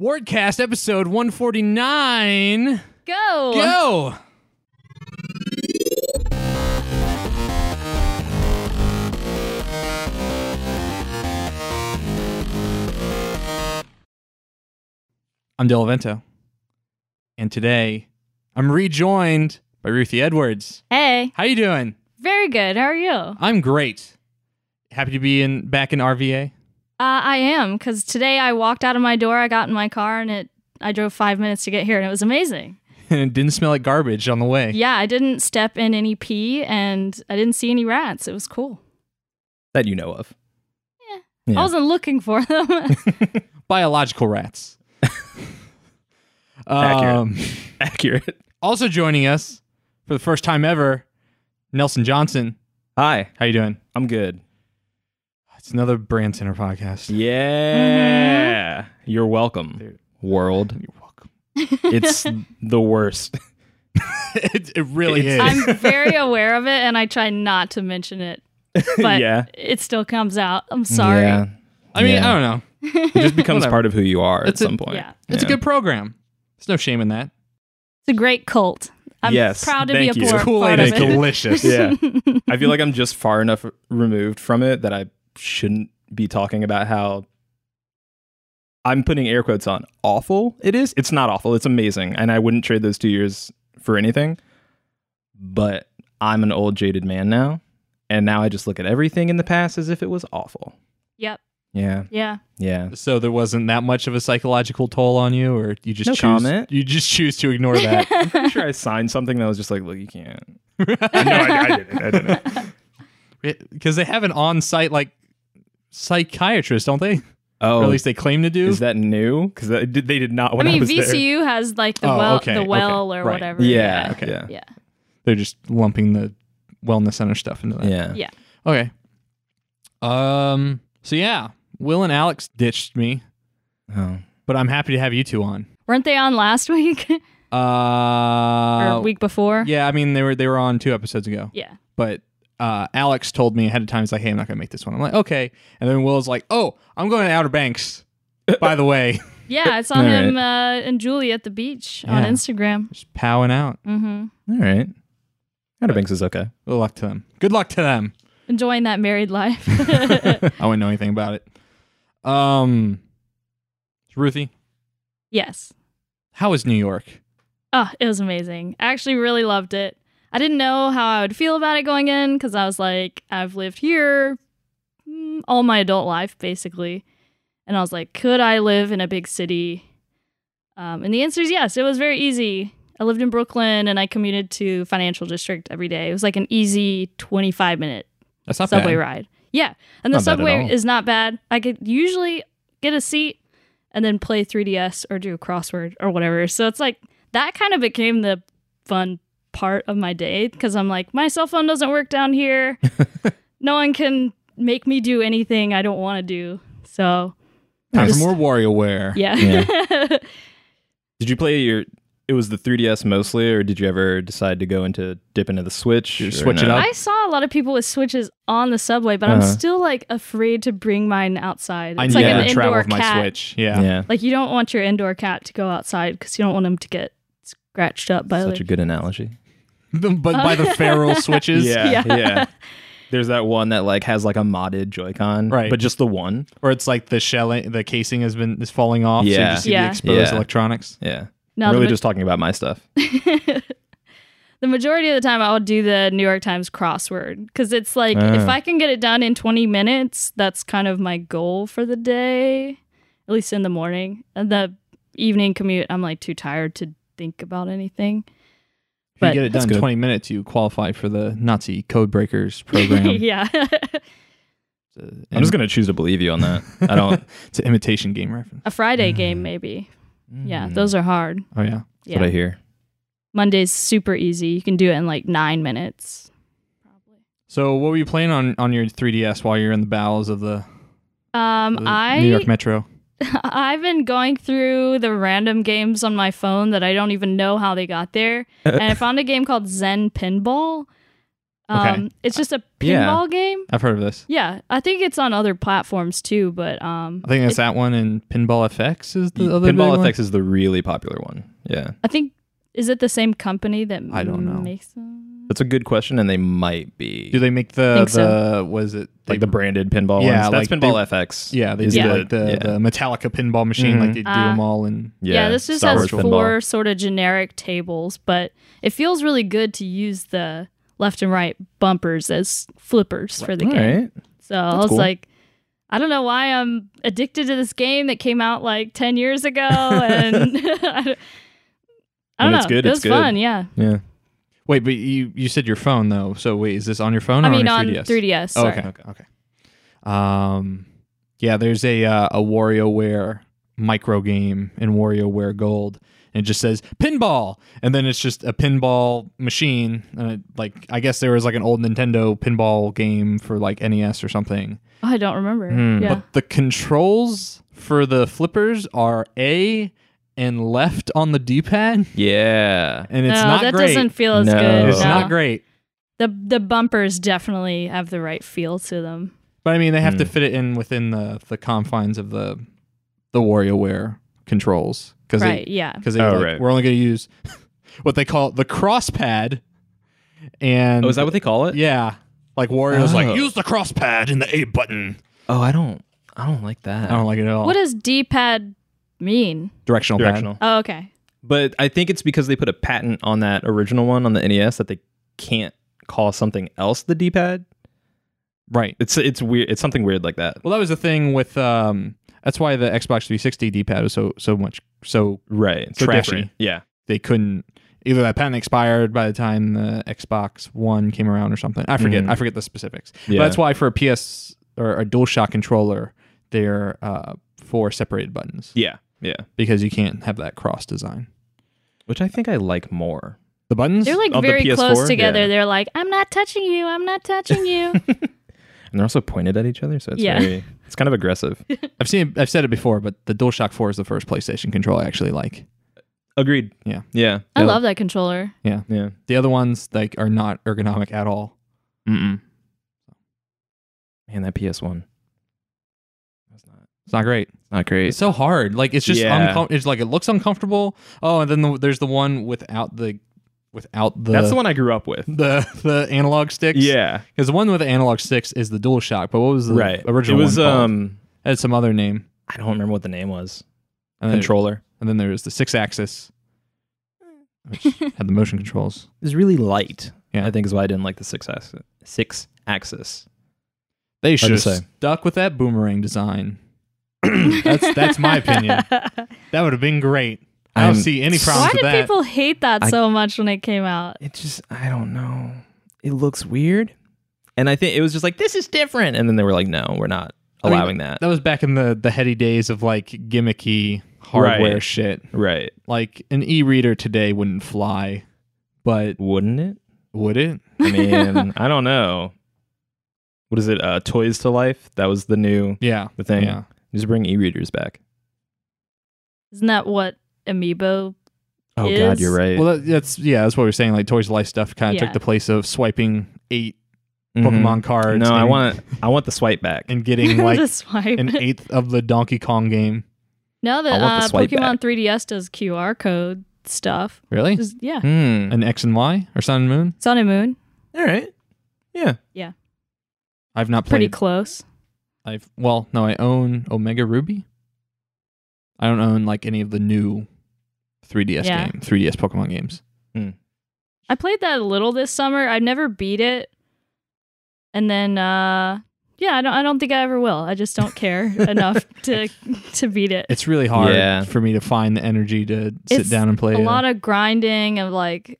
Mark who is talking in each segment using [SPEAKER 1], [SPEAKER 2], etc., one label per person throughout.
[SPEAKER 1] Wardcast episode 149.
[SPEAKER 2] Go.
[SPEAKER 1] Go! I'm Del Vento. And today I'm rejoined by Ruthie Edwards.
[SPEAKER 2] Hey.
[SPEAKER 1] How you doing?
[SPEAKER 2] Very good. How are you? Uh,
[SPEAKER 1] I'm great. Happy to be in back in RVA.
[SPEAKER 2] I am because today I walked out of my door. I got in my car and it. I drove five minutes to get here and it was amazing.
[SPEAKER 1] And it didn't smell like garbage on the way.
[SPEAKER 2] Yeah, I didn't step in any pee and I didn't see any rats. It was cool.
[SPEAKER 3] that you know of.
[SPEAKER 1] Yeah.
[SPEAKER 2] I wasn't looking for them.
[SPEAKER 1] Biological rats. Um,
[SPEAKER 3] Accurate. Accurate.
[SPEAKER 1] Also joining us for the first time ever, Nelson Johnson.
[SPEAKER 3] Hi,
[SPEAKER 1] How you doing?
[SPEAKER 3] I'm good.
[SPEAKER 1] It's another Brand Center podcast.
[SPEAKER 3] Yeah. You're welcome,
[SPEAKER 1] Mm-hmm. Dude.
[SPEAKER 3] world.
[SPEAKER 1] You're welcome.
[SPEAKER 3] It's the worst.
[SPEAKER 1] it, it really
[SPEAKER 3] It's-
[SPEAKER 1] is.
[SPEAKER 2] I'm very aware of it and I try not to mention it, but
[SPEAKER 3] Yeah.
[SPEAKER 2] it still comes out. I'm sorry.
[SPEAKER 3] Yeah.
[SPEAKER 1] I mean,
[SPEAKER 3] yeah.
[SPEAKER 1] I don't know.
[SPEAKER 3] It just becomes
[SPEAKER 1] Whatever.
[SPEAKER 3] part of who you are
[SPEAKER 1] It's a-
[SPEAKER 3] at some point.
[SPEAKER 2] yeah.
[SPEAKER 1] It's a good program. There's no shame in that.
[SPEAKER 2] It's a great cult. I'm
[SPEAKER 3] Yes,
[SPEAKER 2] proud to
[SPEAKER 3] thank
[SPEAKER 2] be a
[SPEAKER 3] you.
[SPEAKER 2] part,
[SPEAKER 1] Kool
[SPEAKER 2] part
[SPEAKER 1] Aid
[SPEAKER 2] of
[SPEAKER 1] is
[SPEAKER 2] it.
[SPEAKER 1] delicious.
[SPEAKER 3] Yeah. I feel like I'm just far enough removed from it that I shouldn't be talking about how I'm putting air quotes on awful it is. It's not awful. It's amazing. And I wouldn't trade those two years for anything. But I'm an old jaded man now. And now I just look at everything in the past as if it was awful.
[SPEAKER 2] Yep.
[SPEAKER 3] Yeah.
[SPEAKER 2] Yeah.
[SPEAKER 3] Yeah.
[SPEAKER 1] So there wasn't that much of a psychological toll on you, or you just
[SPEAKER 3] No
[SPEAKER 1] choose
[SPEAKER 3] comment.
[SPEAKER 1] you just choose to ignore that.
[SPEAKER 3] I'm pretty sure I signed something that was just like, look, you can't. I know I, I didn't. I didn't.
[SPEAKER 1] Because they have an on-site like psychiatrist, don't they?
[SPEAKER 3] Oh,
[SPEAKER 1] Or at least they claim to do.
[SPEAKER 3] is that new? Because they did not when
[SPEAKER 2] I
[SPEAKER 3] I,
[SPEAKER 2] mean,
[SPEAKER 3] was there.
[SPEAKER 2] VCU has like the
[SPEAKER 1] Oh,
[SPEAKER 2] well,
[SPEAKER 1] okay,
[SPEAKER 2] the
[SPEAKER 1] okay,
[SPEAKER 2] well or
[SPEAKER 1] right.
[SPEAKER 2] whatever.
[SPEAKER 3] Yeah. Okay.
[SPEAKER 2] Yeah.
[SPEAKER 3] Yeah.
[SPEAKER 2] yeah.
[SPEAKER 1] They're just lumping the wellness center stuff into that.
[SPEAKER 3] Yeah.
[SPEAKER 1] Okay. Um. So yeah, Will and Alex ditched me,
[SPEAKER 3] Oh.
[SPEAKER 1] but I'm happy to have you two on.
[SPEAKER 2] Weren't they on last week or
[SPEAKER 1] Uh.
[SPEAKER 2] week before?
[SPEAKER 1] yeah, I mean they were they were on two episodes ago,
[SPEAKER 2] Yeah.
[SPEAKER 1] but uh, Alex told me ahead of time he's like, hey, I'm not gonna make this one. I'm like, okay, and then Will's like, oh, I'm going to Outer Banks. By the way,
[SPEAKER 2] Yeah, it's on
[SPEAKER 3] All
[SPEAKER 2] him uh, and Julie at the beach on
[SPEAKER 1] Yeah.
[SPEAKER 2] Instagram.
[SPEAKER 1] just powing out.
[SPEAKER 2] hmm
[SPEAKER 3] All right. Outer Banks is okay.
[SPEAKER 1] Good luck to them. Good luck to them.
[SPEAKER 2] Enjoying that married life.
[SPEAKER 1] I wouldn't know anything about it. Um, Ruthie,
[SPEAKER 2] yes.
[SPEAKER 1] how is New York?
[SPEAKER 2] Oh, it was amazing. I actually really loved it. I didn't know how I would feel about it going in because I was like, I've lived here mm, all my adult life, basically. And I was like, could I live in a big city? Um, and the answer is yes. It was very easy. I lived in Brooklyn and I commuted to Financial District every day. It was like an easy 25 minute
[SPEAKER 1] That's not
[SPEAKER 2] subway
[SPEAKER 1] bad.
[SPEAKER 2] ride. Yeah. And the
[SPEAKER 3] Not bad at
[SPEAKER 2] subway
[SPEAKER 3] all.
[SPEAKER 2] is not bad. I could usually get a seat and then play 3DS or do a crossword or whatever. So it's like that kind of became the fun part of my day because I'm like, my cell phone doesn't work down here. no one can make me do anything I don't want to do. So
[SPEAKER 1] Time
[SPEAKER 2] Just-
[SPEAKER 1] for more WarioWare.
[SPEAKER 2] yeah.
[SPEAKER 3] Did you play your? It was the 3DS mostly, or did you ever decide to go into dip into the Switch?
[SPEAKER 1] You
[SPEAKER 3] or
[SPEAKER 1] switch it
[SPEAKER 3] no?
[SPEAKER 1] up?
[SPEAKER 2] I saw a lot of people with switches on the subway, but I'm
[SPEAKER 3] Uh-huh.
[SPEAKER 2] still like afraid to bring mine outside.
[SPEAKER 1] I
[SPEAKER 2] It's like
[SPEAKER 1] never
[SPEAKER 2] an
[SPEAKER 1] travel
[SPEAKER 2] indoor
[SPEAKER 1] with my
[SPEAKER 2] cat.
[SPEAKER 1] Switch. Yeah.
[SPEAKER 3] Yeah,
[SPEAKER 2] Like you don't want your indoor cat to go outside because you don't want them to get scratched up by
[SPEAKER 3] such a
[SPEAKER 2] like.
[SPEAKER 3] good analogy.
[SPEAKER 1] The- but by the feral switches.
[SPEAKER 3] Yeah,
[SPEAKER 2] Yeah.
[SPEAKER 3] yeah. There's that one that like has like a modded Joy-Con,
[SPEAKER 1] Right.
[SPEAKER 3] But just the one.
[SPEAKER 1] Or it's like the shelling, the casing has been is falling off. So you
[SPEAKER 3] Yeah.
[SPEAKER 1] just see the
[SPEAKER 2] Yeah.
[SPEAKER 1] exposed
[SPEAKER 3] Yeah.
[SPEAKER 1] electronics.
[SPEAKER 3] Yeah,
[SPEAKER 2] No,
[SPEAKER 3] I'm
[SPEAKER 2] the,
[SPEAKER 3] really
[SPEAKER 2] ma-
[SPEAKER 3] just talking about my stuff.
[SPEAKER 2] the majority of the time, I'll do the New York Times crossword because it's like if
[SPEAKER 3] Ah.
[SPEAKER 2] I can get it done in 20 minutes, that's kind of my goal for the day, at least in the morning. And the evening commute, I'm like too tired to think about anything.
[SPEAKER 1] If
[SPEAKER 2] But-
[SPEAKER 1] you get it
[SPEAKER 3] That's
[SPEAKER 1] done in
[SPEAKER 3] good.
[SPEAKER 1] 20 minutes, you qualify for the Nazi code breakers program.
[SPEAKER 2] yeah.
[SPEAKER 3] I'm just gonna choose to believe you on that. I don't.
[SPEAKER 1] It's an imitation game reference.
[SPEAKER 2] a Friday
[SPEAKER 3] Mm.
[SPEAKER 2] game, maybe. Yeah, those are hard.
[SPEAKER 1] Oh, yeah.
[SPEAKER 3] That's what I
[SPEAKER 2] Yeah.
[SPEAKER 3] hear.
[SPEAKER 2] Monday's super easy. You can do it in like nine minutes. Probably.
[SPEAKER 1] So, what were you playing on, on your 3DS while you're in the bowels of the,
[SPEAKER 2] Um,
[SPEAKER 1] the
[SPEAKER 2] I
[SPEAKER 1] New York Metro?
[SPEAKER 2] I've been going through the random games on my phone that I don't even know how they got there. and I found a game called Zen Pinball. Um,
[SPEAKER 1] Okay.
[SPEAKER 2] It's just a
[SPEAKER 3] Yeah.
[SPEAKER 2] pinball game.
[SPEAKER 1] I've heard of this.
[SPEAKER 2] Yeah, I think it's on other platforms too, but um,
[SPEAKER 1] I think that's that one, and Pinball FX is the other big
[SPEAKER 3] Pinball
[SPEAKER 1] one?
[SPEAKER 3] FX is the really popular one. Yeah.
[SPEAKER 2] I think is it the same company that
[SPEAKER 1] I don't know.
[SPEAKER 2] makes them?
[SPEAKER 3] That's a good question, and they might be
[SPEAKER 1] Do they make the
[SPEAKER 2] Think
[SPEAKER 1] the
[SPEAKER 2] so.
[SPEAKER 1] was it
[SPEAKER 3] like the branded pinball
[SPEAKER 1] Yeah,
[SPEAKER 3] ones. That's
[SPEAKER 1] like
[SPEAKER 3] pinball FX.
[SPEAKER 1] yeah they
[SPEAKER 3] is
[SPEAKER 1] do
[SPEAKER 2] the-
[SPEAKER 1] like the,
[SPEAKER 3] yeah.
[SPEAKER 1] the Metallica pinball machine like
[SPEAKER 3] Mhm.
[SPEAKER 1] they do
[SPEAKER 2] Ah.
[SPEAKER 1] them all and
[SPEAKER 2] Yeah, this just
[SPEAKER 3] Star
[SPEAKER 2] has
[SPEAKER 3] Wars
[SPEAKER 2] four
[SPEAKER 3] pinball.
[SPEAKER 2] sort of generic tables, but it feels really good to use the left and right bumpers as flippers for the
[SPEAKER 1] Hmm.
[SPEAKER 3] All
[SPEAKER 2] game.
[SPEAKER 3] right.
[SPEAKER 2] So I was
[SPEAKER 3] cool.
[SPEAKER 2] like, I don't know why I'm addicted to this game that came out like ten years ago, and I don't, I
[SPEAKER 3] When
[SPEAKER 2] don't
[SPEAKER 3] it's
[SPEAKER 2] know.
[SPEAKER 3] good,
[SPEAKER 2] it
[SPEAKER 3] it's
[SPEAKER 2] was
[SPEAKER 3] good.
[SPEAKER 2] fun, yeah.
[SPEAKER 3] Yeah.
[SPEAKER 1] wait but you you said your phone though so wait is this on your phone
[SPEAKER 2] I
[SPEAKER 1] or
[SPEAKER 2] mean,
[SPEAKER 1] on
[SPEAKER 2] on
[SPEAKER 1] your 3ds,
[SPEAKER 2] 3DS.
[SPEAKER 1] Oh,
[SPEAKER 2] Sorry.
[SPEAKER 1] okay okay okay um yeah there's a uh, a WarioWare micro game in WarioWare Gold and it just says pinball and then it's just a pinball machine and it, like I guess there was like an old Nintendo pinball game for like NES or something
[SPEAKER 2] Oh, I don't remember.
[SPEAKER 3] Hmm.
[SPEAKER 2] Yeah.
[SPEAKER 1] But the controls for the flippers are A and left on the D pad,
[SPEAKER 3] Yeah.
[SPEAKER 1] and it's
[SPEAKER 2] no,
[SPEAKER 1] not
[SPEAKER 2] that
[SPEAKER 1] great. Uh,
[SPEAKER 2] doesn't feel as
[SPEAKER 3] No.
[SPEAKER 2] good.
[SPEAKER 1] it's
[SPEAKER 2] no.
[SPEAKER 1] not great.
[SPEAKER 2] The the bumpers definitely have the right feel to them.
[SPEAKER 1] But I mean, they have to
[SPEAKER 3] Hmm.
[SPEAKER 1] fit it in within the, the confines of the the WarioWare controls because
[SPEAKER 2] Right, yeah.
[SPEAKER 1] because they,
[SPEAKER 3] Oh,
[SPEAKER 1] like,
[SPEAKER 3] right.
[SPEAKER 1] we're only going to use what they call the cross pad, and
[SPEAKER 3] Oh, is that what they call it?
[SPEAKER 1] yeah, like Wario's
[SPEAKER 3] Oh.
[SPEAKER 1] like use the cross pad and the A button.
[SPEAKER 3] Oh, I don't. I don't like that.
[SPEAKER 1] I don't like it at all.
[SPEAKER 2] What does D pad mean?
[SPEAKER 1] directional,
[SPEAKER 3] Directional.
[SPEAKER 1] pad?
[SPEAKER 2] Oh, okay.
[SPEAKER 3] But I think it's because they put a patent on that original one on the NES that they can't call something else the D-pad.
[SPEAKER 1] Right.
[SPEAKER 3] It's it's weird. It's something weird like that.
[SPEAKER 1] Well, that was the thing with um. That's why the Xbox 360 D-pad was so so much so
[SPEAKER 3] Right. So
[SPEAKER 1] Trashy.
[SPEAKER 3] different. Yeah.
[SPEAKER 1] they couldn't either that patent expired by the time the Xbox One came around or something. I forget.
[SPEAKER 3] Mhm.
[SPEAKER 1] I forget the specifics.
[SPEAKER 3] Yeah.
[SPEAKER 1] But that's why for a PS or a DualShock controller, they're uh four separated buttons
[SPEAKER 3] Yeah. Yeah.
[SPEAKER 1] because you can't have that cross design.
[SPEAKER 3] Which I think I like more.
[SPEAKER 1] The buttons.
[SPEAKER 2] They're like
[SPEAKER 3] On the
[SPEAKER 2] very
[SPEAKER 3] PS4?
[SPEAKER 2] close together.
[SPEAKER 3] Yeah.
[SPEAKER 2] They're like, I'm not touching you. I'm not touching you.
[SPEAKER 3] And they're also pointed at each other, so it's
[SPEAKER 2] Yeah.
[SPEAKER 3] very it's kind of aggressive.
[SPEAKER 1] I've seen. I've said it before, but the DualShock Four is the first PlayStation controller I actually like.
[SPEAKER 3] Agreed.
[SPEAKER 1] Yeah.
[SPEAKER 3] Yeah.
[SPEAKER 2] I
[SPEAKER 1] Yeah.
[SPEAKER 2] love that controller.
[SPEAKER 3] Yeah.
[SPEAKER 1] The other ones like are not ergonomic at all.
[SPEAKER 3] Mm-mm. Man, that PS1. That's not
[SPEAKER 1] It's not great.
[SPEAKER 3] not great.
[SPEAKER 1] It's so hard. Like it's just
[SPEAKER 3] Yeah.
[SPEAKER 1] uncom- it's like it looks uncomfortable. Oh, and then the, there's the one without the without the
[SPEAKER 3] That's the one I grew up with.
[SPEAKER 1] the the analog sticks.
[SPEAKER 3] Yeah.
[SPEAKER 1] because the one with the analog sticks is the Dual Shock. But what was the original?
[SPEAKER 3] It was
[SPEAKER 1] one called?
[SPEAKER 3] um
[SPEAKER 1] it had some other name.
[SPEAKER 3] I don't remember what the name was.
[SPEAKER 1] And then,
[SPEAKER 3] Controller.
[SPEAKER 1] and then there was the six axis, which had the motion controls.
[SPEAKER 3] It was really light.
[SPEAKER 1] Yeah.
[SPEAKER 3] I think is why I didn't like the six axis. Six axis.
[SPEAKER 1] They should have
[SPEAKER 3] say?
[SPEAKER 1] stuck with that boomerang design. that's that's my opinion. That would have been great. I don't
[SPEAKER 3] I'm-
[SPEAKER 1] see any
[SPEAKER 2] Why
[SPEAKER 1] problems
[SPEAKER 2] did
[SPEAKER 1] with that.
[SPEAKER 2] people hate that
[SPEAKER 3] I-
[SPEAKER 2] so much when it came out?
[SPEAKER 3] It just I don't know. It looks weird. And I think it was just like this is different. And then they were like, no, we're not
[SPEAKER 1] I mean,
[SPEAKER 3] allowing that.
[SPEAKER 1] That was back in the the heady days of like gimmicky hardware
[SPEAKER 3] Right.
[SPEAKER 1] shit.
[SPEAKER 3] Right.
[SPEAKER 1] Like an e-reader today wouldn't fly, but
[SPEAKER 3] Wouldn't it?
[SPEAKER 1] would it?
[SPEAKER 3] I mean, I don't know. What is it? Uh, Toys to Life. That was the new
[SPEAKER 1] Yeah.
[SPEAKER 3] the thing.
[SPEAKER 1] Yeah.
[SPEAKER 3] Just bring e-readers back.
[SPEAKER 2] Isn't that what Amiibo?
[SPEAKER 3] Oh
[SPEAKER 2] Is-
[SPEAKER 3] God, you're right.
[SPEAKER 1] Well, that, that's yeah, that's what we are saying. Like Toys of Life stuff kind of
[SPEAKER 2] Yeah.
[SPEAKER 1] took the place of swiping 8
[SPEAKER 3] Mhm.
[SPEAKER 1] Pokemon cards.
[SPEAKER 3] No,
[SPEAKER 1] and,
[SPEAKER 3] I want I want the swipe back.
[SPEAKER 1] and getting like
[SPEAKER 2] the swipe.
[SPEAKER 1] an eighth of the Donkey Kong game.
[SPEAKER 2] no, the,
[SPEAKER 3] I want the
[SPEAKER 2] uh,
[SPEAKER 3] swipe
[SPEAKER 2] Pokemon
[SPEAKER 3] back.
[SPEAKER 2] 3DS does QR code stuff.
[SPEAKER 1] Really?
[SPEAKER 2] Just- yeah,
[SPEAKER 3] Hmm.
[SPEAKER 1] An X and Y or Sun and Moon?
[SPEAKER 2] Sun and Moon,
[SPEAKER 3] All right. Yeah.
[SPEAKER 1] I've not
[SPEAKER 2] pretty
[SPEAKER 1] played.
[SPEAKER 2] close.
[SPEAKER 1] I've well, no, I own Omega Ruby. I don't own like any of the new 3DS
[SPEAKER 2] Yeah.
[SPEAKER 1] game, 3DS Pokemon games.
[SPEAKER 2] I played that a little this summer. I never beat it. And then uh yeah, I don't I don't think I ever will. I just don't care enough to to beat it.
[SPEAKER 1] It's really hard
[SPEAKER 3] Yeah.
[SPEAKER 1] for me to find the energy to sit
[SPEAKER 2] It's
[SPEAKER 1] down and play. uh,
[SPEAKER 2] A
[SPEAKER 3] uh,
[SPEAKER 2] lot of grinding of like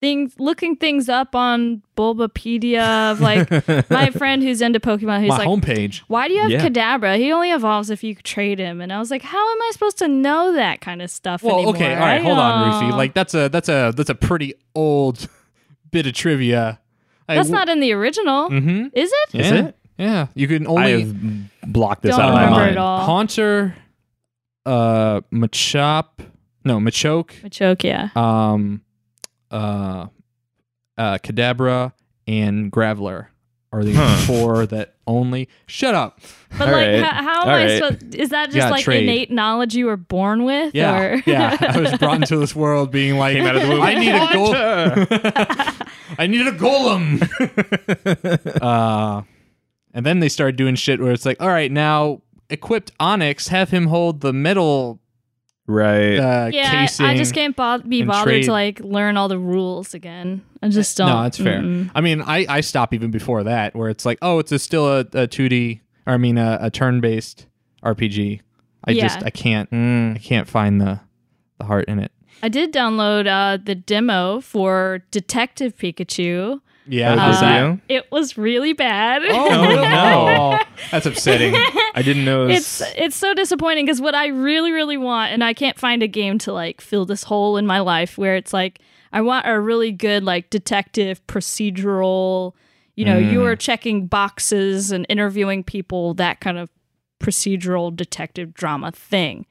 [SPEAKER 2] things looking things up on Bulbapedia of like my friend who's into Pokemon who's
[SPEAKER 1] my
[SPEAKER 2] like
[SPEAKER 1] homepage.
[SPEAKER 2] why do you have
[SPEAKER 3] Yeah.
[SPEAKER 2] Kadabra? He only evolves if you trade him. And I was like, how am I supposed to know that kind of stuff
[SPEAKER 1] Well,
[SPEAKER 2] anymore?
[SPEAKER 1] okay, all right,
[SPEAKER 2] I um,
[SPEAKER 1] hold on,
[SPEAKER 2] don't-
[SPEAKER 1] Ruthie. Like that's a that's a that's a pretty old bit of trivia.
[SPEAKER 2] that's not in the original,
[SPEAKER 1] Mm-hmm.
[SPEAKER 2] is it?
[SPEAKER 1] Yeah.
[SPEAKER 3] Is it?
[SPEAKER 1] Yeah, you can
[SPEAKER 3] I
[SPEAKER 1] only
[SPEAKER 3] have blocked this
[SPEAKER 2] Don't
[SPEAKER 3] out of my
[SPEAKER 2] remember
[SPEAKER 3] mind.
[SPEAKER 2] at all.
[SPEAKER 1] Haunter, uh, Machop, no Machoke,
[SPEAKER 2] Machoke, yeah.
[SPEAKER 1] um, uh, uh, Kadabra, and Graveler are the
[SPEAKER 3] Huh.
[SPEAKER 1] four that only. Shut up.
[SPEAKER 2] But
[SPEAKER 3] All
[SPEAKER 2] like,
[SPEAKER 3] right.
[SPEAKER 2] ho- how, am
[SPEAKER 3] All
[SPEAKER 2] I
[SPEAKER 3] right.
[SPEAKER 2] supposed? Is that just
[SPEAKER 1] Yeah,
[SPEAKER 2] like
[SPEAKER 1] trade.
[SPEAKER 2] innate knowledge you were born with?
[SPEAKER 1] Yeah,
[SPEAKER 2] Or?
[SPEAKER 1] yeah. I was brought into this world being like,
[SPEAKER 3] Came out of the womb.
[SPEAKER 1] I need a goal.
[SPEAKER 3] Hunter!
[SPEAKER 1] I need a golem. uh, and then they started doing shit where it's like, all right, now equipped Onyx, have him hold the metal
[SPEAKER 3] right.
[SPEAKER 1] uh,
[SPEAKER 2] Yeah, I-
[SPEAKER 1] casing.
[SPEAKER 2] I just can't bo- be
[SPEAKER 1] and
[SPEAKER 2] bothered
[SPEAKER 1] trade.
[SPEAKER 2] to like learn all the rules again. I just don't.
[SPEAKER 1] No, that's fair.
[SPEAKER 2] Mm-mm.
[SPEAKER 1] I mean, I I stop even before that where it's like, oh, it's a, still a, a 2D. Or I mean, a, a turn-based RPG. I
[SPEAKER 2] Yeah.
[SPEAKER 1] just I can't
[SPEAKER 3] Mm.
[SPEAKER 1] I can't find the the heart in it.
[SPEAKER 2] I did download uh, the demo for Detective Pikachu.
[SPEAKER 1] Yeah.
[SPEAKER 3] Oh,
[SPEAKER 1] is
[SPEAKER 3] does
[SPEAKER 1] that-
[SPEAKER 3] it?
[SPEAKER 2] Uh,
[SPEAKER 3] you?
[SPEAKER 2] it was really bad.
[SPEAKER 1] oh
[SPEAKER 3] no.
[SPEAKER 1] no, that's upsetting.
[SPEAKER 3] I didn't know. it
[SPEAKER 2] it's
[SPEAKER 3] was-
[SPEAKER 2] it's so disappointing because what I really really want, and I can't find a game to like fill this hole in my life where it's like I want a really good like detective procedural, you know, you are checking boxes and interviewing people, that kind of procedural detective drama thing,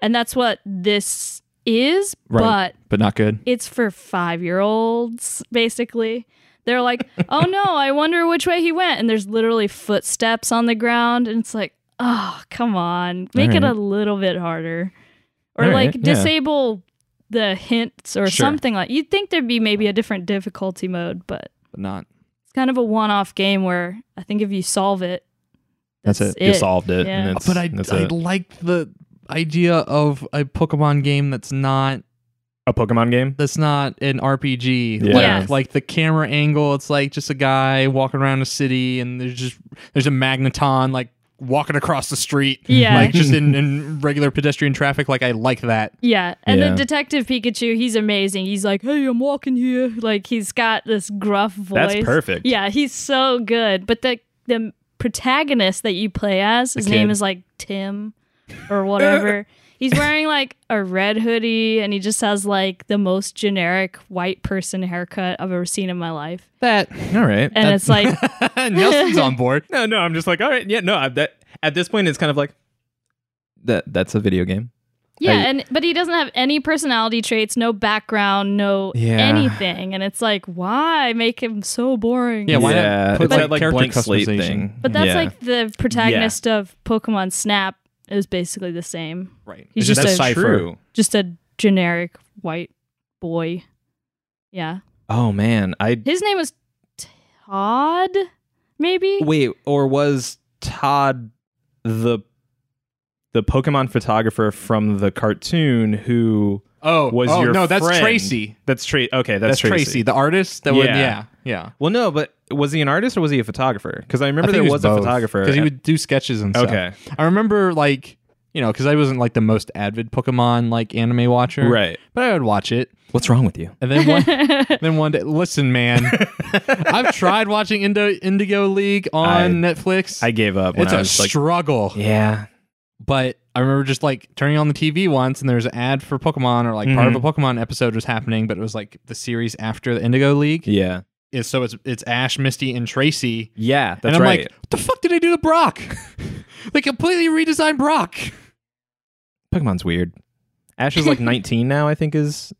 [SPEAKER 2] and that's what this is,
[SPEAKER 1] Right.
[SPEAKER 2] but
[SPEAKER 1] but not good.
[SPEAKER 2] it's for five year olds, basically. They're like, oh no, I wonder which way he went. And there's literally footsteps on the ground. And it's like, oh, come on. Make it a
[SPEAKER 3] Alright.
[SPEAKER 2] little bit harder. Or
[SPEAKER 3] Alright,
[SPEAKER 2] like
[SPEAKER 3] yeah.
[SPEAKER 2] disable the hints or
[SPEAKER 1] Sure.
[SPEAKER 2] something like You'd think there'd be maybe a different difficulty mode, but
[SPEAKER 1] But not.
[SPEAKER 2] it's kind of a one off game where I think if you solve it,
[SPEAKER 1] That's
[SPEAKER 2] that's
[SPEAKER 1] it.
[SPEAKER 2] it.
[SPEAKER 3] you solved it.
[SPEAKER 2] Yeah.
[SPEAKER 3] And it's,
[SPEAKER 1] but I
[SPEAKER 3] that's
[SPEAKER 1] I
[SPEAKER 3] it.
[SPEAKER 1] liked the idea of a Pokemon game that's not
[SPEAKER 3] a Pokemon game.
[SPEAKER 1] that's not an RPG.
[SPEAKER 3] Yeah.
[SPEAKER 1] Like,
[SPEAKER 2] Yes.
[SPEAKER 1] like the camera angle, it's like just a guy walking around a city, and there's just there's a magneton like walking across the street.
[SPEAKER 2] Yeah.
[SPEAKER 1] like just in, in regular pedestrian traffic. Like I like that.
[SPEAKER 2] Yeah, and
[SPEAKER 3] Yeah.
[SPEAKER 2] the detective Pikachu, he's amazing. He's like, "Hey, I'm walking here." Like he's got this gruff voice.
[SPEAKER 3] That's perfect.
[SPEAKER 2] Yeah, he's so good. But the the protagonist that you play as, his name
[SPEAKER 1] kid.
[SPEAKER 2] is like Tim or whatever. he's wearing like a red hoodie and he just has like the most generic white person haircut I've ever seen in my life.
[SPEAKER 1] That
[SPEAKER 3] All right.
[SPEAKER 2] And it's like,
[SPEAKER 1] Nelson's on board.
[SPEAKER 3] no, no. I'm just like, all right. Yeah. No. I, that at this point, it's kind of like that. That's a video game.
[SPEAKER 2] yeah,
[SPEAKER 3] I-
[SPEAKER 2] and but he doesn't have any personality traits, no background, no
[SPEAKER 3] Yeah.
[SPEAKER 2] anything. And it's like, why make him so boring?
[SPEAKER 1] Yeah, why not
[SPEAKER 3] yeah.
[SPEAKER 1] put,
[SPEAKER 3] it's
[SPEAKER 1] like,
[SPEAKER 3] that like
[SPEAKER 1] character
[SPEAKER 3] blank slate
[SPEAKER 1] customization?
[SPEAKER 3] thing.
[SPEAKER 2] But that's
[SPEAKER 3] Yeah.
[SPEAKER 2] like the protagonist of Pokemon Snap is basically the same.
[SPEAKER 1] Right,
[SPEAKER 2] He's
[SPEAKER 1] it's just
[SPEAKER 2] just
[SPEAKER 1] a
[SPEAKER 2] a-
[SPEAKER 1] cipher.
[SPEAKER 3] True.
[SPEAKER 2] Just a generic white boy. Yeah.
[SPEAKER 3] Oh man. I
[SPEAKER 2] His name was Todd, maybe?
[SPEAKER 3] wait. Or was Todd the the Pokemon photographer from the cartoon who
[SPEAKER 1] Oh,
[SPEAKER 3] was
[SPEAKER 1] oh,
[SPEAKER 3] your
[SPEAKER 1] no? That's
[SPEAKER 3] friend.
[SPEAKER 1] Tracy.
[SPEAKER 3] That's Tracy. Okay, that's,
[SPEAKER 1] That's, Tracy. the artist. That would
[SPEAKER 3] Yeah.
[SPEAKER 1] yeah, yeah.
[SPEAKER 3] Well, no, but was he an artist or was he a photographer? Because I remember
[SPEAKER 1] I
[SPEAKER 3] there
[SPEAKER 1] think it
[SPEAKER 3] was, a photographer.
[SPEAKER 1] because he would do sketches and stuff.
[SPEAKER 3] okay,
[SPEAKER 1] I remember like you know because I wasn't like the most avid Pokemon like anime watcher,
[SPEAKER 3] right.
[SPEAKER 1] But I would watch it,
[SPEAKER 3] What's wrong with you?
[SPEAKER 1] and then one, then one day, listen, man, I've tried watching Indo- Indigo League on
[SPEAKER 3] I-
[SPEAKER 1] Netflix.
[SPEAKER 3] I gave up. When
[SPEAKER 1] it's a
[SPEAKER 3] I was like,
[SPEAKER 1] struggle,
[SPEAKER 3] yeah,
[SPEAKER 1] but I remember just like turning on the TV once, and there was an ad for Pokemon, or like part of a
[SPEAKER 3] Mm-hmm.
[SPEAKER 1] Pokemon episode was happening, but it was like the series after the Indigo League.
[SPEAKER 3] yeah,
[SPEAKER 1] Is- So it's it's Ash, Misty, and Tracy.
[SPEAKER 3] yeah. That's
[SPEAKER 1] and I'm
[SPEAKER 3] right.
[SPEAKER 1] like, what the fuck did I do to Brock? they completely redesigned Brock.
[SPEAKER 3] Pokemon's weird. Ash is like 19 now. I think is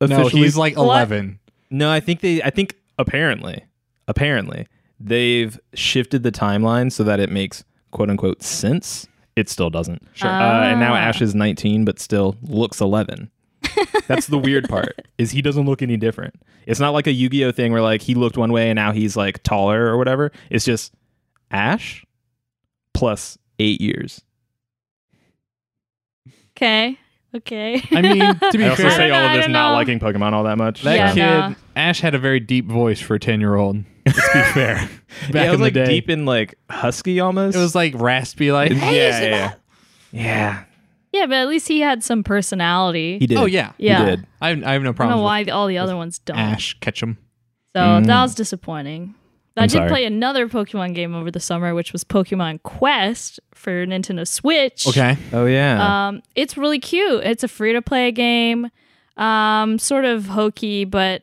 [SPEAKER 3] officially.
[SPEAKER 1] No, he's like
[SPEAKER 2] What?
[SPEAKER 1] 11.
[SPEAKER 3] no. I think they. I think apparently, apparently they've shifted the timeline so that it makes quote unquote sense. It still doesn't.
[SPEAKER 1] Sure.
[SPEAKER 3] Uh, and now
[SPEAKER 2] Ah.
[SPEAKER 3] Ash is 19, but still looks 11. That's the weird part is he doesn't look any different. It's not like a Yu-Gi-Oh thing where like he looked one way and now he's like taller or whatever. It's just Ash plus eight years.
[SPEAKER 2] Okay. Okay.
[SPEAKER 1] I mean, to be
[SPEAKER 3] I also
[SPEAKER 1] fair,
[SPEAKER 2] I
[SPEAKER 3] say
[SPEAKER 2] don't
[SPEAKER 3] all
[SPEAKER 2] know,
[SPEAKER 3] of
[SPEAKER 2] I
[SPEAKER 3] this
[SPEAKER 2] don't
[SPEAKER 3] not
[SPEAKER 2] know.
[SPEAKER 3] liking Pokemon all that much.
[SPEAKER 1] that
[SPEAKER 2] Yeah,
[SPEAKER 1] kid
[SPEAKER 2] no.
[SPEAKER 1] Ash had a very deep voice for a ten year old. Let's be fair. Back
[SPEAKER 3] yeah, it was
[SPEAKER 1] in the
[SPEAKER 3] like
[SPEAKER 1] day,
[SPEAKER 3] deep in like husky almost.
[SPEAKER 1] it was like raspy, like
[SPEAKER 3] yeah, yeah, yeah. Yeah,
[SPEAKER 2] yeah, but at least he had some personality.
[SPEAKER 3] he did.
[SPEAKER 1] oh yeah,
[SPEAKER 2] yeah.
[SPEAKER 3] he did.
[SPEAKER 1] I, I have no
[SPEAKER 2] I don't
[SPEAKER 1] problem
[SPEAKER 2] know
[SPEAKER 1] with
[SPEAKER 2] why the- all the other ones don't.
[SPEAKER 1] Ash Ketchum.
[SPEAKER 2] So
[SPEAKER 3] Mm.
[SPEAKER 2] that was disappointing. But I
[SPEAKER 3] I'm
[SPEAKER 2] did
[SPEAKER 3] sorry.
[SPEAKER 2] play another Pokemon game over the summer, which was Pokemon Quest for Nintendo Switch.
[SPEAKER 1] Okay,
[SPEAKER 3] Oh yeah.
[SPEAKER 2] Um, it's really cute. It's a free to play game, um, sort of hokey, but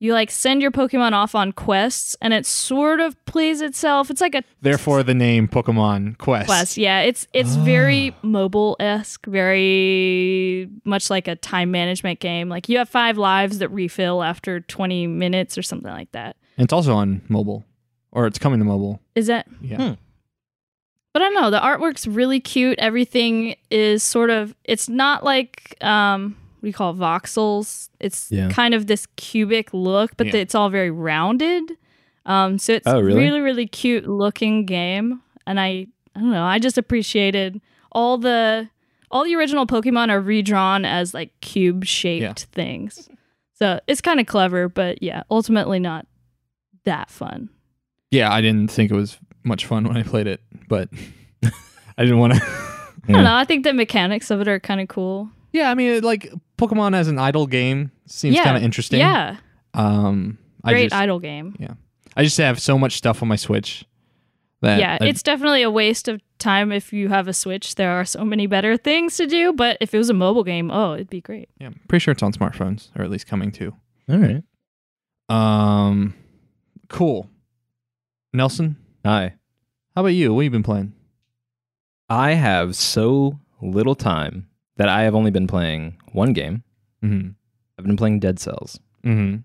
[SPEAKER 2] you like send your Pokemon off on quests, and it sort of plays itself. It's like a
[SPEAKER 1] Therefore, the name Pokemon Quest.
[SPEAKER 2] quest. Yeah, it's it's very mobile esque, very much like a time management game. Like you have five lives that refill after twenty minutes or something like that.
[SPEAKER 1] And it's also on mobile, or it's coming to mobile.
[SPEAKER 2] Is that?
[SPEAKER 1] Yeah.
[SPEAKER 3] Hmm.
[SPEAKER 2] But I don't know. The artwork's really cute. Everything is sort of. It's not like um, what do you call it, voxels? It's
[SPEAKER 3] Yeah.
[SPEAKER 2] kind of this cubic look, but
[SPEAKER 1] Yeah.
[SPEAKER 2] it's all very rounded. Um, so it's
[SPEAKER 3] Oh, really?
[SPEAKER 2] really really cute looking game, and I I don't know. I just appreciated all the all the original Pokemon are redrawn as like cube shaped
[SPEAKER 1] Yeah.
[SPEAKER 2] things. So it's kind of clever, but yeah, ultimately not that fun.
[SPEAKER 1] Yeah, I didn't think it was much fun when I played it, but I didn't want to.
[SPEAKER 2] I don't know. I think the mechanics of it are kind of cool.
[SPEAKER 1] yeah, I mean, it, like Pokemon as an idle game seems
[SPEAKER 2] Yeah.
[SPEAKER 1] kind of interesting.
[SPEAKER 2] Yeah,
[SPEAKER 1] Um, I
[SPEAKER 2] great
[SPEAKER 1] just,
[SPEAKER 2] idle game.
[SPEAKER 1] I just have so much stuff on my Switch. That
[SPEAKER 2] Yeah,
[SPEAKER 1] I-
[SPEAKER 2] it's definitely a waste of time if you have a Switch. There are so many better things to do, but if it was a mobile game, oh, it'd be great.
[SPEAKER 1] yeah, I'm pretty sure it's on smartphones, or at least coming to.
[SPEAKER 3] All right.
[SPEAKER 1] Um, cool. Nelson,
[SPEAKER 3] Hi.
[SPEAKER 1] how about you? What you been playing?
[SPEAKER 3] I have so little time that I have only been playing one game.
[SPEAKER 1] Mm-hmm.
[SPEAKER 3] I've been playing Dead Cells.
[SPEAKER 1] Mm-hmm.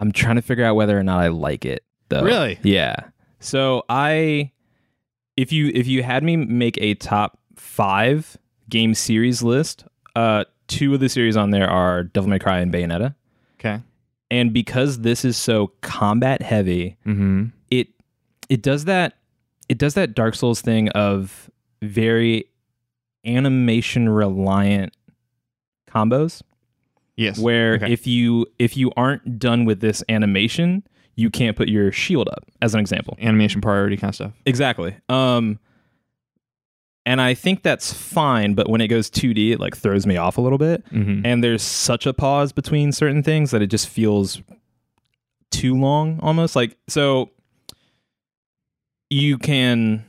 [SPEAKER 3] I'm trying to figure out whether or not I like it though.
[SPEAKER 1] Really?
[SPEAKER 3] Yeah. So I if you if you had me make a top 5 game series list, uh two of the series on there are Devil May Cry and Bayonetta.
[SPEAKER 1] Okay.
[SPEAKER 3] And because this is so combat heavy,
[SPEAKER 1] Mm-hmm.
[SPEAKER 3] it it does that it does that Dark Souls thing of very animation reliant combos
[SPEAKER 1] Yes.
[SPEAKER 3] where
[SPEAKER 1] Okay.
[SPEAKER 3] if you if you aren't done with this animation, you can't put your shield up as an example.
[SPEAKER 1] animation priority kind of stuff.
[SPEAKER 3] Exactly. Um and I think that's fine, but when it goes 2D, it like throws me off a little bit.
[SPEAKER 1] Mm-hmm.
[SPEAKER 3] And there's such a pause between certain things that it just feels too long almost. Like so you can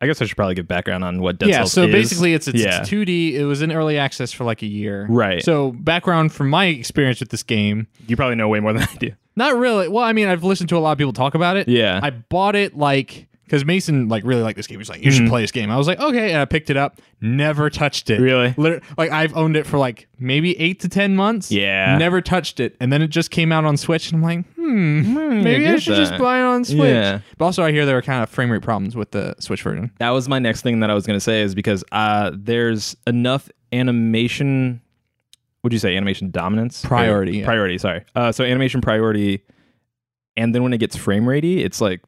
[SPEAKER 3] I guess I should probably give background on what Dead
[SPEAKER 1] yeah.
[SPEAKER 3] Cells
[SPEAKER 1] So
[SPEAKER 3] is.
[SPEAKER 1] basically, it's it's
[SPEAKER 3] Yeah.
[SPEAKER 1] it's 2D. It was in early access for like a year.
[SPEAKER 3] Right.
[SPEAKER 1] So background from my experience with this game,
[SPEAKER 3] you probably know way more than I do.
[SPEAKER 1] not really. Well, I mean, I've listened to a lot of people talk about it.
[SPEAKER 3] Yeah.
[SPEAKER 1] I bought it like because Mason like really liked this game. He was like, "You should
[SPEAKER 3] Mm-hmm.
[SPEAKER 1] play this game." I was like, "Okay," and I picked it up. Never touched it.
[SPEAKER 3] Really?
[SPEAKER 1] Liter- like I've owned it for like maybe eight to ten months.
[SPEAKER 3] Yeah.
[SPEAKER 1] Never touched it, and then it just came out on Switch, and I'm like, "Hmm, maybe I
[SPEAKER 3] get
[SPEAKER 1] should
[SPEAKER 3] that."
[SPEAKER 1] just buy it on Switch."
[SPEAKER 3] Yeah.
[SPEAKER 1] But also, I hear there are kind of frame rate problems with the Switch version.
[SPEAKER 3] that was my next thing that I was going to say is because uh, there's enough animation. Would you say animation dominance?
[SPEAKER 1] Priority,
[SPEAKER 3] Or-
[SPEAKER 1] yeah.
[SPEAKER 3] Priority. Sorry. Uh, so animation priority, and then when it gets frame ratey, it's like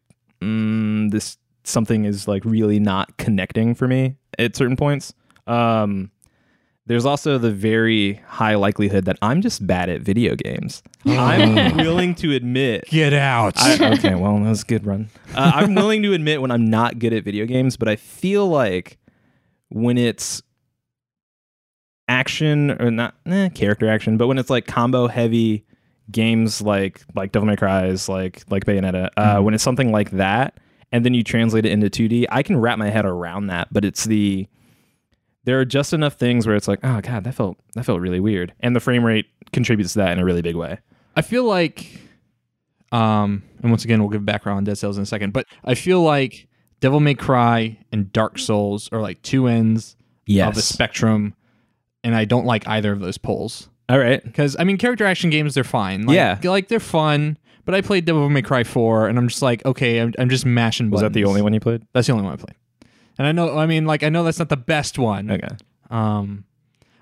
[SPEAKER 3] mm, this something is like really not connecting for me at certain points. Um, there's also the very high likelihood that I'm just bad at video games. I'm willing to admit
[SPEAKER 1] Oh, Get out.
[SPEAKER 3] I, okay, well, that was a good run. Uh, I'm willing to admit when I'm not good at video games, but I feel like when it's action or not eh, character action, but when it's like combo heavy games like like Devil May Cry's, like like Bayonetta, uh, when it's something like that, and then you translate it into 2D, I can wrap my head around that, but it's the there are just enough things where it's like, oh god, that felt that felt really weird, and the frame rate contributes to that in a really big way.
[SPEAKER 1] I feel like, um, and once again, we'll give background on Dead Cells in a second, but I feel like Devil May Cry and Dark Souls are like two ends of the spectrum, and I don't like either of those poles.
[SPEAKER 3] All right.
[SPEAKER 1] Because I mean, character action games they're fine. Like,
[SPEAKER 3] Yeah.
[SPEAKER 1] like they're fun. But I played Devil May Cry four, and I'm just like, okay, I'm, I'm just mashing.
[SPEAKER 3] Was
[SPEAKER 1] Buttons.
[SPEAKER 3] that the only one you played?
[SPEAKER 1] That's the only one I played. And I know, I mean, like I know that's not the best one.
[SPEAKER 3] Okay.
[SPEAKER 1] Um,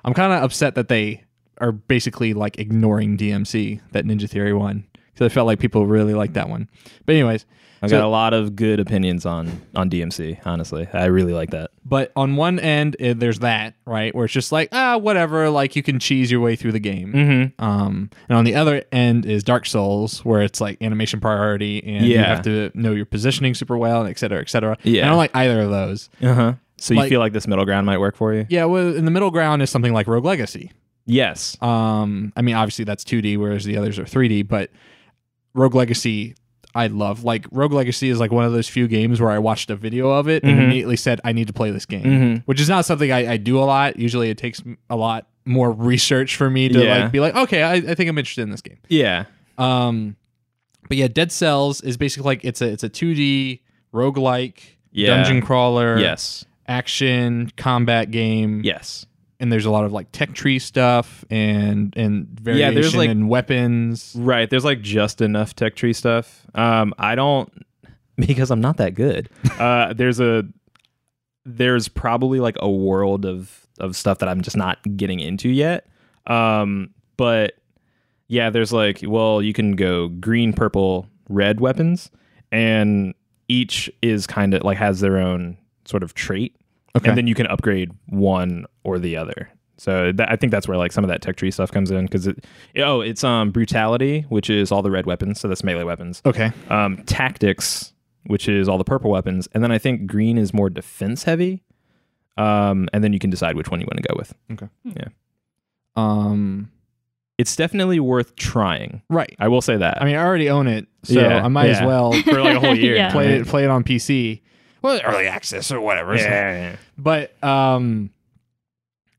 [SPEAKER 1] I'm kind of upset that they are basically like ignoring DMC, that Ninja Theory one, because I felt like people really liked that one. But anyways,
[SPEAKER 3] I
[SPEAKER 1] So-
[SPEAKER 3] got a lot of good opinions on on DMC. Honestly, I really like that.
[SPEAKER 1] but on one end, eh, there's that right where it's just like ah, whatever, like you can cheese your way through the game.
[SPEAKER 3] Mm-hmm.
[SPEAKER 1] Um, and on the other end is Dark Souls, where it's like animation priority and you
[SPEAKER 3] Yeah.
[SPEAKER 1] have to know your positioning super well, and et cetera, et cetera.
[SPEAKER 3] Yeah.
[SPEAKER 1] And I don't like either of those.
[SPEAKER 3] Uh huh. So
[SPEAKER 1] Like-
[SPEAKER 3] you feel like this middle ground might work for you?
[SPEAKER 1] Yeah, well, in the middle ground is something like Rogue Legacy,
[SPEAKER 3] Yes.
[SPEAKER 1] Um, I mean, obviously that's 2D, whereas the others are 3D. But Rogue Legacy, I love. Like Rogue Legacy is like one of those few games where I watched a video of it and
[SPEAKER 3] Mhm.
[SPEAKER 1] immediately said, "I need to play this game,"
[SPEAKER 3] Mhm.
[SPEAKER 1] which is not something I, I do a lot. Usually, it takes m- a lot more research for me to
[SPEAKER 3] Yeah.
[SPEAKER 1] like be like, "Okay, I, I think I'm interested in this game."
[SPEAKER 3] Yeah.
[SPEAKER 1] Um, but yeah, Dead Cells is basically like it's a it's a 2D roguelike
[SPEAKER 3] Yeah.
[SPEAKER 1] dungeon crawler
[SPEAKER 3] Yes.
[SPEAKER 1] action combat game.
[SPEAKER 3] Yes.
[SPEAKER 1] And there's a lot of like tech tree stuff and and
[SPEAKER 3] Yeah,
[SPEAKER 1] variation
[SPEAKER 3] there's, like-
[SPEAKER 1] and weapons.
[SPEAKER 3] Right. There's like just enough tech tree stuff. Um, I don't because I'm not that good. uh, there's a there's probably like a world of of stuff that I'm just not getting into yet. Um, but yeah, there's like well, you can go green, purple, red weapons, and each is kind of like has their own sort of trait,
[SPEAKER 1] Okay.
[SPEAKER 3] and then you can upgrade one or the other. So that, I think that's where like some of that tech tree stuff comes in because it oh it's um brutality which is all the red weapons so that's melee weapons
[SPEAKER 1] Okay.
[SPEAKER 3] um, tactics, which is all the purple weapons, and then I think green is more defense heavy. Um, and then you can decide which one you want to go with.
[SPEAKER 1] Um,
[SPEAKER 3] It's definitely worth trying.
[SPEAKER 1] right.
[SPEAKER 3] I will say that.
[SPEAKER 1] I mean, I already own it, so
[SPEAKER 3] Yeah,
[SPEAKER 1] I might as
[SPEAKER 3] yeah.
[SPEAKER 1] well
[SPEAKER 3] for like a whole year,
[SPEAKER 2] Yeah.
[SPEAKER 1] play it play it on PC. Well, early access or whatever. so-
[SPEAKER 3] Yeah.
[SPEAKER 1] But um,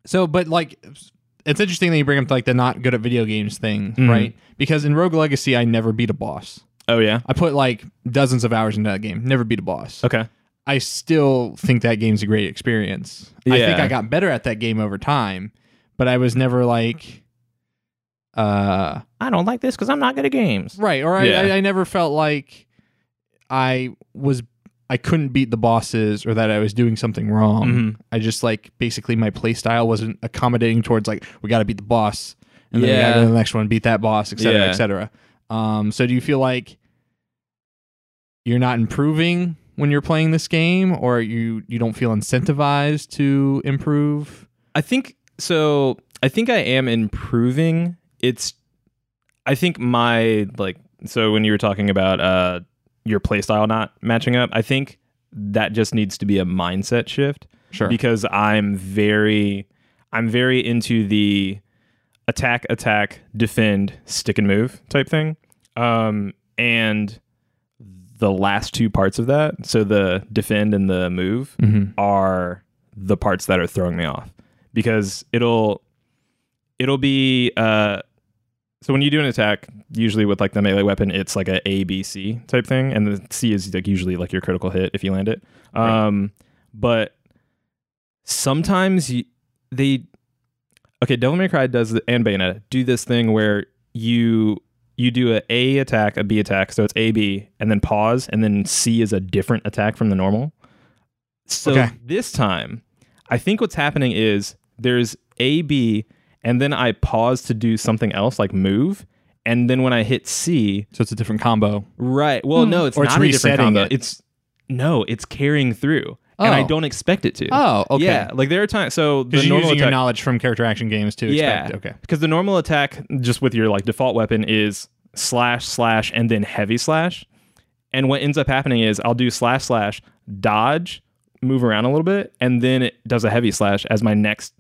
[SPEAKER 1] so but like, it's interesting that you bring up like the not good at video games thing,
[SPEAKER 3] Mhm.
[SPEAKER 1] right? Because in Rogue Legacy, I never beat a boss.
[SPEAKER 3] Oh yeah.
[SPEAKER 1] I put like dozens of hours into that game, never beat a boss.
[SPEAKER 3] Okay.
[SPEAKER 1] I still think that game's a great experience. I think
[SPEAKER 3] Yeah.
[SPEAKER 1] I got better at that game over time, but I was never like, uh,
[SPEAKER 3] I don't like this because I'm not good at games.
[SPEAKER 1] right or I,
[SPEAKER 3] Yeah.
[SPEAKER 1] I, I never felt like i was i couldn't beat the bosses or that i was doing something wrong
[SPEAKER 3] Mhm.
[SPEAKER 1] i just like basically my play style wasn't accommodating towards like we gotta beat the boss and then we gotta
[SPEAKER 3] Yeah.
[SPEAKER 1] go to the next one beat that boss etc
[SPEAKER 3] Yeah.
[SPEAKER 1] etc um, so do you feel like you're not improving when you're playing this game or you you don't feel incentivized to improve
[SPEAKER 3] I think so. I think I am improving. It's, I think my like so when you were talking about uh your playstyle not matching up, I think that just needs to be a mindset shift.
[SPEAKER 1] Sure.
[SPEAKER 3] Because I'm very, I'm very into the attack, attack, defend, stick and move type thing, um, and the last two parts of that, so the defend and the move,
[SPEAKER 1] mm-hmm.
[SPEAKER 3] are the parts that are throwing me off because it'll it'll be uh so when you do an attack usually with like the melee weapon it's like a a b c type thing and the c is like usually like your critical hit if you land it um but sometimes you, they okay devil may cry does the, and bayonetta do this thing where you you do a a attack a b attack so it's a b and then pause and then c is a different attack from the normal so
[SPEAKER 1] Okay.
[SPEAKER 3] this time i think what's happening is there's a b and then i pause to do something else like move and then when i hit c
[SPEAKER 1] so it's a different combo
[SPEAKER 3] Right. Well, no, it's
[SPEAKER 1] Hmm. Or it's
[SPEAKER 3] not a different
[SPEAKER 1] resetting
[SPEAKER 3] combo.
[SPEAKER 1] it.
[SPEAKER 3] It's no, it's carrying through, and I
[SPEAKER 1] Oh.
[SPEAKER 3] don't expect it to.
[SPEAKER 1] oh okay
[SPEAKER 3] Yeah, like there are times. So the
[SPEAKER 1] because you're
[SPEAKER 3] normal
[SPEAKER 1] using
[SPEAKER 3] attack,
[SPEAKER 1] your knowledge from character action games to
[SPEAKER 3] yeah,
[SPEAKER 1] expect okay
[SPEAKER 3] Because the normal attack, just with your like default weapon, is slash slash and then heavy slash, and what ends up happening is I'll do slash slash dodge, move around a little bit, and then it does a heavy slash as my next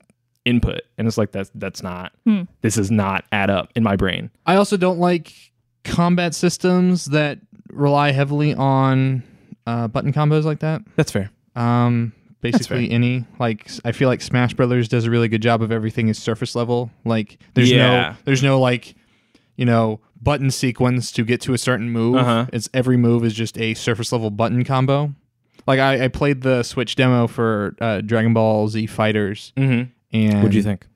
[SPEAKER 3] input, and it's like that's that's not
[SPEAKER 2] Hmm.
[SPEAKER 3] this is not add up in my brain.
[SPEAKER 1] I also don't like combat systems that rely heavily on uh, button combos like that.
[SPEAKER 3] That's fair.
[SPEAKER 1] Um, basically, any like s- I feel like Smash Brothers does a really good job of everything is surface level. Like there's
[SPEAKER 3] Yeah.
[SPEAKER 1] no there's no like you know button sequence to get to a certain move.
[SPEAKER 3] Uh-huh.
[SPEAKER 1] It's every move is just a surface level button combo. Like I, I played the Switch demo for uh, Dragon Ball Z Fighters,
[SPEAKER 3] Mm-hmm.
[SPEAKER 1] and
[SPEAKER 3] What do you think?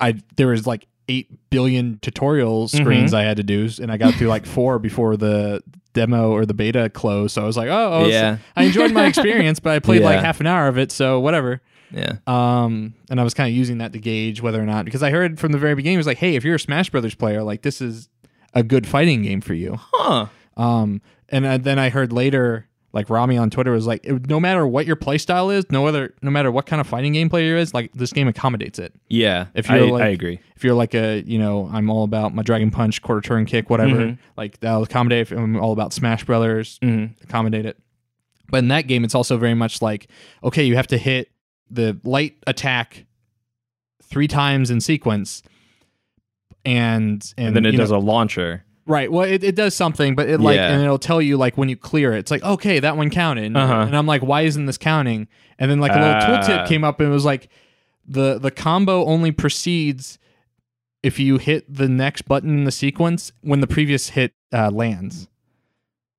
[SPEAKER 1] I there was like eight billion tutorial
[SPEAKER 3] Mm-hmm.
[SPEAKER 1] screens I had to do, and I got through like four before the demo or the beta closed. So I was like, oh, oh, it's-
[SPEAKER 3] Yeah.
[SPEAKER 1] I enjoyed my experience, but I played like
[SPEAKER 3] Yeah.
[SPEAKER 1] half an hour of it, so whatever.
[SPEAKER 3] Yeah.
[SPEAKER 1] Um, and I was kind of using that to gauge whether or not because I heard from the very beginning it was like, hey, if you're a Smash Brothers player, like this is a good fighting game for you.
[SPEAKER 3] Huh.
[SPEAKER 1] Um, and uh, then I heard later, like Rami on Twitter was like, "It- no matter what your playstyle is, no other, no matter what kind of fighting game player is, like this game accommodates it
[SPEAKER 3] Yeah.
[SPEAKER 1] If
[SPEAKER 3] I,
[SPEAKER 1] you're, like-
[SPEAKER 3] I agree.
[SPEAKER 1] if you're like a you know i'm all about my dragon punch quarter turn kick whatever
[SPEAKER 3] Mhm.
[SPEAKER 1] like that'll accommodate if i'm all about smash brothers
[SPEAKER 3] Mm-hmm.
[SPEAKER 1] accommodate it but in that game it's also very much like okay you have to hit the light attack three times in sequence and and,
[SPEAKER 3] and then it
[SPEAKER 1] you know-
[SPEAKER 3] does a launcher.
[SPEAKER 1] right well it, it does something but it like
[SPEAKER 3] Yeah.
[SPEAKER 1] and it'll tell you like when you clear it it's like okay that one counted
[SPEAKER 3] Uh-huh.
[SPEAKER 1] and i'm like why isn't this counting and then like a little
[SPEAKER 3] Ah.
[SPEAKER 1] tooltip came up and it was like the the combo only proceeds if you hit the next button in the sequence when the previous hit uh, lands.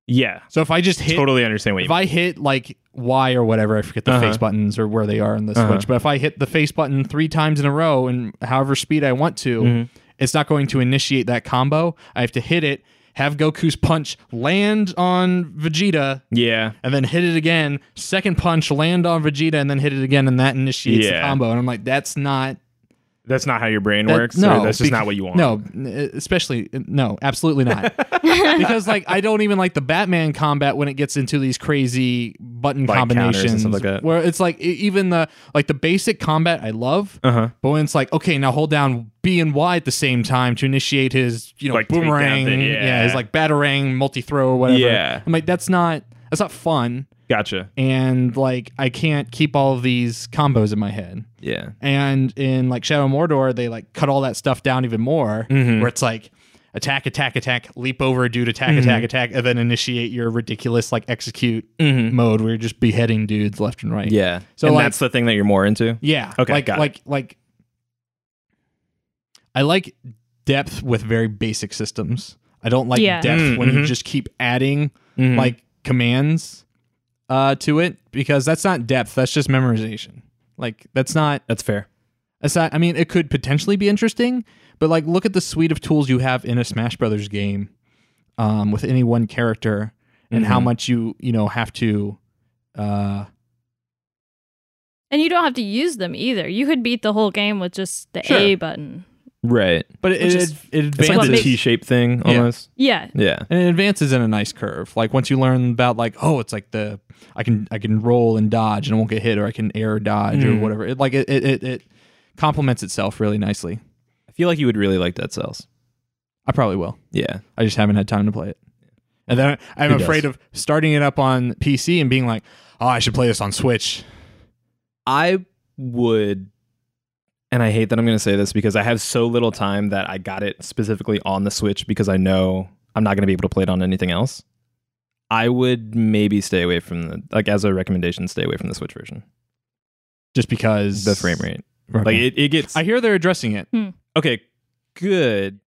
[SPEAKER 3] Yeah.
[SPEAKER 1] So if I just hit
[SPEAKER 3] Totally understand what you
[SPEAKER 1] if I hit like Y or whatever, I forget the
[SPEAKER 3] Uh-huh.
[SPEAKER 1] face buttons or where they are in the
[SPEAKER 3] Uh-huh.
[SPEAKER 1] Switch, but if I hit the face button three times in a row and however speed I want to,
[SPEAKER 3] Mhm.
[SPEAKER 1] it's not going to initiate that combo. I have to hit it, have Goku's punch land on Vegeta,
[SPEAKER 3] mean. Yeah.
[SPEAKER 1] and then hit it again, second punch, land on Vegeta, and then hit it again, and that initiates
[SPEAKER 3] Yeah.
[SPEAKER 1] the combo. And I'm like, that's not.
[SPEAKER 3] That's not how your brain
[SPEAKER 1] that-
[SPEAKER 3] works. or
[SPEAKER 1] no,
[SPEAKER 3] that's just
[SPEAKER 1] bec-
[SPEAKER 3] not what you want.
[SPEAKER 1] No, n- e, especially no, absolutely not. because like I don't even like the Batman combat when it gets into these crazy button
[SPEAKER 3] Like counters and
[SPEAKER 1] combinations
[SPEAKER 3] stuff like that.
[SPEAKER 1] Where it's like e- even the like the basic combat I love,
[SPEAKER 3] Uh huh.
[SPEAKER 1] but when it's like okay, now hold down B and Y at the same time to initiate his you know
[SPEAKER 3] Like, takedown
[SPEAKER 1] boomerang,
[SPEAKER 3] thing, yeah.
[SPEAKER 1] his like batarang, multi throw, or whatever.
[SPEAKER 3] Yeah.
[SPEAKER 1] I'm like that's not that's not fun,
[SPEAKER 3] Gotcha.
[SPEAKER 1] and like I can't keep all of these combos in my head.
[SPEAKER 3] Yeah.
[SPEAKER 1] And in like Shadow of Mordor, they like cut all that stuff down even more,
[SPEAKER 3] Mm-hmm.
[SPEAKER 1] where it's like attack, attack, attack, leap over, dude, attack, attack, attack, and then initiate your ridiculous like execute mode where you're just beheading dudes left and right.
[SPEAKER 3] Mm-hmm. Yeah.
[SPEAKER 1] So,
[SPEAKER 3] and
[SPEAKER 1] like-
[SPEAKER 3] that's the thing that you're more into.
[SPEAKER 1] yeah.
[SPEAKER 3] Okay,
[SPEAKER 1] like
[SPEAKER 3] got it.
[SPEAKER 1] like like I like depth with very basic systems. I don't like
[SPEAKER 2] Yeah.
[SPEAKER 1] depth when you
[SPEAKER 3] mhm.
[SPEAKER 1] just keep adding
[SPEAKER 3] Mm-hmm.
[SPEAKER 1] like commands uh, to it because that's not depth. That's just memorization. Like that's not
[SPEAKER 3] That's fair.
[SPEAKER 1] aside i mean it could potentially be interesting but like look at the suite of tools you have in a smash brothers game um, with any one character and how much you you know have to uh
[SPEAKER 2] And you don't have to use them either. You could beat the whole game with just the
[SPEAKER 1] Sure.
[SPEAKER 2] A button.
[SPEAKER 3] Right.
[SPEAKER 1] but it,
[SPEAKER 2] Which
[SPEAKER 1] it,
[SPEAKER 2] is-
[SPEAKER 1] it
[SPEAKER 3] It's like
[SPEAKER 1] advances
[SPEAKER 2] what
[SPEAKER 3] the
[SPEAKER 2] makes-
[SPEAKER 3] T shaped thing
[SPEAKER 1] Yeah.
[SPEAKER 3] almost.
[SPEAKER 2] Yeah.
[SPEAKER 3] Yeah.
[SPEAKER 1] and it advances in a nice curve like once you learn about like oh it's like the i can i can roll and dodge and I won't get hit or i can air dodge or
[SPEAKER 3] Mm.
[SPEAKER 1] whatever it like it it, it, it complements itself really nicely
[SPEAKER 3] I feel like you would really like Dead Cells.
[SPEAKER 1] i probably will
[SPEAKER 3] Yeah.
[SPEAKER 1] I just haven't had time to play it. And then I'm
[SPEAKER 3] Who does?
[SPEAKER 1] afraid of starting it up on PC and being like, "Oh, I should play this on Switch."
[SPEAKER 3] I would, and I hate that I'm going to say this because I have so little time that I got it specifically on the Switch because I know I'm not going to be able to play it on anything else. I would maybe stay away from the, like, as a recommendation, stay away from the Switch version.
[SPEAKER 1] Just because
[SPEAKER 3] The frame rate.
[SPEAKER 1] Okay.
[SPEAKER 3] Like, it, it gets,
[SPEAKER 1] I hear they're addressing it.
[SPEAKER 3] okay, good.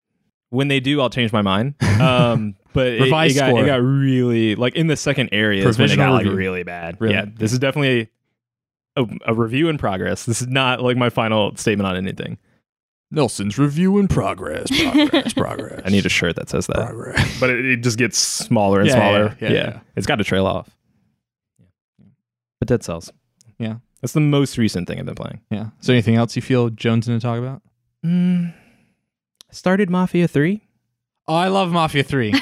[SPEAKER 3] When they do, I'll change my mind. Um, but it, it,
[SPEAKER 1] Revised
[SPEAKER 3] got,
[SPEAKER 1] score.
[SPEAKER 3] it got really, like, in the second area, is when it got,
[SPEAKER 1] Provisional
[SPEAKER 3] like,
[SPEAKER 1] review.
[SPEAKER 3] really bad.
[SPEAKER 1] Really.
[SPEAKER 3] Yeah. This is definitely a, a review in progress. This is not, like, my final statement on anything.
[SPEAKER 1] Nelson's review in progress. Progress. progress.
[SPEAKER 3] I need a shirt that says that.
[SPEAKER 1] progress.
[SPEAKER 3] But it, it just gets smaller and
[SPEAKER 1] Yeah,
[SPEAKER 3] smaller.
[SPEAKER 1] yeah,
[SPEAKER 3] Yeah,
[SPEAKER 1] yeah, yeah.
[SPEAKER 3] It's got to trail off. But Dead Cells.
[SPEAKER 1] Yeah.
[SPEAKER 3] That's the most recent thing I've been playing.
[SPEAKER 1] Yeah. So anything else you feel Jones to talk about?
[SPEAKER 3] Mm. Started Mafia 3.
[SPEAKER 1] Oh, I love Mafia Three.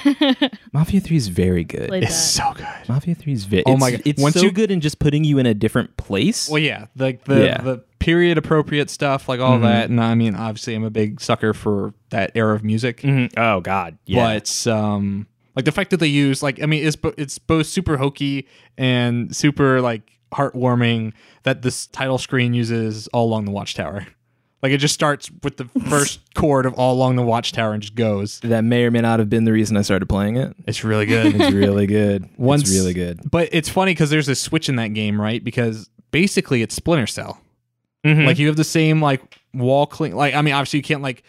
[SPEAKER 3] Mafia 3 is very good.
[SPEAKER 2] Played
[SPEAKER 1] it's so
[SPEAKER 2] that.
[SPEAKER 1] good.
[SPEAKER 3] Mafia 3 is very
[SPEAKER 1] Oh my God.
[SPEAKER 3] It's
[SPEAKER 1] Once
[SPEAKER 3] so
[SPEAKER 1] you-
[SPEAKER 3] good in just putting you in a different place.
[SPEAKER 1] Well, yeah, like the
[SPEAKER 3] Yeah.
[SPEAKER 1] the period appropriate stuff, like all
[SPEAKER 3] Mhm.
[SPEAKER 1] that. And I mean, obviously, I'm a big sucker for that era of music.
[SPEAKER 3] Mhm. Oh, God. Yeah.
[SPEAKER 1] but um like the fact that they use like i mean it's bo- it's both super hokey and super like heartwarming that this title screen uses all along the watchtower like it just starts with the first chord of all along the watchtower and just goes
[SPEAKER 3] that may or may not have been the reason I started playing it.
[SPEAKER 1] it's really good
[SPEAKER 3] It's really good.
[SPEAKER 1] Once-
[SPEAKER 3] it's really good.
[SPEAKER 1] but it's funny because there's a switch in that game right because basically it's splinter cell
[SPEAKER 3] Mm-hmm.
[SPEAKER 1] like you have the same like wall cling like i mean obviously you can't like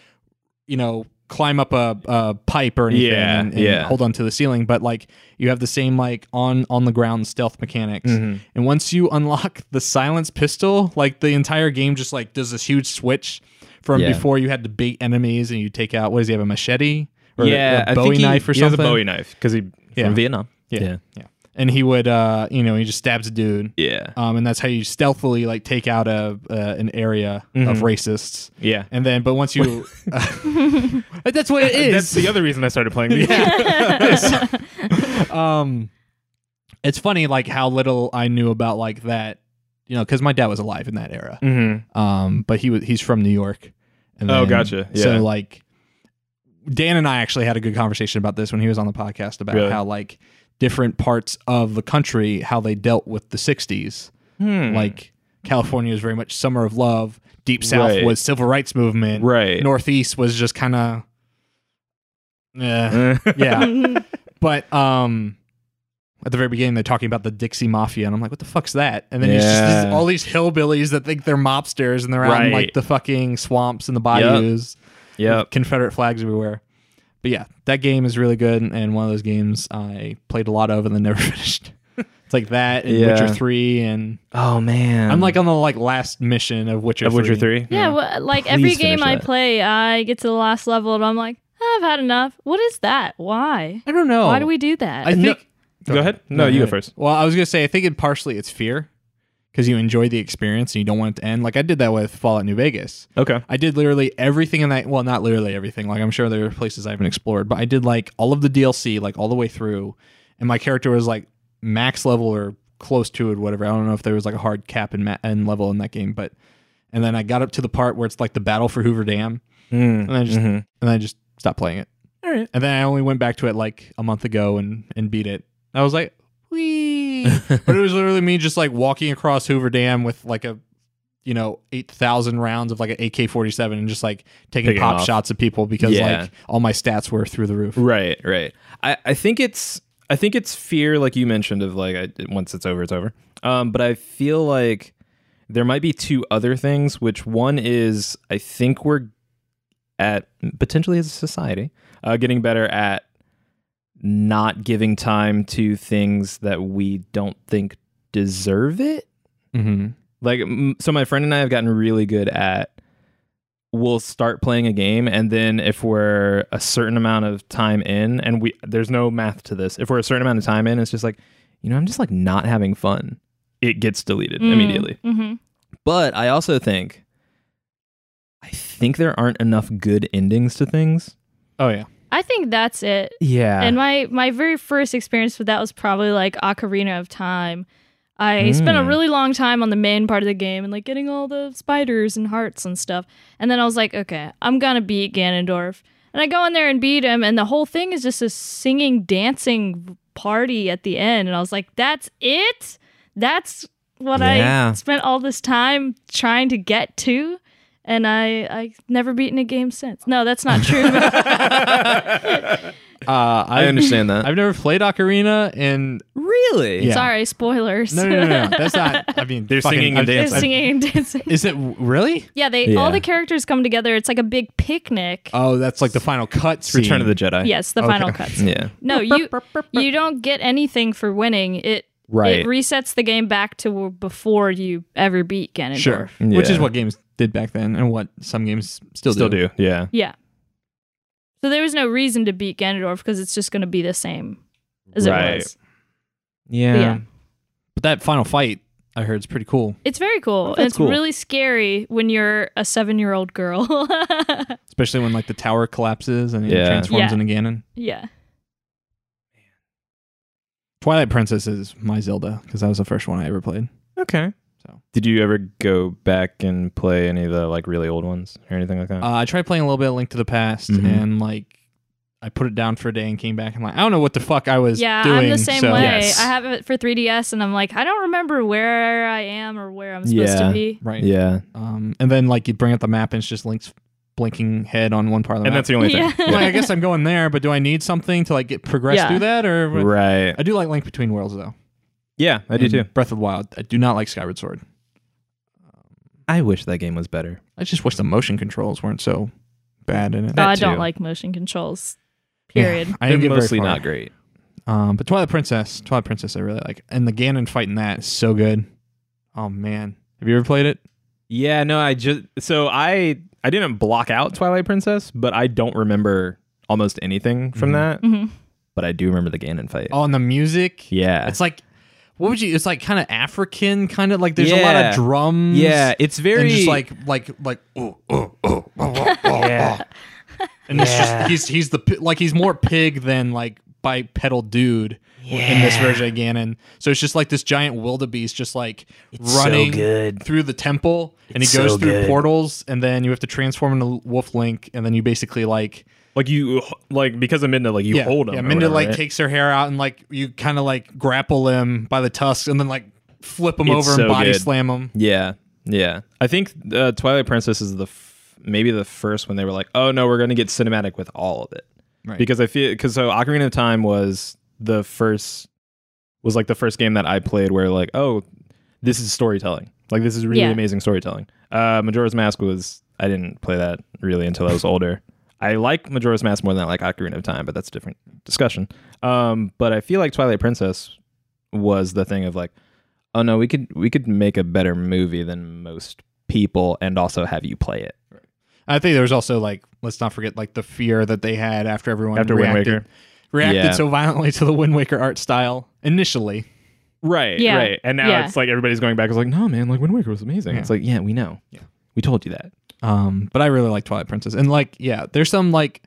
[SPEAKER 1] you know climb up a, a pipe or anything
[SPEAKER 3] Yeah,
[SPEAKER 1] and, and
[SPEAKER 3] yeah.
[SPEAKER 1] hold on to the ceiling but like you have the same like on on the ground stealth mechanics
[SPEAKER 3] Mm-hmm.
[SPEAKER 1] and once you unlock the silence pistol like the entire game just like does this huge switch from
[SPEAKER 3] Yeah.
[SPEAKER 1] before you had to bait enemies and you take out what does he have a machete or
[SPEAKER 3] yeah.
[SPEAKER 1] a,
[SPEAKER 3] I
[SPEAKER 1] a bowie
[SPEAKER 3] think he-
[SPEAKER 1] knife or
[SPEAKER 3] he
[SPEAKER 1] something
[SPEAKER 3] has a Bowie knife because he
[SPEAKER 1] Yeah.
[SPEAKER 3] from Vietnam.
[SPEAKER 1] Yeah.
[SPEAKER 3] Yeah.
[SPEAKER 1] yeah and he would uh you know he just stabs a dude
[SPEAKER 3] Yeah.
[SPEAKER 1] um, and that's how you stealthily like take out a uh, an area
[SPEAKER 3] Mm-hmm.
[SPEAKER 1] of racists
[SPEAKER 3] yeah.
[SPEAKER 1] and then but once you uh, that's what it
[SPEAKER 3] That's
[SPEAKER 1] is
[SPEAKER 3] the other reason I started playing the game.
[SPEAKER 1] um it's funny like how little i knew about like that you know because my dad was alive in that era um but he was he's from new york and
[SPEAKER 3] Mm-hmm. Oh, gotcha.
[SPEAKER 1] so
[SPEAKER 3] Yeah.
[SPEAKER 1] like dan and i actually had a good conversation about this when he was on the podcast about
[SPEAKER 3] Really?
[SPEAKER 1] how like different parts of the country how they dealt with the 60s
[SPEAKER 3] Hmm.
[SPEAKER 1] like california was very much summer of love deep south
[SPEAKER 3] Right.
[SPEAKER 1] was civil rights movement
[SPEAKER 3] right.
[SPEAKER 1] northeast was just kind of
[SPEAKER 3] Hmm.
[SPEAKER 1] yeah yeah
[SPEAKER 2] Mhm.
[SPEAKER 1] but um at the very beginning they're talking about the dixie mafia and i'm like what the fuck's that and then it's just
[SPEAKER 3] Yeah.
[SPEAKER 1] these, all these hillbillies that think they're mobsters and they're out in
[SPEAKER 3] Right.
[SPEAKER 1] like the fucking swamps and the bayous
[SPEAKER 3] Yep.
[SPEAKER 1] Confederate flags everywhere. But yeah, that game is really good and one of those games I played a lot of and then never finished. it's like that and
[SPEAKER 3] Yeah.
[SPEAKER 1] Witcher 3 and
[SPEAKER 3] Oh man.
[SPEAKER 1] I'm like on the like last mission of Witcher
[SPEAKER 3] of
[SPEAKER 1] 3.
[SPEAKER 3] Witcher Three.
[SPEAKER 2] Yeah, well, like every
[SPEAKER 3] Please finish
[SPEAKER 2] game I
[SPEAKER 3] that.
[SPEAKER 2] play, I get to the last level and I'm like, I've had enough. What is that? Why?
[SPEAKER 1] I don't know.
[SPEAKER 2] Why do we do that?
[SPEAKER 1] Oh. I think
[SPEAKER 3] No- Go ahead. No, you go first.
[SPEAKER 1] Well, I was going to say I think it partially it's fear cuz you enjoy the experience and you don't want it to end. Like I did that with Fallout New Vegas.
[SPEAKER 3] Okay.
[SPEAKER 1] I did literally everything in that. Well, not literally everything. Like I'm sure there are places I haven't explored, but I did like all of the DLC, like all the way through, and my character was like max level or close to it, whatever. I don't know if there was like a hard cap and, ma- and level in that game, but and then I got up to the part where it's like the battle for Hoover Dam,
[SPEAKER 3] Hmm.
[SPEAKER 1] and I just and I just stopped playing it. All right. And then I only went back to it like a month ago and and beat it. I was like, wee, but it was literally me just like walking across Hoover Dam with like a you know, 8,000 rounds of like an AK 47 and just like taking
[SPEAKER 3] Picking
[SPEAKER 1] pop
[SPEAKER 3] off.
[SPEAKER 1] shots at people because
[SPEAKER 3] Yeah.
[SPEAKER 1] like all my stats were through the roof.
[SPEAKER 3] Right. Right. I, I think it's I think it's fear, like you mentioned, of like I, once it's over, it's over. Um, but I feel like there might be two other things. Which one is I think we're at potentially as a society uh, getting better at not giving time to things that we don't think deserve it.
[SPEAKER 1] Mm-hmm.
[SPEAKER 3] Like, m- so my friend and I have gotten really good at we'll start playing a game, and then if we're a certain amount of time in, and we there's no math to this, if we're a certain amount of time in, it's just like, you know, I'm just like not having fun. It gets deleted immediately.
[SPEAKER 2] Mm-hmm.
[SPEAKER 3] But I also think, I think there aren't enough good endings to things.
[SPEAKER 1] Oh, yeah.
[SPEAKER 2] I think that's it.
[SPEAKER 3] Yeah.
[SPEAKER 2] And my my very first experience with that was probably like Ocarina of Time. I spent a
[SPEAKER 3] Mm.
[SPEAKER 2] really long time on the main part of the game and like getting all the spiders and hearts and stuff. And then I was like, okay, I'm gonna beat Ganondorf. And I go in there and beat him, and the whole thing is just a singing, dancing party at the end. And I was like, that's it? That's what
[SPEAKER 3] Yeah.
[SPEAKER 2] I spent all this time trying to get to. And I I never beaten a game since. No, that's not true.
[SPEAKER 1] Uh, I
[SPEAKER 3] I understand that.
[SPEAKER 1] I've never played Ocarina and
[SPEAKER 3] really?
[SPEAKER 1] Yeah.
[SPEAKER 2] Sorry, spoilers.
[SPEAKER 1] no, no, no, no, no. That's not, I mean,
[SPEAKER 3] They're
[SPEAKER 1] fucking-
[SPEAKER 3] singing and
[SPEAKER 1] I'm-
[SPEAKER 3] dancing.
[SPEAKER 1] I'm-
[SPEAKER 2] singing and dancing.
[SPEAKER 1] Is it really?
[SPEAKER 2] Yeah, they
[SPEAKER 3] Yeah.
[SPEAKER 2] all the characters come together. It's like a big picnic.
[SPEAKER 1] Oh, that's like the final cut scene.
[SPEAKER 3] Return of the Jedi.
[SPEAKER 2] yes, the final cuts.
[SPEAKER 3] Yeah.
[SPEAKER 2] No, you you don't get anything for winning. It
[SPEAKER 3] Right.
[SPEAKER 2] it resets the game back to before you ever beat Ganondorf.
[SPEAKER 1] Sure. Which is
[SPEAKER 3] Yeah.
[SPEAKER 1] what games did back then and what some games still,
[SPEAKER 3] Still do. Yeah.
[SPEAKER 2] Yeah. So there was no reason to beat Ganondorf because it's just going to be the same as it
[SPEAKER 3] Right.
[SPEAKER 2] was.
[SPEAKER 3] Yeah.
[SPEAKER 2] Yeah.
[SPEAKER 1] But that final fight, I heard, is pretty cool.
[SPEAKER 2] It's very cool.
[SPEAKER 3] that's
[SPEAKER 2] and it's
[SPEAKER 3] cool.
[SPEAKER 2] really scary when you're a seven year old girl.
[SPEAKER 1] Especially when like the tower collapses and it
[SPEAKER 3] Yeah.
[SPEAKER 1] transforms
[SPEAKER 2] Yeah.
[SPEAKER 1] into Ganon.
[SPEAKER 2] yeah.
[SPEAKER 1] Twilight Princess is my Zelda because that was the first one I ever played.
[SPEAKER 3] Okay.
[SPEAKER 1] So.
[SPEAKER 3] Did you ever go back and play any of the like really old ones or anything like that?
[SPEAKER 1] Uh, I tried playing a little bit of Link to the Past,
[SPEAKER 3] Mhm.
[SPEAKER 1] and like I put it down for a day and came back. and like, I don't know what the fuck I was
[SPEAKER 2] Yeah,
[SPEAKER 1] doing.
[SPEAKER 2] I'm the same
[SPEAKER 1] so-
[SPEAKER 2] way.
[SPEAKER 3] Yes.
[SPEAKER 2] I have it for 3DS, and I'm like, I don't remember where I am or where I'm supposed
[SPEAKER 3] Yeah.
[SPEAKER 2] to be.
[SPEAKER 1] Right.
[SPEAKER 3] yeah.
[SPEAKER 1] Um, and then like you bring up the map, and it's just Link's blinking head on one part of the
[SPEAKER 3] And
[SPEAKER 1] map.
[SPEAKER 3] that's the only
[SPEAKER 2] Yeah.
[SPEAKER 3] thing.
[SPEAKER 1] I'm like, I guess I'm going there, but do I need something to like get progress
[SPEAKER 2] Yeah.
[SPEAKER 1] through that? Or
[SPEAKER 3] Right.
[SPEAKER 1] I do like Link Between Worlds though.
[SPEAKER 3] Yeah, I
[SPEAKER 1] And Breath of the Wild. I do not like Skyward Sword.
[SPEAKER 3] I wish that game was better.
[SPEAKER 1] I just wish the motion controls weren't so bad in it.
[SPEAKER 2] Oh,
[SPEAKER 3] That
[SPEAKER 2] I
[SPEAKER 3] too.
[SPEAKER 2] don't like motion controls.
[SPEAKER 1] Yeah.
[SPEAKER 2] Period.
[SPEAKER 1] I
[SPEAKER 3] They're
[SPEAKER 1] didn't get very
[SPEAKER 3] mostly
[SPEAKER 1] far.
[SPEAKER 3] not great.
[SPEAKER 1] Um, but Twilight Princess, Twilight Princess, I really like, and the Ganon fight in that is so good. Oh man, have you ever played it?
[SPEAKER 3] Yeah, no, I just so I I didn't block out Twilight Princess, but I don't remember almost anything from
[SPEAKER 1] Mhm.
[SPEAKER 3] that.
[SPEAKER 2] hmm
[SPEAKER 3] But I do remember the Ganon fight.
[SPEAKER 1] Oh, and the music.
[SPEAKER 3] Yeah.
[SPEAKER 1] It's like, what would you? It's like kind of African, kind of like there's a lot
[SPEAKER 3] Yeah.
[SPEAKER 1] of drums.
[SPEAKER 3] yeah, it's very
[SPEAKER 1] and just like like like uh, ooh ooh ooh.
[SPEAKER 3] yeah.
[SPEAKER 1] uh, and it's just he's he's the pi- like he's more pig than like bipedal dude in this version of Ganon. So it's just like this giant wildebeest just like running
[SPEAKER 3] good.
[SPEAKER 1] through the temple and
[SPEAKER 3] It's
[SPEAKER 1] he goes
[SPEAKER 3] so
[SPEAKER 1] through
[SPEAKER 3] good.
[SPEAKER 1] portals and then you have to transform into Wolf Link and then you basically like
[SPEAKER 3] Like you like because of Minda, like you
[SPEAKER 1] yeah,
[SPEAKER 3] hold him.
[SPEAKER 1] yeah
[SPEAKER 3] or
[SPEAKER 1] Minda
[SPEAKER 3] whatever,
[SPEAKER 1] like
[SPEAKER 3] right?
[SPEAKER 1] takes her hair out and like you kind of like grapple him by the tusks and then like flip him
[SPEAKER 3] It's
[SPEAKER 1] over
[SPEAKER 3] so
[SPEAKER 1] and body
[SPEAKER 3] good.
[SPEAKER 1] slam him.
[SPEAKER 3] Yeah, yeah. I think uh, Twilight Princess is the f- maybe the first when they were like, oh no, we're going to get cinematic with all of it
[SPEAKER 1] Right.
[SPEAKER 3] because I feel because so Ocarina of Time was the first was like the first game that I played where like oh this is storytelling like this is really
[SPEAKER 2] Yeah.
[SPEAKER 3] amazing storytelling. Uh, Majora's Mask was I didn't play that really until I was older. I like Majora's Mask more than I like Ocarina of Time, but that's a different discussion. Um, but I feel like Twilight Princess was the thing of like, oh no, we could we could make a better movie than most people and also have you play it.
[SPEAKER 1] I think there was also like let's not forget like the fear that they had after everyone
[SPEAKER 3] After Wind
[SPEAKER 1] reacted,
[SPEAKER 3] Waker.
[SPEAKER 1] reacted
[SPEAKER 3] Yeah.
[SPEAKER 1] so violently to the Wind Waker art style initially.
[SPEAKER 3] Right,
[SPEAKER 2] Yeah.
[SPEAKER 3] right. And now
[SPEAKER 2] Yeah.
[SPEAKER 3] it's like everybody's going back. It's like, no, man, like Wind Waker was amazing.
[SPEAKER 1] Yeah.
[SPEAKER 3] It's like, yeah, we know.
[SPEAKER 1] Yeah.
[SPEAKER 3] We told you that.
[SPEAKER 1] Um, but I really like Twilight Princess, and like yeah, there's some like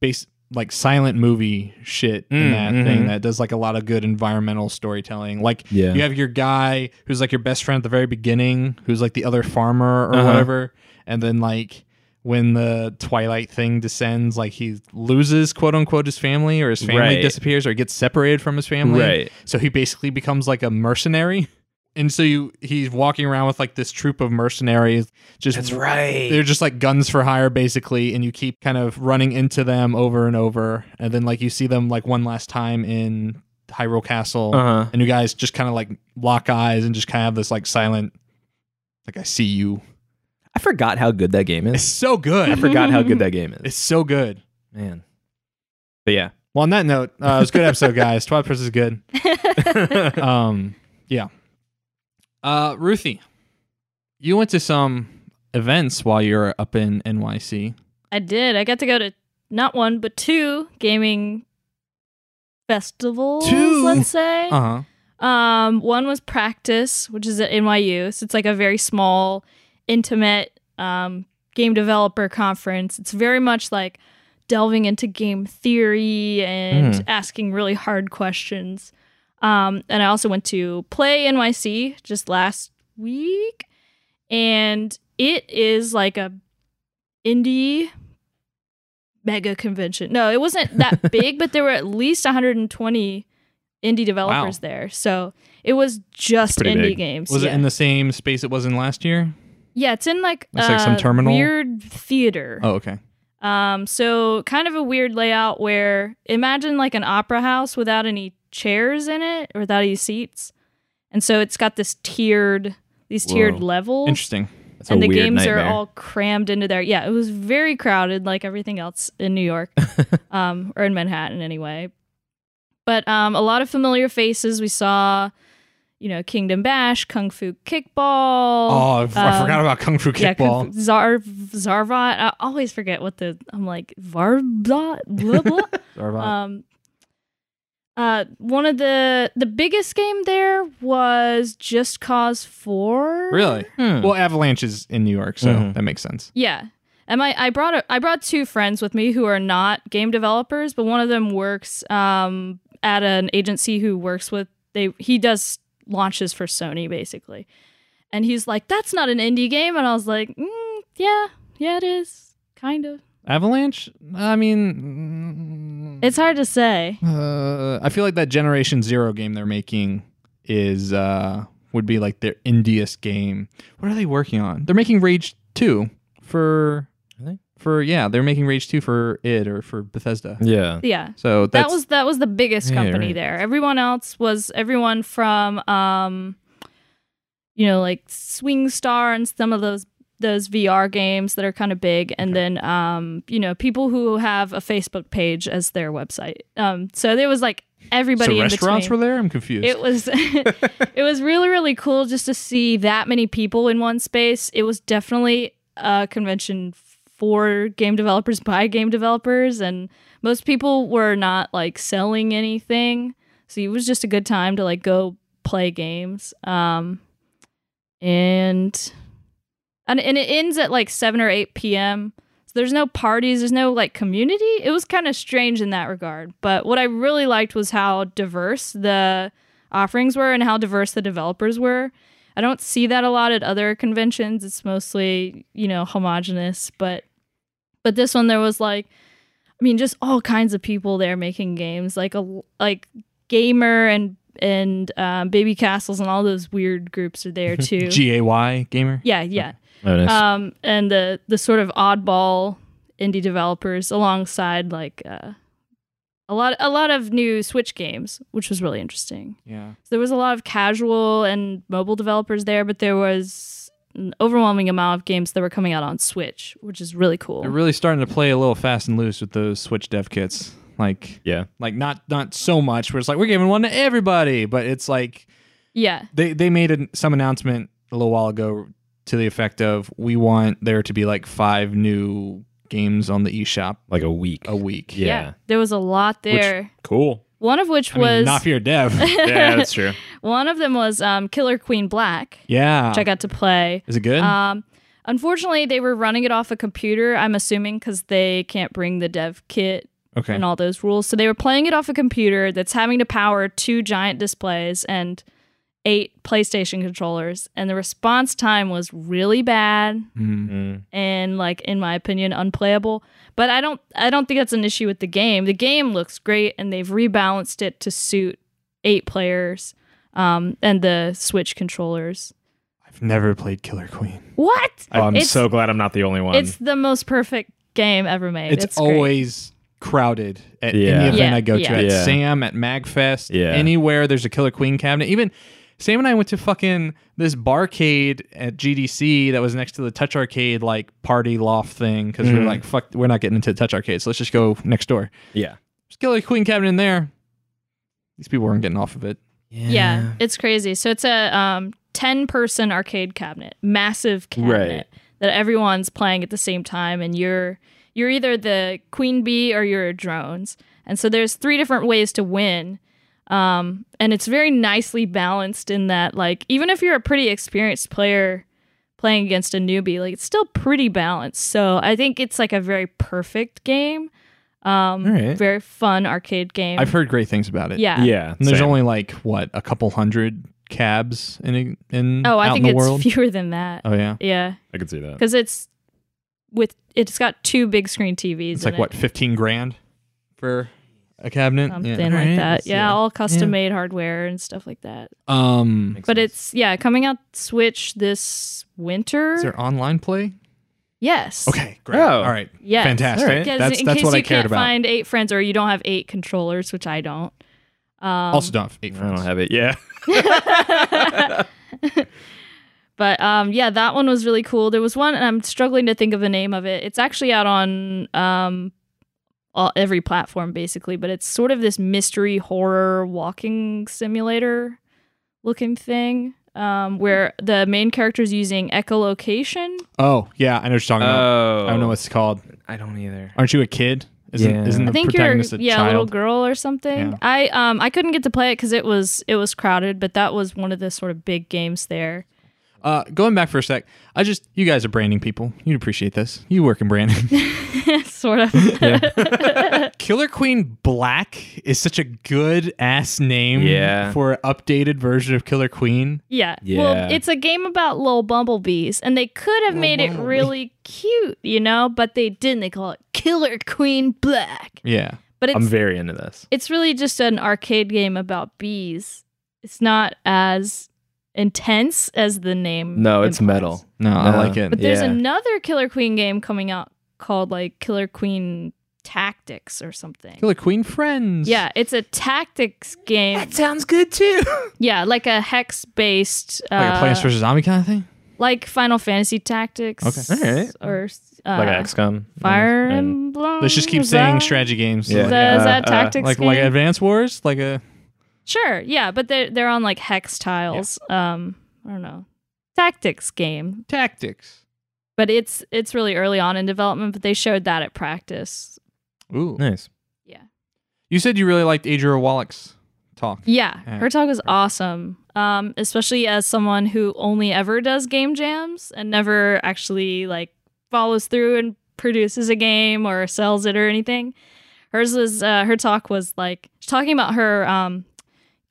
[SPEAKER 1] base like silent movie shit in
[SPEAKER 3] Mm,
[SPEAKER 1] that thing
[SPEAKER 3] mhm.
[SPEAKER 1] that does like a lot of good environmental storytelling. Like
[SPEAKER 3] Yeah.
[SPEAKER 1] you have your guy who's like your best friend at the very beginning, who's like the other farmer or
[SPEAKER 3] Uh-huh.
[SPEAKER 1] whatever, and then like when the twilight thing descends like he loses quote unquote his family or his family
[SPEAKER 3] Right.
[SPEAKER 1] disappears or gets separated from his family
[SPEAKER 3] Right.
[SPEAKER 1] so he basically becomes like a mercenary and so you, he's walking around with like this troop of mercenaries just
[SPEAKER 3] right.
[SPEAKER 1] they're just like guns for hire basically and you keep kind of running into them over and over and then like you see them like one last time in hyrule castle
[SPEAKER 3] Uh huh.
[SPEAKER 1] and you guys just kind of like lock eyes and just kind of have this like silent like i see you
[SPEAKER 3] I forgot how good that game
[SPEAKER 1] it's
[SPEAKER 3] is.
[SPEAKER 1] so
[SPEAKER 3] I
[SPEAKER 1] good
[SPEAKER 3] forgot how good that game is.
[SPEAKER 1] it's so good
[SPEAKER 3] Man. But yeah.
[SPEAKER 1] well on that note uh, it was a good episode guys twilight princess is good um yeah uh ruthie you went to some events while you were up in nyc
[SPEAKER 2] I did. I got to go to not one but two gaming festivals.
[SPEAKER 1] Two?
[SPEAKER 2] Let's say.
[SPEAKER 1] uh-huh
[SPEAKER 2] Um, one was Practice, which is at NYU. So it's like a very small, intimate um, game developer conference. It's very much like delving into game theory and asking really hard questions. Um, and I also went to Play NYC just last week, and it is like a indie mega convention. No, it wasn't that big, but there were at least 120 indie developers there. So it was just
[SPEAKER 3] Pretty
[SPEAKER 2] indie
[SPEAKER 3] big.
[SPEAKER 2] games.
[SPEAKER 1] was
[SPEAKER 2] yeah.
[SPEAKER 1] it in the same space it was in last year
[SPEAKER 2] yeah, it's in like,
[SPEAKER 1] It's like some
[SPEAKER 2] uh,
[SPEAKER 1] terminal?
[SPEAKER 2] weird theater.
[SPEAKER 1] oh okay
[SPEAKER 2] Um, so kind of a weird layout where imagine like an opera house without any chairs in it or without any seats. And so it's got this tiered these tiered
[SPEAKER 3] Whoa.
[SPEAKER 2] levels
[SPEAKER 1] interesting
[SPEAKER 3] That's
[SPEAKER 2] and
[SPEAKER 3] a
[SPEAKER 2] the
[SPEAKER 3] weird
[SPEAKER 2] games are
[SPEAKER 3] nightmare.
[SPEAKER 2] all crammed into there. Yeah, it was very crowded, like everything else in New York, um, or in Manhattan anyway. But um, a lot of familiar faces. We saw, you know, Kingdom Bash, Kung Fu Kickball.
[SPEAKER 1] oh I f- I
[SPEAKER 2] um,
[SPEAKER 1] forgot about kung fu
[SPEAKER 2] Yeah,
[SPEAKER 1] kickball
[SPEAKER 2] Kung Fu- Zar Zarvat. I always forget what the I'm like Varvat blah blah.
[SPEAKER 1] Sorry about-
[SPEAKER 2] Um, uh, one of the the biggest game there was Just Cause Four.
[SPEAKER 1] really
[SPEAKER 3] Hmm.
[SPEAKER 1] well avalanche is in new york so
[SPEAKER 3] Mhm.
[SPEAKER 1] that makes sense
[SPEAKER 2] Yeah. And I, I brought a, I brought two friends with me who are not game developers, but one of them works um, at an agency who works with they he does launches for Sony basically, and he's like, "That's not an indie game," and I was like, mm, "Yeah, yeah, it is, kind of.
[SPEAKER 1] avalanche i mean mm,
[SPEAKER 2] It's hard to say."
[SPEAKER 1] Uh, I feel like that Generation Zero game they're making is uh would be like their indiest game. What are they working on? They're making Rage Two for
[SPEAKER 3] Are they?
[SPEAKER 1] for yeah, they're making Rage Two for id or for Bethesda.
[SPEAKER 3] yeah.
[SPEAKER 2] Yeah,
[SPEAKER 1] So that's
[SPEAKER 2] that was that was the biggest
[SPEAKER 3] Yeah,
[SPEAKER 2] company
[SPEAKER 3] right.
[SPEAKER 2] there. Everyone else was everyone from um you know like Swing Star and some of those those VR games that are kind of big and then um you know people who have a Facebook page as their website. Um so there was like everybody
[SPEAKER 1] so
[SPEAKER 2] in
[SPEAKER 1] restaurants
[SPEAKER 2] between.
[SPEAKER 1] were there. I'm confused.
[SPEAKER 2] It was it was really really cool just to see that many people in one space. It was definitely a convention for game developers by game developers and most people were not like selling anything. So it was just a good time to like go play games. Um and and, and it ends at like 7 or 8 p.m. So there's no parties, there's no like community. It was kind of strange in that regard. But what I really liked was how diverse the offerings were and how diverse the developers were. I don't see that a lot at other conventions. It's mostly, you know, homogenous, but but this one there was like I mean just all kinds of people there making games, like a like gamer and and um, baby castles and all those weird groups are there too.
[SPEAKER 1] G A Y gamer.
[SPEAKER 2] yeah, yeah
[SPEAKER 3] Oh, nice.
[SPEAKER 2] um, and the the sort of oddball indie developers alongside like uh, a lot a lot of new Switch games, which was really interesting.
[SPEAKER 1] Yeah.
[SPEAKER 2] So there was a lot of casual and mobile developers there, but there was an overwhelming amount of games that were coming out on Switch, which is really cool.
[SPEAKER 1] They're really starting to play a little fast and loose with those Switch dev kits. Like,
[SPEAKER 3] Yeah.
[SPEAKER 1] like not not so much where it's like we're giving one to everybody, but it's like
[SPEAKER 2] yeah.
[SPEAKER 1] they they made an, some announcement a little while ago to the effect of we want there to be like five new games on the eShop
[SPEAKER 4] Like a week.
[SPEAKER 1] a week.
[SPEAKER 4] Yeah.
[SPEAKER 2] There was a lot there.
[SPEAKER 3] Cool.
[SPEAKER 2] one of which
[SPEAKER 1] I mean,
[SPEAKER 2] was
[SPEAKER 1] not for your dev.
[SPEAKER 3] Yeah, that's true.
[SPEAKER 2] one of them was um, Killer Queen Black,
[SPEAKER 1] yeah.
[SPEAKER 2] which I got to play.
[SPEAKER 1] Is it good?
[SPEAKER 2] Um, unfortunately, they were running it off a computer. I'm assuming because they can't bring the dev kit
[SPEAKER 1] okay.
[SPEAKER 2] and all those rules, so they were playing it off a computer that's having to power two giant displays and eight PlayStation controllers, and the response time was really bad
[SPEAKER 1] Mm.
[SPEAKER 3] Mm.
[SPEAKER 2] and like in my opinion unplayable but i don't i don't think that's an issue with the game the game looks great and they've rebalanced it to suit eight players um, and the switch controllers
[SPEAKER 1] I've never played Killer Queen.
[SPEAKER 2] what
[SPEAKER 3] Oh, I'm
[SPEAKER 2] It's-
[SPEAKER 3] so glad I'm not the only one.
[SPEAKER 2] it's the most perfect game ever made
[SPEAKER 1] It's,
[SPEAKER 2] it's, great.
[SPEAKER 1] always crowded at
[SPEAKER 4] Yeah.
[SPEAKER 1] any event
[SPEAKER 2] Yeah,
[SPEAKER 1] I go
[SPEAKER 2] yeah.
[SPEAKER 1] to. At
[SPEAKER 4] Yeah.
[SPEAKER 1] Sam, at MagFest,
[SPEAKER 4] Yeah.
[SPEAKER 1] anywhere there's a Killer Queen cabinet. Even Sam and I went to fucking this barcade at GDC that was next to the Touch Arcade like party loft thing because we were
[SPEAKER 4] Mm.
[SPEAKER 3] Mhm.
[SPEAKER 1] like, fuck, we're not getting into the Touch Arcade, so let's just go next door.
[SPEAKER 4] Yeah.
[SPEAKER 1] There's a Killer Queen cabinet in there. These people weren't getting off of it.
[SPEAKER 2] yeah. it's crazy so it's a um, 10 person arcade cabinet massive cabinet that everyone's playing at the same time and you're you're either the queen bee or you're a drones and so there's three different ways to win um, and it's very nicely balanced in that like even if you're a pretty experienced player playing against a newbie like it's still pretty balanced so i think it's like a very perfect game um,
[SPEAKER 1] All right.
[SPEAKER 2] very fun arcade game
[SPEAKER 1] I've heard great things about it.
[SPEAKER 2] yeah
[SPEAKER 4] Yeah.
[SPEAKER 1] And there's
[SPEAKER 4] same.
[SPEAKER 1] only like what a couple hundred cabs in in out
[SPEAKER 2] oh i think
[SPEAKER 1] in the
[SPEAKER 2] it's
[SPEAKER 1] world.
[SPEAKER 2] fewer than that
[SPEAKER 1] oh yeah.
[SPEAKER 2] yeah
[SPEAKER 4] I could see that.
[SPEAKER 2] because it's with it's got two big screen TVs.
[SPEAKER 1] It's
[SPEAKER 2] in
[SPEAKER 1] like
[SPEAKER 2] it.
[SPEAKER 1] what, fifteen grand for a cabinet?
[SPEAKER 2] something
[SPEAKER 1] Yeah.
[SPEAKER 2] um, like
[SPEAKER 1] Alright.
[SPEAKER 2] that. Yeah, all custom
[SPEAKER 1] Yeah.
[SPEAKER 2] made hardware and stuff like that.
[SPEAKER 1] Um,
[SPEAKER 4] Makes
[SPEAKER 2] But
[SPEAKER 4] sense.
[SPEAKER 2] it's yeah coming out Switch this winter.
[SPEAKER 1] is there online play?
[SPEAKER 2] yes.
[SPEAKER 1] Okay, great.
[SPEAKER 3] Oh.
[SPEAKER 1] All right,
[SPEAKER 2] Yes.
[SPEAKER 1] fantastic.
[SPEAKER 3] All right.
[SPEAKER 2] Because
[SPEAKER 1] That's
[SPEAKER 2] in
[SPEAKER 1] that's
[SPEAKER 2] case
[SPEAKER 1] what
[SPEAKER 2] you
[SPEAKER 1] I cared
[SPEAKER 2] can't
[SPEAKER 1] about.
[SPEAKER 2] find eight friends or you don't have eight controllers, which I don't. Um,
[SPEAKER 1] also, don't have eight
[SPEAKER 4] I
[SPEAKER 1] friends.
[SPEAKER 4] don't have it. Yeah.
[SPEAKER 2] But um, yeah, that one was really cool. There was one, and I'm struggling to think of the name of it. It's actually out on um, all, every platform basically, but it's sort of this mystery horror walking simulator looking thing um, where the main character is using echolocation.
[SPEAKER 1] Oh yeah, I know what you're talking about.
[SPEAKER 3] oh,
[SPEAKER 1] I don't know what it's called.
[SPEAKER 3] I don't either.
[SPEAKER 1] Aren't you a kid? Isn't
[SPEAKER 3] Yeah.
[SPEAKER 1] isn't the
[SPEAKER 2] I think you're
[SPEAKER 1] protagonist a
[SPEAKER 2] yeah, a little
[SPEAKER 1] child?
[SPEAKER 2] girl or something.
[SPEAKER 1] Yeah.
[SPEAKER 2] I um I couldn't get to play it because it was it was crowded, but that was one of the sort of big games there.
[SPEAKER 1] uh, going back for a sec, I just you guys are branding people. You'd appreciate this. You work in branding.
[SPEAKER 2] sort of.
[SPEAKER 1] Killer Queen Black is such a good ass name
[SPEAKER 3] Yeah.
[SPEAKER 1] for an updated version of Killer Queen.
[SPEAKER 2] Yeah.
[SPEAKER 4] Yeah.
[SPEAKER 2] Well, it's a game about little bumblebees, and they could have made it really cute, you know, but they didn't. They call it Killer Queen Black.
[SPEAKER 1] Yeah.
[SPEAKER 2] But it's
[SPEAKER 3] I'm very into this.
[SPEAKER 2] it's really just an arcade game about bees. It's not as intense as the name.
[SPEAKER 3] No, it's
[SPEAKER 2] implies.
[SPEAKER 3] metal.
[SPEAKER 1] No, I
[SPEAKER 3] No.
[SPEAKER 1] like it.
[SPEAKER 2] But there's
[SPEAKER 3] Yeah.
[SPEAKER 2] another Killer Queen game coming out called like Killer Queen Tactics or something.
[SPEAKER 1] Killer Queen friends.
[SPEAKER 2] yeah, it's a tactics game.
[SPEAKER 3] sounds good too.
[SPEAKER 2] Yeah, like a hex based uh,
[SPEAKER 1] Like a Plants vs Zombie kind of thing.
[SPEAKER 2] like Final Fantasy Tactics.
[SPEAKER 1] Okay.
[SPEAKER 3] All right.
[SPEAKER 2] Or uh,
[SPEAKER 3] like XCOM.
[SPEAKER 2] Fire
[SPEAKER 3] And-
[SPEAKER 2] Emblem.
[SPEAKER 1] Let's just keep
[SPEAKER 2] is
[SPEAKER 1] saying
[SPEAKER 2] that-
[SPEAKER 1] strategy games.
[SPEAKER 3] Yeah.
[SPEAKER 2] Is
[SPEAKER 1] Like,
[SPEAKER 2] that, is
[SPEAKER 3] Uh,
[SPEAKER 2] that
[SPEAKER 3] uh,
[SPEAKER 2] tactics?
[SPEAKER 1] like like
[SPEAKER 2] game?
[SPEAKER 1] Advance Wars, like a
[SPEAKER 2] sure, yeah, but they're they're on like hex tiles. Um, I don't know, tactics game,
[SPEAKER 1] tactics.
[SPEAKER 2] but it's it's really early on in development. But they showed that at practice.
[SPEAKER 1] Ooh,
[SPEAKER 3] Nice.
[SPEAKER 2] Yeah,
[SPEAKER 1] you said you really liked Adria Wallach's talk.
[SPEAKER 2] yeah,
[SPEAKER 1] Yeah.
[SPEAKER 2] her talk was awesome. Um, especially as someone who only ever does game jams and never actually like follows through and produces a game or sells it or anything. Hers was uh, her talk was like she's talking about her um,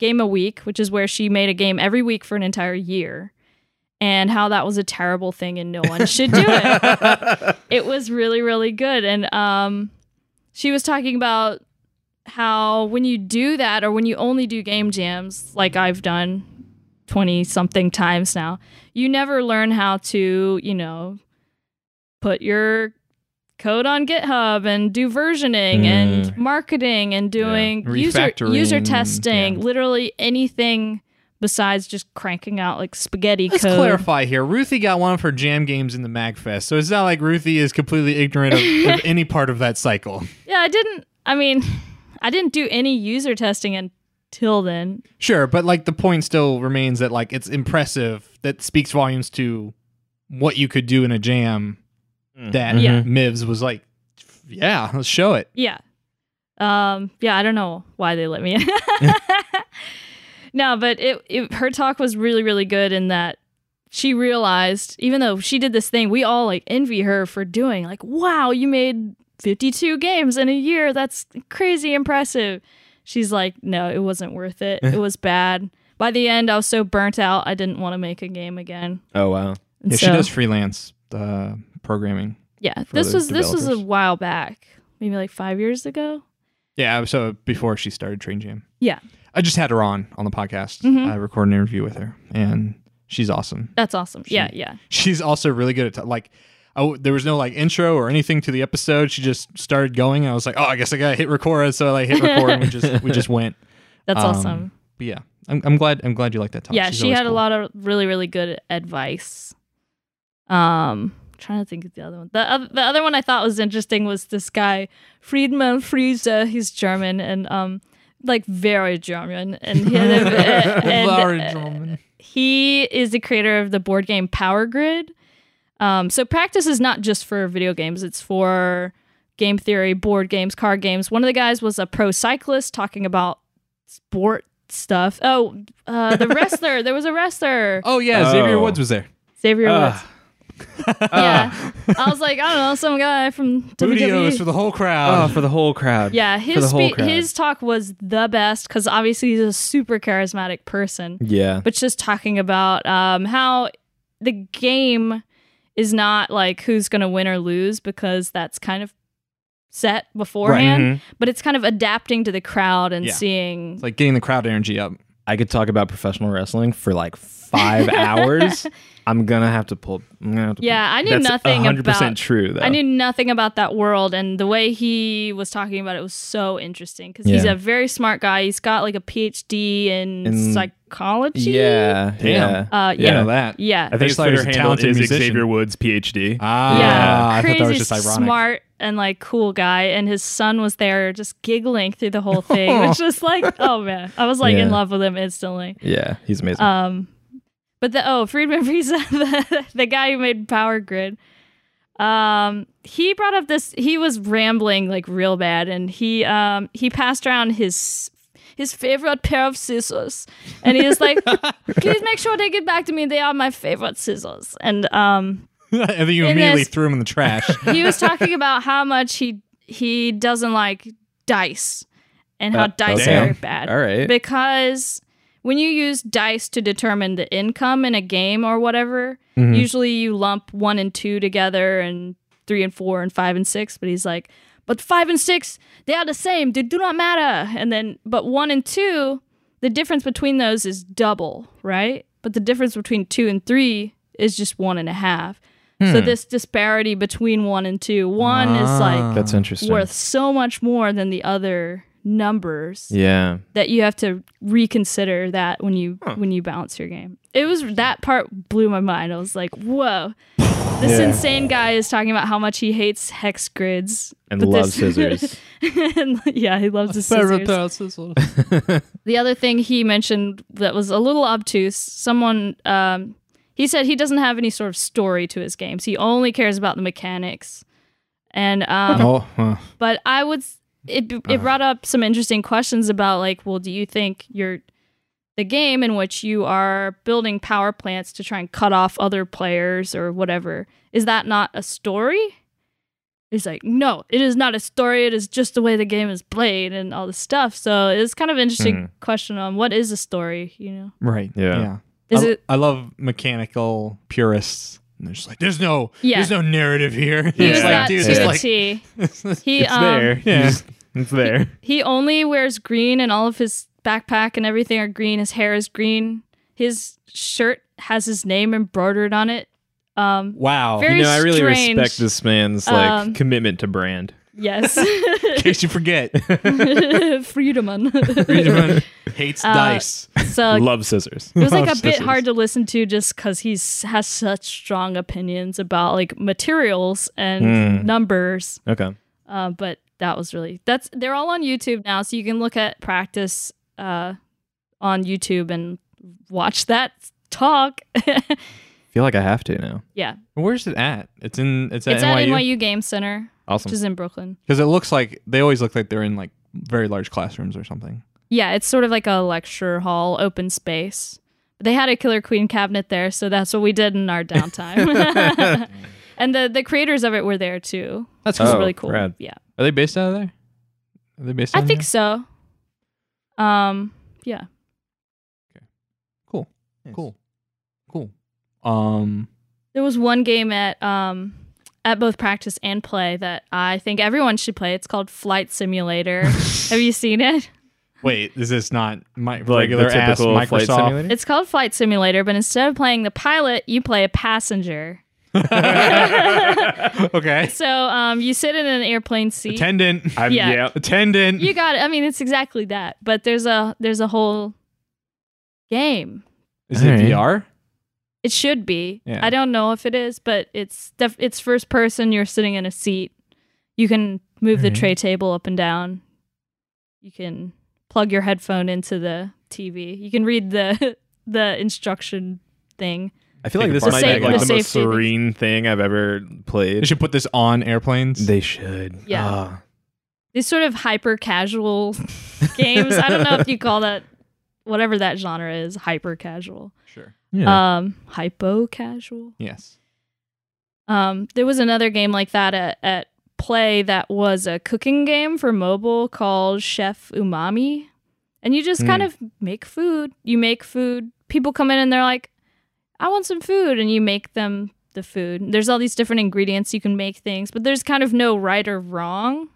[SPEAKER 2] game a week, which is where she made a game every week for an entire year, and how that was a terrible thing and no one should do it. It was really really good, and um, she was talking about how when you do that or when you only do game jams, like I've done twenty something times now, you never learn how to you know put your code on GitHub and do versioning and marketing and doing user
[SPEAKER 1] Mm. Refactoring,
[SPEAKER 2] user
[SPEAKER 1] yeah.
[SPEAKER 2] testing, literally anything besides just cranking out like spaghetti
[SPEAKER 1] Let's
[SPEAKER 2] code.
[SPEAKER 1] clarify here. Ruthie got one of her jam games in the MagFest, so it's not like Ruthie is completely ignorant of, of any part of that cycle.
[SPEAKER 2] Yeah, I didn't. I mean, I didn't do any user testing until then.
[SPEAKER 1] Sure, but like the point still remains that like it's impressive that speaks volumes to what you could do in a jam that
[SPEAKER 2] Yeah.
[SPEAKER 1] Mivs was like, yeah, let's show it.
[SPEAKER 2] Yeah. Um, yeah, I don't know why they let me in. no, but it, it her talk was really, really good in that she realized, even though she did this thing, we all like envy her for doing, like, wow, you made 52 games in a year. That's crazy impressive. She's like, no, it wasn't worth it. it was bad. By the end, I was so burnt out, I didn't want to make a game again.
[SPEAKER 3] Oh wow.
[SPEAKER 2] And
[SPEAKER 1] Yeah, she
[SPEAKER 2] so-
[SPEAKER 1] does freelance uh, programming.
[SPEAKER 2] Yeah,
[SPEAKER 3] for
[SPEAKER 2] this
[SPEAKER 3] the
[SPEAKER 2] was this was a
[SPEAKER 3] developers.
[SPEAKER 2] while back, maybe like five years ago.
[SPEAKER 1] Yeah, so before she started Train Jam.
[SPEAKER 2] Yeah.
[SPEAKER 1] I just had her on on the podcast.
[SPEAKER 2] Mhm.
[SPEAKER 1] I recorded an interview with her, and she's awesome.
[SPEAKER 2] That's awesome. yeah, yeah.
[SPEAKER 1] She's also really good at t- like. Oh, there was no like intro or anything to the episode. She just started going. I was like, oh, I guess I gotta hit record. So I like hit record, and we just we just went.
[SPEAKER 2] That's
[SPEAKER 1] Um,
[SPEAKER 2] awesome.
[SPEAKER 1] But yeah, I'm, I'm glad I'm glad you like that talk.
[SPEAKER 2] Yeah,
[SPEAKER 1] She's
[SPEAKER 2] she
[SPEAKER 1] always
[SPEAKER 2] had a
[SPEAKER 1] cool.
[SPEAKER 2] lot of really really good advice. Um, trying to think of the other one. The other, the other one I thought was interesting was this guy Friedman Friese. He's German and um, like very German, and he, had a- and,
[SPEAKER 1] Larry
[SPEAKER 2] uh,
[SPEAKER 1] Drummond.
[SPEAKER 2] he is the creator of the board game Power Grid. Um, so practice is not just for video games; it's for game theory, board games, card games. One of the guys was a pro cyclist talking about sport stuff. Oh, uh, the wrestler. there was a wrestler,
[SPEAKER 1] Oh yeah, Xavier
[SPEAKER 3] Oh.
[SPEAKER 1] Woods was there.
[SPEAKER 2] Xavier
[SPEAKER 3] Ah.
[SPEAKER 2] Woods. yeah, I was like, I don't know, some guy from WWE.
[SPEAKER 1] Studios for the whole
[SPEAKER 3] Oh,
[SPEAKER 1] crowd.
[SPEAKER 3] for the whole crowd.
[SPEAKER 2] yeah,
[SPEAKER 3] the
[SPEAKER 2] his
[SPEAKER 3] whole
[SPEAKER 2] spe-
[SPEAKER 3] crowd.
[SPEAKER 2] his talk was the best because obviously he's a super charismatic person.
[SPEAKER 3] Yeah.
[SPEAKER 2] but just talking about um, how the game is not like who's going to win or lose because that's kind of set beforehand,
[SPEAKER 3] Mhm.
[SPEAKER 2] but it's kind of adapting to the crowd and
[SPEAKER 1] Yeah.
[SPEAKER 2] seeing.
[SPEAKER 1] Mm-hmm. It's like getting the crowd energy up.
[SPEAKER 3] I could talk about professional wrestling for like five hours. I'm gonna have to pull. I'm gonna have to
[SPEAKER 2] yeah, I
[SPEAKER 3] Pull.
[SPEAKER 2] knew nothing about.
[SPEAKER 3] true though.
[SPEAKER 2] I knew nothing about that world, and the way he was talking about it was so interesting because he's
[SPEAKER 3] Yeah.
[SPEAKER 2] a very smart guy. He's got like a PhD in,
[SPEAKER 3] In-
[SPEAKER 2] psychology.
[SPEAKER 3] Yeah.
[SPEAKER 1] Damn.
[SPEAKER 3] Yeah.
[SPEAKER 2] Uh,
[SPEAKER 1] Yeah,
[SPEAKER 2] yeah.
[SPEAKER 1] know that.
[SPEAKER 2] Yeah.
[SPEAKER 1] think his Twitter handle is Xavier
[SPEAKER 3] Woods, PhD.
[SPEAKER 1] Ah,
[SPEAKER 2] yeah,
[SPEAKER 1] I
[SPEAKER 2] crazy
[SPEAKER 1] thought that was just ironic.
[SPEAKER 2] smart and like cool guy, and his son was there just giggling through the whole thing, which was like, oh man, I was like in
[SPEAKER 3] Yeah.
[SPEAKER 2] love with him instantly.
[SPEAKER 3] yeah, he's amazing.
[SPEAKER 2] Um, but the oh Friedman Friese, the, the guy who made Power Grid, um, he brought up this. He was rambling like real bad, and he um he passed around his his favorite pair of scissors, and he was like, please make sure they get back to me. They are my favorite scissors, and um
[SPEAKER 1] and then you
[SPEAKER 2] In
[SPEAKER 1] immediately
[SPEAKER 2] this-
[SPEAKER 1] threw him in the trash.
[SPEAKER 2] he was talking about how much he he doesn't like dice and how
[SPEAKER 3] Uh,
[SPEAKER 2] dice
[SPEAKER 1] okay.
[SPEAKER 2] are very bad.
[SPEAKER 3] All right.
[SPEAKER 2] Because when you use dice to determine the income in a game or whatever, usually you lump one and two together and three and four and five and six, but he's like, but five and six, they are the same. They do not matter. And then but one and two, the difference between those is double, right? But the difference between two and three is just one and a half. So this disparity between one and two, one is like
[SPEAKER 3] That's interesting.
[SPEAKER 2] worth so much more than the other numbers
[SPEAKER 3] Yeah.
[SPEAKER 2] that you have to reconsider that when you when you balance your game. It was that part blew my mind. I was like, whoa. This insane guy is talking about how much he hates hex grids
[SPEAKER 3] And
[SPEAKER 2] but
[SPEAKER 3] loves
[SPEAKER 2] this-
[SPEAKER 3] scissors.
[SPEAKER 2] and, yeah, he loves his scissors. The other thing he mentioned that was a little obtuse, someone um, he said he doesn't have any sort of story to his games. He only cares about the mechanics. And um,
[SPEAKER 1] oh, huh.
[SPEAKER 2] but I would s- it it brought up some interesting questions about like, well, do you think your the game in which you are building power plants to try and cut off other players or whatever is that not a story? It's like, no, it is not a story. It is just the way the game is played and all this stuff. So it's kind of interesting
[SPEAKER 3] Mhm.
[SPEAKER 2] question on what is a story, you know?
[SPEAKER 1] right.
[SPEAKER 3] Yeah.
[SPEAKER 2] Is
[SPEAKER 1] I,
[SPEAKER 2] it
[SPEAKER 1] I love mechanical purists. And they're just like, there's no,
[SPEAKER 2] Yeah.
[SPEAKER 1] there's no narrative here.
[SPEAKER 2] he
[SPEAKER 1] It's
[SPEAKER 2] is
[SPEAKER 1] like,
[SPEAKER 2] that
[SPEAKER 1] dude,
[SPEAKER 2] to
[SPEAKER 1] it's
[SPEAKER 2] a
[SPEAKER 1] like-
[SPEAKER 2] T. He um,
[SPEAKER 1] Yeah.
[SPEAKER 3] It's there.
[SPEAKER 2] He only wears green, and all of his backpack and everything are green. His hair is green. His shirt has his name embroidered on it. Um,
[SPEAKER 1] wow.
[SPEAKER 2] Very
[SPEAKER 3] you know, I really
[SPEAKER 2] strange.
[SPEAKER 3] respect this man's like
[SPEAKER 2] Um,
[SPEAKER 3] commitment to brand.
[SPEAKER 2] Yes.
[SPEAKER 1] in case you forget.
[SPEAKER 2] Friedemann.
[SPEAKER 1] Friedman hates
[SPEAKER 2] Uh,
[SPEAKER 1] dice.
[SPEAKER 2] so
[SPEAKER 3] Love scissors.
[SPEAKER 2] it was like a bit hard to listen to just because he has such strong opinions about like materials and
[SPEAKER 3] Mm.
[SPEAKER 2] numbers.
[SPEAKER 3] Okay.
[SPEAKER 2] Uh, but that was really that's they're all on YouTube now, so you can look at practice uh, on YouTube and watch that talk.
[SPEAKER 3] feel like I have to now.
[SPEAKER 2] yeah,
[SPEAKER 1] Where's it at? It's in it's at
[SPEAKER 2] it's at
[SPEAKER 1] NYU
[SPEAKER 2] NYU Game Center,
[SPEAKER 3] Awesome.
[SPEAKER 2] which is in Brooklyn.
[SPEAKER 1] because it looks like they always look like they're in like very large classrooms or something.
[SPEAKER 2] Yeah, it's sort of like a lecture hall, open space. They had a Killer Queen cabinet there, so that's what we did in our downtime. and the the creators of it were there too.
[SPEAKER 1] That's
[SPEAKER 2] Which is
[SPEAKER 3] Oh,
[SPEAKER 2] really cool.
[SPEAKER 3] rad.
[SPEAKER 2] Yeah.
[SPEAKER 1] Are they based out of there? Are they based?
[SPEAKER 2] I
[SPEAKER 1] out of
[SPEAKER 2] think
[SPEAKER 1] there?
[SPEAKER 2] so. Um yeah.
[SPEAKER 1] Cool. Cool. Cool. Um.
[SPEAKER 2] There was one game at um at both practice and play that I think everyone should play. It's called Flight Simulator. Have you seen it?
[SPEAKER 1] Wait, is this not my
[SPEAKER 3] the
[SPEAKER 1] regular ass
[SPEAKER 3] typical
[SPEAKER 1] Microsoft?
[SPEAKER 3] flight simulator?
[SPEAKER 2] It's called Flight Simulator, but instead of playing the pilot, you play a passenger.
[SPEAKER 1] okay.
[SPEAKER 2] So um you sit in an airplane seat.
[SPEAKER 1] Attendant.
[SPEAKER 3] I'm,
[SPEAKER 2] Yeah.
[SPEAKER 1] Attendant.
[SPEAKER 2] you got it. I mean, it's exactly that. But there's a there's a whole game.
[SPEAKER 1] is it
[SPEAKER 3] Alright.
[SPEAKER 1] VR?
[SPEAKER 2] It should be.
[SPEAKER 1] Yeah.
[SPEAKER 2] I don't know if it is, but it's def- it's first person. You're sitting in a seat. You can move the
[SPEAKER 1] Alright.
[SPEAKER 2] tray table up and down. You can plug your headphone into the TV. You can read the the instruction thing.
[SPEAKER 3] I feel
[SPEAKER 1] Take
[SPEAKER 3] like
[SPEAKER 1] a
[SPEAKER 3] this
[SPEAKER 1] part
[SPEAKER 3] might
[SPEAKER 2] Safe-
[SPEAKER 3] be
[SPEAKER 2] the
[SPEAKER 3] like the, most
[SPEAKER 2] safety.
[SPEAKER 3] serene thing I've ever
[SPEAKER 1] They
[SPEAKER 3] played.
[SPEAKER 1] should put this on airplanes.
[SPEAKER 3] They should.
[SPEAKER 2] Yeah.
[SPEAKER 3] Ah.
[SPEAKER 2] These sort of hyper casual games. I don't know if you call that whatever that genre is hyper casual.
[SPEAKER 1] sure.
[SPEAKER 3] yeah.
[SPEAKER 2] Um, hypo casual.
[SPEAKER 1] Yes.
[SPEAKER 2] Um, there was another game like that at, at play that was a cooking game for mobile called Chef Umami. And you just kind of make food. You make food. People come in and they're like, I want some food. And you make them the food. There's all these different ingredients you can make things, but there's kind of no right or wrong.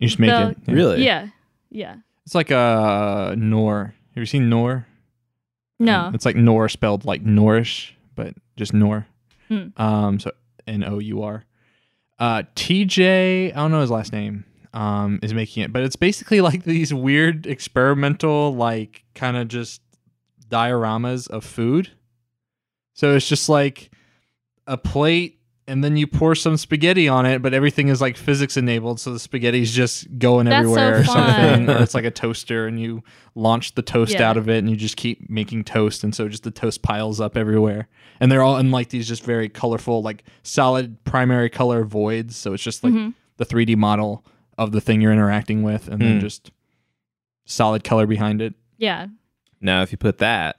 [SPEAKER 1] You just make
[SPEAKER 2] The-
[SPEAKER 1] it. Yeah.
[SPEAKER 3] really?
[SPEAKER 2] Yeah. Yeah.
[SPEAKER 1] It's like uh Nor. Have you seen Nor?
[SPEAKER 2] No.
[SPEAKER 1] Um, It's like Nor spelled like Norish, but just Nor.
[SPEAKER 2] Hmm.
[SPEAKER 1] Um so N O U R. Uh TJ, I don't know his last name, um, is making it, but it's basically like these weird experimental, like kind of just dioramas of food. So it's just like a plate and then you pour some spaghetti on it, but everything is like physics enabled, so the spaghetti's just going
[SPEAKER 2] That's so
[SPEAKER 1] everywhere or something.
[SPEAKER 2] fun.
[SPEAKER 1] or it's like a toaster and you launch the toast
[SPEAKER 2] Yeah.
[SPEAKER 1] out of it and you just keep making toast and so just the toast piles up everywhere. And they're all in like these just very colorful, like solid primary color voids. So it's just like
[SPEAKER 2] Mhm.
[SPEAKER 1] the 3D model of the thing you're interacting with and then
[SPEAKER 3] Hmm.
[SPEAKER 1] just solid color behind it.
[SPEAKER 2] Yeah.
[SPEAKER 3] Now, if you put that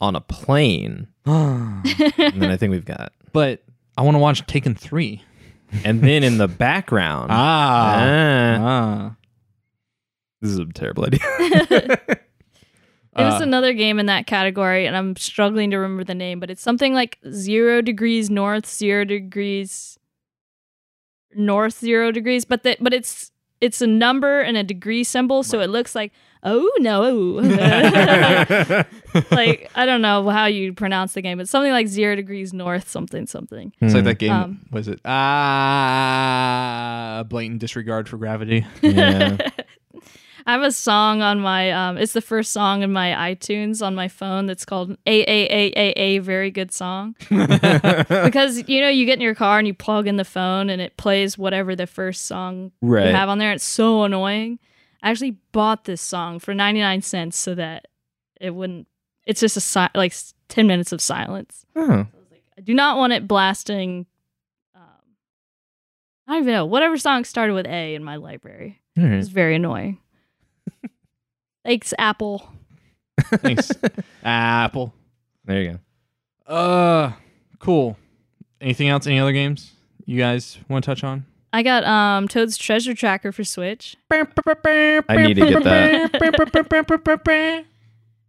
[SPEAKER 3] on a plane, then I think we've got.
[SPEAKER 1] but I want to watch Taken 3.
[SPEAKER 3] And then in the background,
[SPEAKER 1] Ah.
[SPEAKER 3] ah,
[SPEAKER 1] ah.
[SPEAKER 3] this is a terrible idea.
[SPEAKER 2] It
[SPEAKER 1] Uh,
[SPEAKER 2] was another game in that category, and I'm struggling to remember the name, but it's something like zero degrees north, zero degrees north, zero degrees. But the, but it's it's a number and a degree symbol, so it looks like oh no, like I don't know how you pronounce the game, but something like zero degrees north, something something.
[SPEAKER 3] Hmm.
[SPEAKER 1] It's like that game.
[SPEAKER 2] Um,
[SPEAKER 1] was it? Ah, blatant disregard for gravity.
[SPEAKER 3] Yeah.
[SPEAKER 2] I have a song on my um it's the first song in my iTunes on my phone that's called A A A A A very good song. because you know you get in your car and you plug in the phone and it plays whatever the first song you
[SPEAKER 3] Right.
[SPEAKER 2] have on there. It's so annoying. I actually bought this song for 99 cents so that it wouldn't it's just a si- like s- 10 minutes of silence.
[SPEAKER 3] Oh.
[SPEAKER 2] I was like I do not want it blasting um I don't even know whatever song started with A in my library.
[SPEAKER 3] All
[SPEAKER 2] It's
[SPEAKER 3] right.
[SPEAKER 2] very annoying. Thanks, Apple.
[SPEAKER 1] Thanks, Apple.
[SPEAKER 3] There you go.
[SPEAKER 1] Uh, cool. Anything else? Any other games you guys want to touch on?
[SPEAKER 2] I got um Toad's Treasure Tracker for Switch.
[SPEAKER 1] I
[SPEAKER 3] need to get
[SPEAKER 1] that.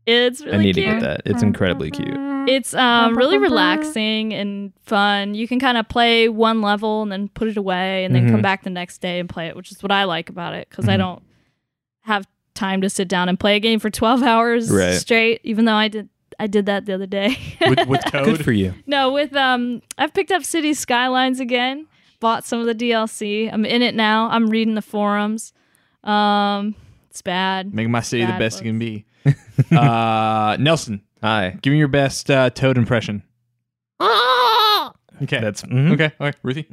[SPEAKER 2] It's really
[SPEAKER 3] I need
[SPEAKER 2] cute.
[SPEAKER 3] to get that. It's incredibly cute.
[SPEAKER 2] It's um really relaxing and fun. You can kind of play one level and then put it away and then come
[SPEAKER 3] Mhm.
[SPEAKER 2] back the next day and play it, which is what I like about it because I
[SPEAKER 3] Mhm.
[SPEAKER 2] don't have time to sit down and play a game for 12 hours
[SPEAKER 3] Right.
[SPEAKER 2] straight, even though I did I did that the other day.
[SPEAKER 1] with, with
[SPEAKER 3] Good
[SPEAKER 1] code.
[SPEAKER 3] for you.
[SPEAKER 2] no, with um I've picked up City Skylines again. bought some of the DLC. I'm in it now. I'm reading the forums. Um, it's bad.
[SPEAKER 1] Make my city the
[SPEAKER 2] Bad
[SPEAKER 1] best it can be. uh, Nelson,
[SPEAKER 3] Hi.
[SPEAKER 1] give me your best uh, Toad impression. Okay.
[SPEAKER 3] That's mhm.
[SPEAKER 1] okay. All right, Ruthie.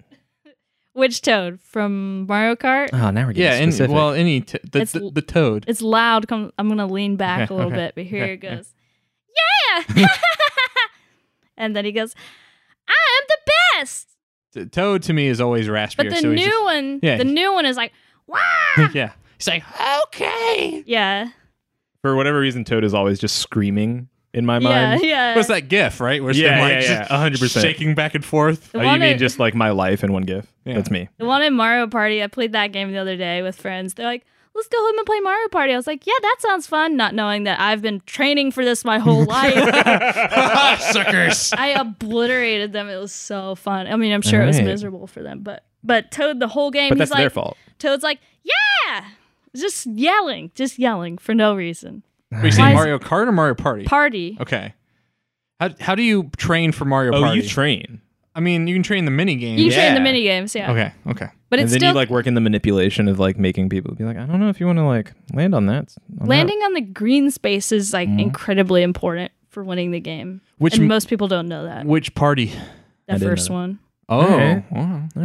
[SPEAKER 2] Witch Toad from Mario Kart.
[SPEAKER 1] Uh-huh.
[SPEAKER 3] Oh, now we're getting
[SPEAKER 1] Yeah, and
[SPEAKER 3] specific.
[SPEAKER 1] well, any t- the,
[SPEAKER 2] It's
[SPEAKER 1] the,
[SPEAKER 2] l-
[SPEAKER 1] the Toad.
[SPEAKER 2] It's loud. Come, I'm gonna lean back
[SPEAKER 1] Okay,
[SPEAKER 2] a little
[SPEAKER 1] okay,
[SPEAKER 2] bit, but here
[SPEAKER 1] okay,
[SPEAKER 2] it goes. Yeah. and then he goes, "I'm the best."
[SPEAKER 1] T- Toad to me is always raspier.
[SPEAKER 2] But the
[SPEAKER 1] so he's
[SPEAKER 2] new
[SPEAKER 1] just-
[SPEAKER 2] one,
[SPEAKER 1] yeah,
[SPEAKER 2] the
[SPEAKER 1] he's-
[SPEAKER 2] new one is like, "Wow."
[SPEAKER 1] yeah, he's like okay.
[SPEAKER 2] Yeah.
[SPEAKER 3] for whatever reason, Toad is always just screaming in my
[SPEAKER 2] Yeah.
[SPEAKER 3] mind.
[SPEAKER 2] Yeah.
[SPEAKER 1] What's that GIF right? Where's
[SPEAKER 3] Yeah,
[SPEAKER 1] the
[SPEAKER 3] yeah,
[SPEAKER 1] like
[SPEAKER 3] yeah,
[SPEAKER 1] just
[SPEAKER 3] 100%.
[SPEAKER 1] shaking back and forth.
[SPEAKER 2] The
[SPEAKER 3] Oh, you
[SPEAKER 2] one
[SPEAKER 3] mean
[SPEAKER 2] that-
[SPEAKER 3] just like my life in one GIF?
[SPEAKER 1] Yeah.
[SPEAKER 3] That's me.
[SPEAKER 2] The one in Mario Party, I played that game the other day with friends. They're like, let's go home and play Mario Party. I was like, yeah, that sounds fun, not knowing that I've been training for this my whole life.
[SPEAKER 1] Suckers.
[SPEAKER 2] I obliterated them. It was so fun. I mean, I'm sure it was
[SPEAKER 3] Alright.
[SPEAKER 2] miserable for them, but but Toad the whole game,
[SPEAKER 3] But
[SPEAKER 2] he's
[SPEAKER 3] that's
[SPEAKER 2] like,
[SPEAKER 3] their fault.
[SPEAKER 2] Toad's like, yeah, just yelling, just yelling for no reason.
[SPEAKER 1] Are you
[SPEAKER 2] Why
[SPEAKER 1] saying
[SPEAKER 2] is-
[SPEAKER 1] Mario Kart or Mario Party?
[SPEAKER 2] Party.
[SPEAKER 1] Okay. How, how do you train for Mario
[SPEAKER 3] Oh,
[SPEAKER 1] Party?
[SPEAKER 3] you train.
[SPEAKER 1] I mean, you can train the mini game.
[SPEAKER 2] You can train the
[SPEAKER 3] Yeah.
[SPEAKER 2] mini games, yeah.
[SPEAKER 1] Okay. Okay.
[SPEAKER 2] But
[SPEAKER 3] and
[SPEAKER 2] it's
[SPEAKER 3] then
[SPEAKER 2] still
[SPEAKER 3] you like work in the manipulation of like making people be like, I don't know if you want to like land on that. on that."
[SPEAKER 2] landing on the green space is like
[SPEAKER 3] Mm-hmm.
[SPEAKER 2] incredibly important for winning the game.
[SPEAKER 1] Which
[SPEAKER 2] and
[SPEAKER 1] m-
[SPEAKER 2] most people don't know that.
[SPEAKER 1] Which party?
[SPEAKER 2] That
[SPEAKER 3] didn't know
[SPEAKER 2] first
[SPEAKER 3] that.
[SPEAKER 2] one.
[SPEAKER 1] Oh.
[SPEAKER 3] Okay. Mm-hmm.
[SPEAKER 1] wow.
[SPEAKER 3] All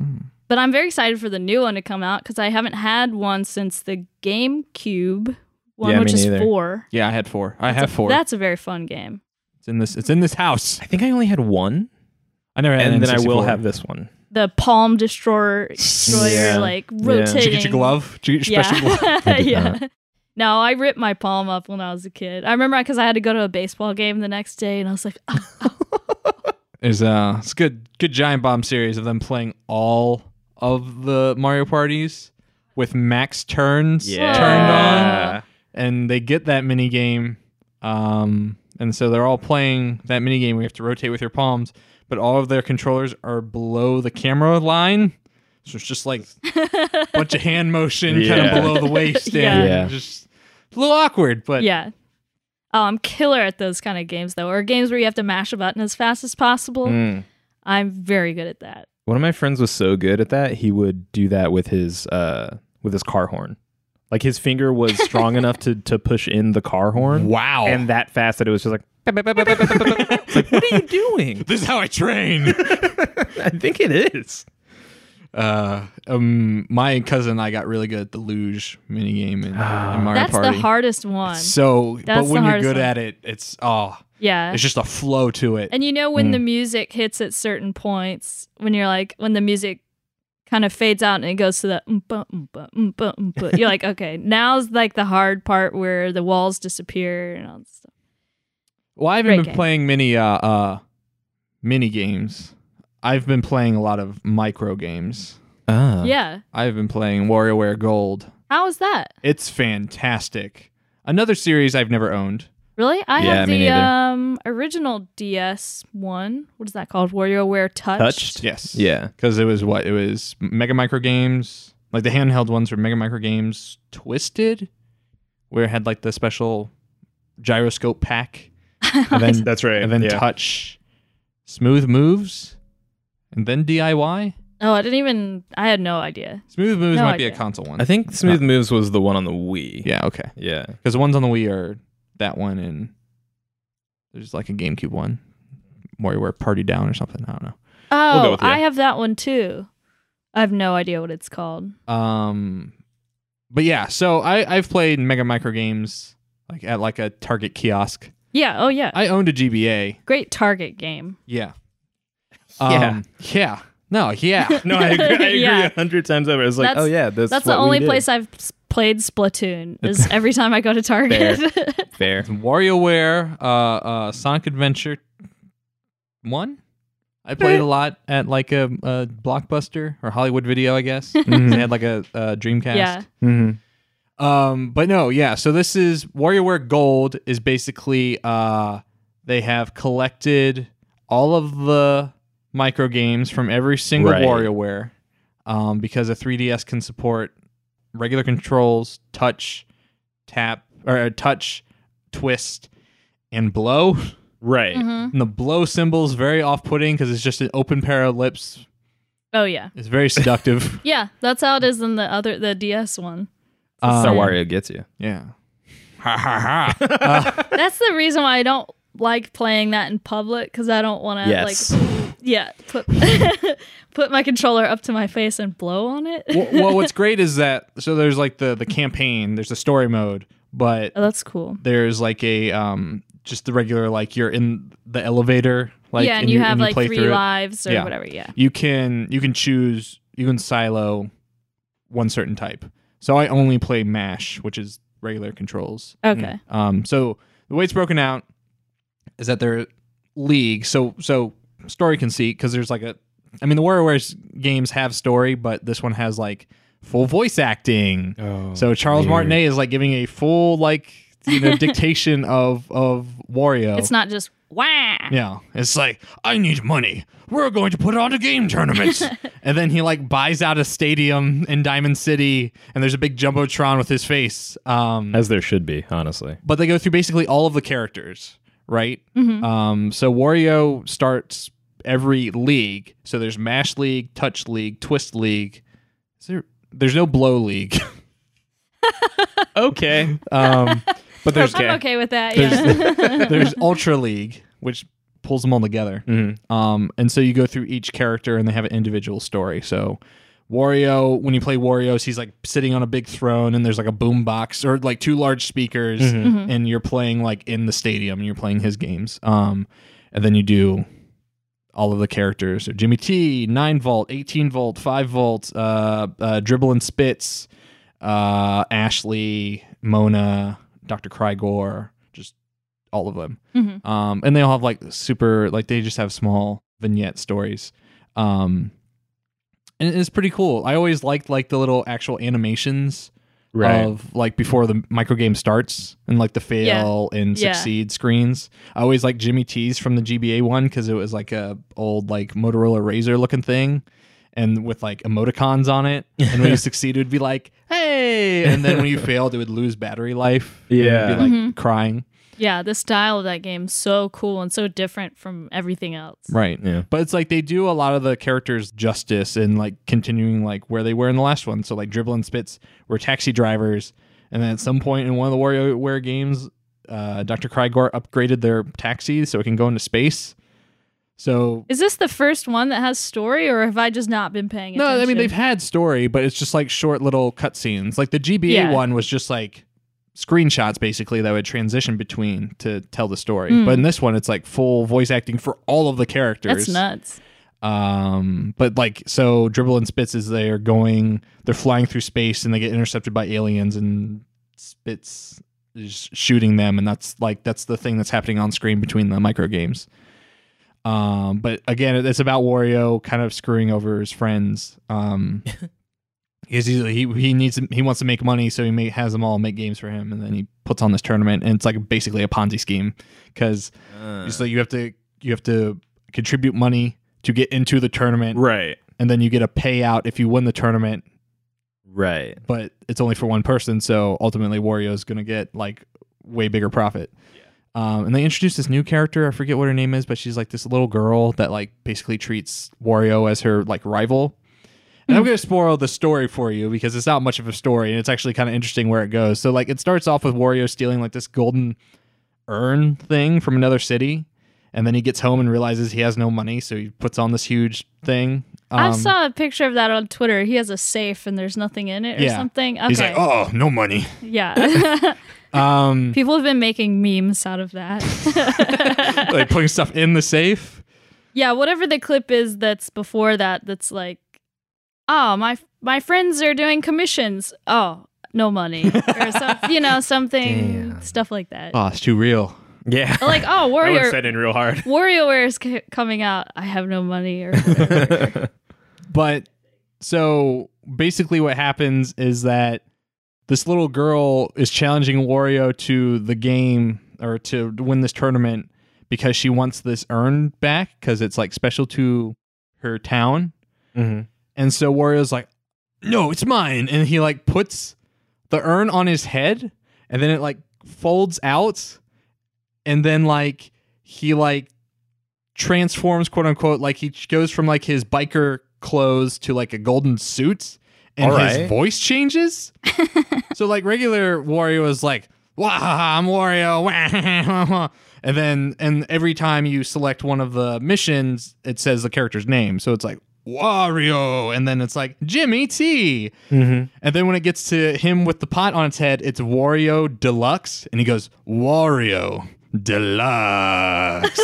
[SPEAKER 3] right.
[SPEAKER 2] But I'm very excited for the new one to come out because I haven't had one since the GameCube one,
[SPEAKER 3] Yeah,
[SPEAKER 2] which
[SPEAKER 3] me
[SPEAKER 2] is
[SPEAKER 3] neither.
[SPEAKER 2] four.
[SPEAKER 1] Yeah, I had four. I have four.
[SPEAKER 2] That's a very fun game.
[SPEAKER 1] it's in this. It's in this house.
[SPEAKER 3] I think I only had one,
[SPEAKER 1] I never had.
[SPEAKER 3] and
[SPEAKER 1] an
[SPEAKER 3] then I will
[SPEAKER 1] N64.
[SPEAKER 3] have this one.
[SPEAKER 2] The Palm Destroyer, destroyer
[SPEAKER 3] Yeah.
[SPEAKER 2] like
[SPEAKER 3] Yeah.
[SPEAKER 2] rotating.
[SPEAKER 3] Did you get your
[SPEAKER 1] Did you get your glove? Did you get your
[SPEAKER 2] Yeah.
[SPEAKER 1] special glove?
[SPEAKER 3] I did
[SPEAKER 2] yeah. No, I ripped my palm up when I was a kid. I remember because I had to go to a baseball game the next day, and I was like, "Ah,
[SPEAKER 1] There's uh, it's good. Good giant bomb series of them playing all of the Mario parties with max turns turned on,
[SPEAKER 2] Yeah.
[SPEAKER 1] and they get that mini game. Um, and so they're all playing that mini game. We have to rotate with your palms, but all of their controllers are below the camera line. So it's just like a bunch of hand motion kind of
[SPEAKER 3] Yeah.
[SPEAKER 1] below the waist.
[SPEAKER 2] Yeah.
[SPEAKER 1] And
[SPEAKER 3] Yeah.
[SPEAKER 1] Just it's a little awkward, but
[SPEAKER 2] yeah." Oh, I'm killer at those kind of games though, or games where you have to mash a button as fast as possible.
[SPEAKER 1] Hmm.
[SPEAKER 3] Mm.
[SPEAKER 2] I'm very good at that.
[SPEAKER 3] One of my friends was so good at that, he would do that with his uh with his car horn. Like his finger was strong enough to to push in the car horn.
[SPEAKER 1] wow.
[SPEAKER 3] And that fast that it was just like it's like, what are you doing?
[SPEAKER 1] this is how I train.
[SPEAKER 3] I think it is.
[SPEAKER 1] Uh, um, my cousin and I got really good at the luge minigame in, in
[SPEAKER 3] Ah.
[SPEAKER 1] Mario
[SPEAKER 2] That's
[SPEAKER 1] Party.
[SPEAKER 2] the hardest one.
[SPEAKER 1] so,
[SPEAKER 2] That's
[SPEAKER 1] but
[SPEAKER 2] the
[SPEAKER 1] when you're
[SPEAKER 2] hardest
[SPEAKER 1] good
[SPEAKER 2] one.
[SPEAKER 1] at it, it's oh,
[SPEAKER 2] yeah.
[SPEAKER 1] it's just a flow to it.
[SPEAKER 2] And you know
[SPEAKER 3] Mm.
[SPEAKER 2] when the music hits at certain points, when you're like, when the music kind of fades out and it goes to the um, oompa, oompa, oompa, oompa, um, you're like, okay, now's like the hard part where the walls disappear and all that stuff.
[SPEAKER 1] well, I haven't
[SPEAKER 2] Great
[SPEAKER 1] been
[SPEAKER 2] game.
[SPEAKER 1] playing many uh, uh mini games. I've been playing a lot of micro games.
[SPEAKER 3] Ah.
[SPEAKER 2] Yeah.
[SPEAKER 1] I've been playing WarioWare Gold.
[SPEAKER 2] How is that?
[SPEAKER 1] It's fantastic. Another series I've never owned.
[SPEAKER 2] Really? I
[SPEAKER 3] Yeah,
[SPEAKER 2] have
[SPEAKER 3] me
[SPEAKER 2] the
[SPEAKER 3] neither.
[SPEAKER 2] um, original DS one. What is that called? WarioWare Touch.
[SPEAKER 3] Touched?
[SPEAKER 1] Yes.
[SPEAKER 3] Yeah.
[SPEAKER 1] Because it was what it was. Mega Micro Games, like the handheld ones were Mega Micro Games Twisted, where it had like the special gyroscope pack, and then
[SPEAKER 3] That's right.
[SPEAKER 1] and then
[SPEAKER 3] yeah.
[SPEAKER 1] touch, smooth moves, and then DIY.
[SPEAKER 2] Oh, I didn't even, I had no idea.
[SPEAKER 1] Smooth moves
[SPEAKER 2] No
[SPEAKER 1] might be
[SPEAKER 2] idea.
[SPEAKER 1] a console one.
[SPEAKER 3] I think Smooth Moves was the one on the Wii.
[SPEAKER 1] yeah, okay.
[SPEAKER 3] Yeah.
[SPEAKER 1] Because the ones on the Wii are that one, and there's like a GameCube one, WarioWare Party Down or something. I don't
[SPEAKER 2] Oh,
[SPEAKER 3] go with you.
[SPEAKER 2] I have that one too. I have no idea what it's called.
[SPEAKER 1] know. Um, but yeah, so I I've played Mega Micro Games like at like a Target kiosk.
[SPEAKER 2] Yeah. Oh, yeah.
[SPEAKER 1] I owned a GBA.
[SPEAKER 2] Great target game.
[SPEAKER 1] Yeah.
[SPEAKER 3] Yeah.
[SPEAKER 1] Um, yeah. No. Yeah.
[SPEAKER 3] No, I agree. I agree
[SPEAKER 2] Yeah.
[SPEAKER 3] a hundred times over. I was like,
[SPEAKER 2] That's-
[SPEAKER 3] oh yeah, that's
[SPEAKER 2] That's the
[SPEAKER 3] what we
[SPEAKER 2] only
[SPEAKER 3] did.
[SPEAKER 2] place I've s- played Splatoon is every time I go to Target.
[SPEAKER 3] Fair.
[SPEAKER 1] WarioWare, uh, uh, Sonic Adventure One. I played a lot at like a, a Blockbuster or Hollywood Video, I guess. they had like a, a Dreamcast.
[SPEAKER 2] yeah.
[SPEAKER 3] Mm-hmm.
[SPEAKER 1] Um, but no, yeah. So this is WarioWare Gold is basically uh they have collected all of the micro games from every single
[SPEAKER 3] Right.
[SPEAKER 1] WarioWare. Um, because a 3DS can support regular controls, touch, tap, or uh, touch, twist, and blow.
[SPEAKER 3] Right.
[SPEAKER 2] Mhm.
[SPEAKER 1] And the blow symbol's very off-putting because it's just an open pair of lips
[SPEAKER 2] Oh yeah,
[SPEAKER 1] It's very seductive.
[SPEAKER 2] yeah. That's how it is in the other the DS one.
[SPEAKER 1] Um,
[SPEAKER 3] That's how Wario gets you.
[SPEAKER 1] Yeah. Ha ha ha. Uh,
[SPEAKER 2] That's the reason why I don't like playing that in public because I don't want to
[SPEAKER 3] Yes.
[SPEAKER 2] like yeah put put my controller up to my face and blow on it.
[SPEAKER 1] well, well, what's great is that so there's like the the campaign, there's the story mode, but
[SPEAKER 2] oh, that's cool.
[SPEAKER 1] there's like a um just the regular like you're in the elevator like
[SPEAKER 2] yeah, and you, have like
[SPEAKER 1] play
[SPEAKER 2] three
[SPEAKER 1] through it.
[SPEAKER 2] lives or
[SPEAKER 1] Yeah.
[SPEAKER 2] whatever. Yeah.
[SPEAKER 1] You can you can choose you can silo one certain type. So I only play mash, which is regular controls.
[SPEAKER 2] Okay.
[SPEAKER 1] Um, so the way it's broken out is that they're league. So so story can see because there's like a. I mean, the WarioWare's games have story, but this one has like full voice acting.
[SPEAKER 3] Oh,
[SPEAKER 1] so Charles Martinet is like giving a full like you know dictation of of Wario.
[SPEAKER 2] It's not just wah.
[SPEAKER 1] Yeah, it's like I need money. We're going to put on a game tournament, and then he like buys out a stadium in Diamond City, and there's a big jumbotron with his face. Um,
[SPEAKER 3] As there should be, honestly.
[SPEAKER 1] but they go through basically all of the characters, right?
[SPEAKER 2] Mm-hmm.
[SPEAKER 1] Um, so Wario starts every league. So there's Mash League, Touch League, Twist League. Is there? There's no Blow League.
[SPEAKER 3] Okay.
[SPEAKER 1] Um, but there's
[SPEAKER 2] I'm okay with that. Yeah.
[SPEAKER 1] there's, there's Ultra League, which pulls them all together. Um, and so you go through each character, and they have an individual story. So Wario, when you play Wario's, he's like sitting on a big throne, and there's like a boom box or like two large speakers,
[SPEAKER 3] Mm-hmm.
[SPEAKER 2] Mm-hmm.
[SPEAKER 1] and you're playing like in the stadium, and you're playing his games. Um, and then you do all of the characters: so Jimmy T, nine volt, eighteen volt, five volt, uh, uh, dribble and spits, uh, Ashley, Mona, Doctor Krygor, just all of them.
[SPEAKER 2] Mhm.
[SPEAKER 1] Um, and they all have like super, like they just have small vignette stories. Um, and it's pretty cool. I always liked like the little actual animations of like before the micro game starts and like the fail and
[SPEAKER 2] Yeah.
[SPEAKER 1] succeed screens. I always like Jimmy T's from the GBA one because it was like a old like Motorola Razor looking thing. And with like emoticons on it, and when you succeed, it would be like, "Hey!" And then when you failed, it would lose battery life. and you'd
[SPEAKER 3] Yeah.
[SPEAKER 1] be like
[SPEAKER 2] Mm-hmm.
[SPEAKER 1] crying.
[SPEAKER 2] yeah, the style of that game's so cool and so different from everything else.
[SPEAKER 1] Right.
[SPEAKER 3] Yeah.
[SPEAKER 1] But it's like they do a lot of the characters justice and like continuing like where they were in the last one. So like Dribble and Spitz were taxi drivers, and then at some point in one of the WarioWare games, uh, Dr. Krygor upgraded their taxi so it can go into space. So
[SPEAKER 2] Is this the first one that has story, or have I just not been paying
[SPEAKER 1] no,
[SPEAKER 2] attention?
[SPEAKER 1] I mean they've had story, but it's just like short little cutscenes. Like the GBA
[SPEAKER 2] Yeah.
[SPEAKER 1] one was just like screenshots basically that would transition between to tell the story. But in this one, it's like full voice acting for all of the characters.
[SPEAKER 2] Hmm. That's nuts.
[SPEAKER 1] Um, but like, so Dribble and Spitz is they're going, they're flying through space and they get intercepted by aliens, and Spitz is shooting them, and that's like that's the thing that's happening on screen between the micro games. Um, but again, it's about Wario kind of screwing over his friends. Um, because he's, he he needs he wants to make money, so he ma- has them all make games for him, and then he puts on this tournament, and it's like basically a Ponzi scheme because
[SPEAKER 3] Uh,
[SPEAKER 1] so you have to you have to contribute money to get into the tournament,
[SPEAKER 3] right.
[SPEAKER 1] and then you get a payout if you win the tournament.
[SPEAKER 3] Right.
[SPEAKER 1] But it's only for one person, so ultimately Wario's gonna get like way bigger profit. Um, and they introduced this new character. I forget what her name is, but she's like this little girl that like basically treats Wario as her like rival. And I'm
[SPEAKER 2] Hmm.
[SPEAKER 1] going to spoil the story for you because it's not much of a story, and it's actually kind of interesting where it goes. So like it starts off with Wario stealing like this golden urn thing from another city, and then he gets home and realizes he has no money, so he puts on this huge thing.
[SPEAKER 2] I
[SPEAKER 1] Um,
[SPEAKER 2] saw a picture of that on Twitter. He has a safe and there's nothing in it or
[SPEAKER 1] Yeah.
[SPEAKER 2] something. Okay.
[SPEAKER 1] He's like, oh, no money.
[SPEAKER 2] Yeah.
[SPEAKER 1] Um,
[SPEAKER 2] People have been making memes out of that.
[SPEAKER 1] like putting stuff in the safe.
[SPEAKER 2] yeah, whatever the clip is that's before that that's like, oh, my my friends are doing commissions. Oh, no money. or some, you know, something
[SPEAKER 3] Damn.
[SPEAKER 2] stuff like that.
[SPEAKER 1] Oh, it's too real.
[SPEAKER 3] Yeah.
[SPEAKER 2] Or like, oh, Warrior
[SPEAKER 3] in real hard.
[SPEAKER 2] WarioWare is c- coming out. I have no money or
[SPEAKER 1] But so basically, what happens is that this little girl is challenging Wario to the game or to win this tournament because she wants this urn back because it's like special to her town.
[SPEAKER 3] Mm-hmm.
[SPEAKER 1] And so Wario's like, no, it's mine. And he like puts the urn on his head and then it like folds out. And then like he like transforms, quote unquote, like he goes from like his biker clothes to like a golden suit, and
[SPEAKER 3] All
[SPEAKER 1] his
[SPEAKER 3] right.
[SPEAKER 1] voice changes. so like regular Wario is like, "Wah, I'm Wario," wah." and then and every time you select one of the missions, it says the character's name. So it's like Wario, and then it's like Jimmy T.
[SPEAKER 2] Mm-hmm.
[SPEAKER 1] And then when it gets to him with the pot on its head, it's Wario Deluxe, and he goes Wario Deluxe.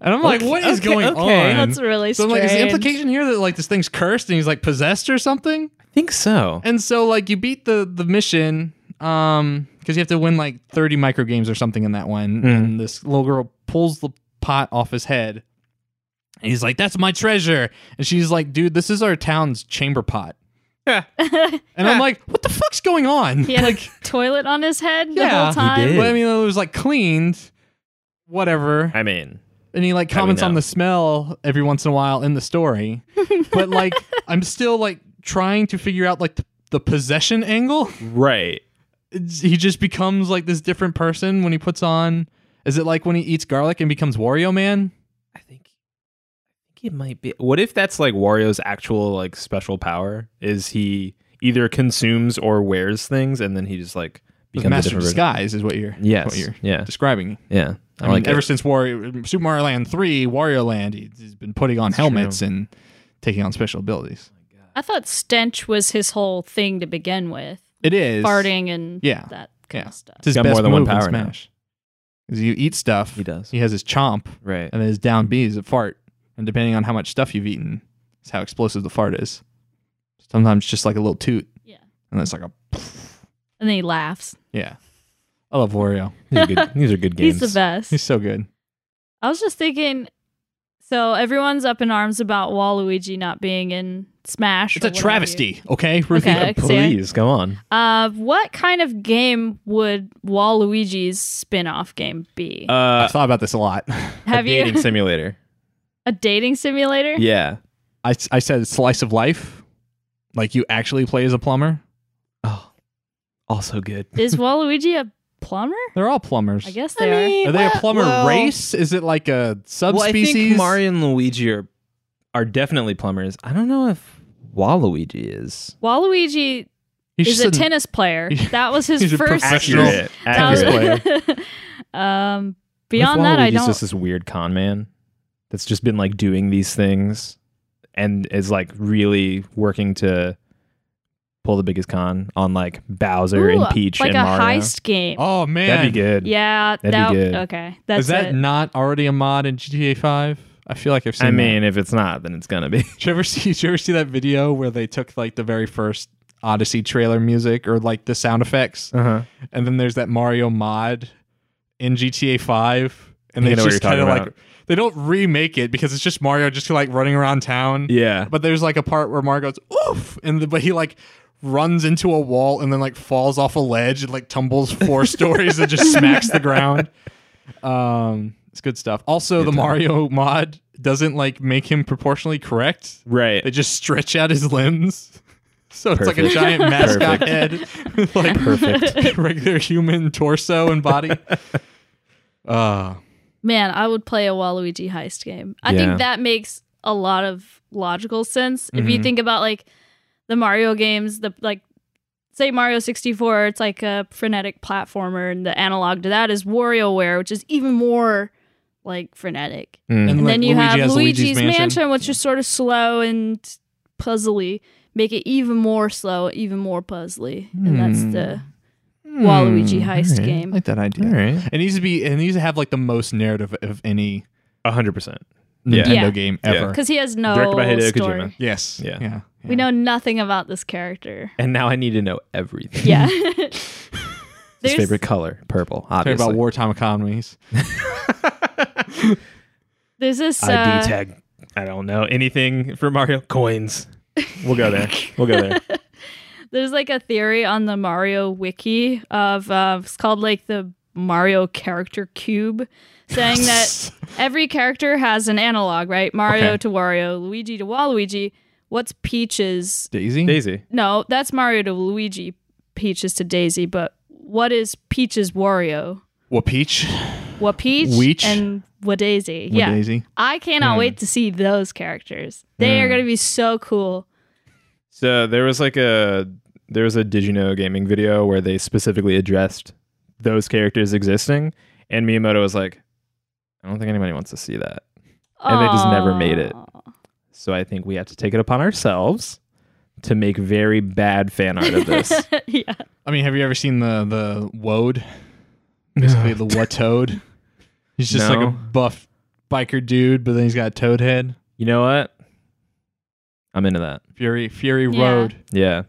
[SPEAKER 1] and I'm like, what is
[SPEAKER 3] okay,
[SPEAKER 1] going
[SPEAKER 3] okay.
[SPEAKER 1] on?
[SPEAKER 2] That's really
[SPEAKER 1] so I'm like, is the
[SPEAKER 2] strange.
[SPEAKER 1] implication here that like this thing's cursed and he's like possessed or something?
[SPEAKER 3] I think so.
[SPEAKER 1] And so like you beat the the mission um because you have to win like 30 micro games or something in that one and this little girl pulls the pot off his head and he's like that's my treasure and she's like dude this is our town's chamber pot
[SPEAKER 3] Yeah.
[SPEAKER 1] and i'm like what the fuck's going on
[SPEAKER 2] He had
[SPEAKER 1] like
[SPEAKER 2] a toilet on his head the
[SPEAKER 1] Yeah.
[SPEAKER 2] whole
[SPEAKER 1] He
[SPEAKER 2] time.
[SPEAKER 3] did.
[SPEAKER 1] well, i mean it was like cleaned whatever
[SPEAKER 3] I mean,
[SPEAKER 1] and he like comments
[SPEAKER 3] no.
[SPEAKER 1] on the smell every once in a while in the story but like i'm still like trying to figure out like the, the possession angle
[SPEAKER 3] right.
[SPEAKER 1] it's- he just becomes like this different person when he puts on is it like when he eats garlic and becomes Wario Man?
[SPEAKER 3] I think I think it might be. What if that's like Wario's actual like special power? Is he either consumes or wears things, and then he just like
[SPEAKER 1] The
[SPEAKER 3] becomes a
[SPEAKER 1] master of
[SPEAKER 3] different
[SPEAKER 1] disguise is what you're,
[SPEAKER 3] version? Yes.
[SPEAKER 1] what you're
[SPEAKER 3] yeah.
[SPEAKER 1] describing.
[SPEAKER 3] Yeah.
[SPEAKER 1] I,
[SPEAKER 3] I,
[SPEAKER 1] mean,
[SPEAKER 3] like
[SPEAKER 1] ever
[SPEAKER 3] it.
[SPEAKER 1] since Wario, Super Mario Land 3, Wario Land, he- he's been putting on helmets and taking on special abilities.
[SPEAKER 2] I thought stench was his whole thing to begin with,
[SPEAKER 1] It is.
[SPEAKER 2] farting and
[SPEAKER 1] Yeah.
[SPEAKER 2] that kind
[SPEAKER 1] Yeah.
[SPEAKER 2] of stuff.
[SPEAKER 1] It's his
[SPEAKER 3] He's got
[SPEAKER 1] best
[SPEAKER 3] more than one
[SPEAKER 1] move in
[SPEAKER 3] power now.
[SPEAKER 1] Smash. 'Cause you eat stuff.
[SPEAKER 3] He does.
[SPEAKER 1] He has his chomp,
[SPEAKER 3] Right.
[SPEAKER 1] and then his down B is a fart. And depending on how much stuff you've eaten, is how explosive the fart is. Sometimes just like a little toot.
[SPEAKER 2] Yeah.
[SPEAKER 1] And it's like a
[SPEAKER 2] And then he laughs.
[SPEAKER 1] Yeah. I love Wario.
[SPEAKER 3] These are good, these are good games.
[SPEAKER 2] He's the best.
[SPEAKER 1] He's so good.
[SPEAKER 2] I was just thinking. So everyone's up in arms about Waluigi not being in Smash.
[SPEAKER 1] It's
[SPEAKER 2] or
[SPEAKER 1] a
[SPEAKER 2] what have you.
[SPEAKER 1] travesty, okay? Ruthie?
[SPEAKER 2] Okay. Alexia.
[SPEAKER 3] Please go on.
[SPEAKER 2] Uh, what kind of game would Waluigi's spin-off game be?
[SPEAKER 1] I've
[SPEAKER 3] Uh,
[SPEAKER 1] thought about this a lot.
[SPEAKER 2] Have
[SPEAKER 3] a
[SPEAKER 2] you
[SPEAKER 3] dating simulator?
[SPEAKER 2] a dating simulator?
[SPEAKER 3] Yeah.
[SPEAKER 1] I, I said slice of life. Like you actually play as a plumber.
[SPEAKER 3] Oh, also good.
[SPEAKER 2] Is Waluigi a plumber?
[SPEAKER 1] They're all plumbers.
[SPEAKER 2] I guess they are.
[SPEAKER 1] Are they a plumber race? Is it like a
[SPEAKER 3] Well, I
[SPEAKER 1] subspecies?
[SPEAKER 3] think Mario and Luigi are are definitely plumbers. I don't know if Waluigi is.
[SPEAKER 2] Waluigi
[SPEAKER 1] He's
[SPEAKER 2] is
[SPEAKER 1] just
[SPEAKER 2] a tennis player. That was his
[SPEAKER 1] he's a
[SPEAKER 2] first
[SPEAKER 1] professional Accurate.
[SPEAKER 2] that was-
[SPEAKER 1] Accurate.
[SPEAKER 2] um, beyond that, I don't.
[SPEAKER 3] just this weird con man that's just been like doing these things and is like really working to pull the biggest con on like Bowser
[SPEAKER 2] Ooh,
[SPEAKER 3] and Peach
[SPEAKER 2] like
[SPEAKER 3] and
[SPEAKER 2] a
[SPEAKER 3] Mario.
[SPEAKER 2] heist game.
[SPEAKER 1] Oh man.
[SPEAKER 3] That'd be good.
[SPEAKER 2] yeah,
[SPEAKER 3] That'd be
[SPEAKER 2] that
[SPEAKER 3] good.
[SPEAKER 2] okay. That's
[SPEAKER 1] is that
[SPEAKER 2] it.
[SPEAKER 1] not already a mod in GTA five? I feel like I've seen
[SPEAKER 3] I
[SPEAKER 1] that.
[SPEAKER 3] mean, if it's not, then it's gonna be.
[SPEAKER 1] Did you ever see did you ever see that video where they took like the very first Odyssey trailer music or like the sound effects
[SPEAKER 3] Uh-huh.
[SPEAKER 1] and then there's that Mario mod in GTA Five, and
[SPEAKER 3] I
[SPEAKER 1] they
[SPEAKER 3] think I know what
[SPEAKER 1] just
[SPEAKER 3] you're
[SPEAKER 1] kind of
[SPEAKER 3] talking
[SPEAKER 1] like
[SPEAKER 3] about.
[SPEAKER 1] they don't remake it because it's just Mario just like running around town.
[SPEAKER 3] Yeah.
[SPEAKER 1] But there's like a part where Mario goes oof, and the, but he like runs into a wall and then like falls off a ledge and like tumbles four stories and just smacks the ground. Um, it's good stuff. Also, the
[SPEAKER 3] time.
[SPEAKER 1] Mario mod doesn't like make him proportionally correct.
[SPEAKER 3] Right.
[SPEAKER 1] They just stretch out his limbs. So it's like a
[SPEAKER 3] Perfect.
[SPEAKER 1] giant mascot
[SPEAKER 3] Perfect.
[SPEAKER 1] head, with, like
[SPEAKER 3] Perfect.
[SPEAKER 1] regular human torso and body.
[SPEAKER 2] Hmm,
[SPEAKER 1] Uh,
[SPEAKER 2] Man, I would play a Waluigi heist game. I
[SPEAKER 3] Yeah.
[SPEAKER 2] think that makes a lot of logical sense. If you
[SPEAKER 1] Mhm.
[SPEAKER 2] think about like the Mario games, the like say Mario 64, it's like a frenetic platformer and the analog to that is WarioWare, which is even more like frenetic.
[SPEAKER 3] Mm.
[SPEAKER 1] And
[SPEAKER 2] And
[SPEAKER 1] like
[SPEAKER 2] then you
[SPEAKER 1] Luigi
[SPEAKER 2] have
[SPEAKER 1] has
[SPEAKER 2] Luigi's,
[SPEAKER 1] Luigi's
[SPEAKER 2] Mansion,
[SPEAKER 1] Mansion.
[SPEAKER 2] which is sort of slow and puzzly. Make it even more slow, even more puzzly. And that's
[SPEAKER 1] Hmm.
[SPEAKER 2] the Waluigi heist
[SPEAKER 1] I
[SPEAKER 2] game.
[SPEAKER 1] like that idea.
[SPEAKER 3] All right.
[SPEAKER 1] It needs to be. It needs to have like the most narrative of any
[SPEAKER 3] hundred percent. Yeah.
[SPEAKER 1] Nintendo
[SPEAKER 2] Yeah.
[SPEAKER 1] game
[SPEAKER 3] Yeah.
[SPEAKER 1] ever.
[SPEAKER 2] Because he has no
[SPEAKER 3] Directed by Hideo Kojima.
[SPEAKER 2] story.
[SPEAKER 1] Yes.
[SPEAKER 3] Yeah.
[SPEAKER 1] yeah.
[SPEAKER 2] We know nothing about this character.
[SPEAKER 3] And now I need to know everything.
[SPEAKER 2] Yeah.
[SPEAKER 1] Hmm.
[SPEAKER 3] His
[SPEAKER 2] There's-
[SPEAKER 3] favorite color, purple,
[SPEAKER 1] Talking
[SPEAKER 3] obviously.
[SPEAKER 1] about wartime economies.
[SPEAKER 2] There's this uh,
[SPEAKER 3] ID tag. I don't know anything for Mario coins. We'll go there. We'll go there.
[SPEAKER 2] there's like a theory on the Mario wiki of uh, it's called like the Mario character cube, saying that every character has an analog, right? Mario
[SPEAKER 1] Okay.
[SPEAKER 2] to Wario, Luigi to Waluigi. What's Peach's?
[SPEAKER 1] Daisy.
[SPEAKER 3] Daisy.
[SPEAKER 2] No, that's Mario to Luigi, Peach's to Daisy. But what is Peach's Wario?
[SPEAKER 1] What peach?
[SPEAKER 2] What Peach
[SPEAKER 1] Weech?
[SPEAKER 2] and Wadaisy.
[SPEAKER 1] with
[SPEAKER 2] Yeah.
[SPEAKER 1] Daisy. Hmm.
[SPEAKER 2] I cannot
[SPEAKER 1] Yeah.
[SPEAKER 2] wait to see those characters. They
[SPEAKER 1] Yeah.
[SPEAKER 2] are going to be so cool.
[SPEAKER 3] So there was like a there was a Did You Know gaming video where they specifically addressed those characters existing, and Miyamoto was like, I don't think anybody wants to see that. And they just never made it.
[SPEAKER 2] Aw.
[SPEAKER 3] So I think we have to take it upon ourselves to make very bad fan art of this.
[SPEAKER 2] yeah.
[SPEAKER 1] I mean, have you ever seen the the Woad? Basically, the what toad? He's just like
[SPEAKER 3] No.
[SPEAKER 1] a buff biker dude, but then he's got a toad head.
[SPEAKER 3] you know what? I'm into that.
[SPEAKER 1] Fury Fury
[SPEAKER 2] Yeah.
[SPEAKER 1] Road.
[SPEAKER 3] Yeah.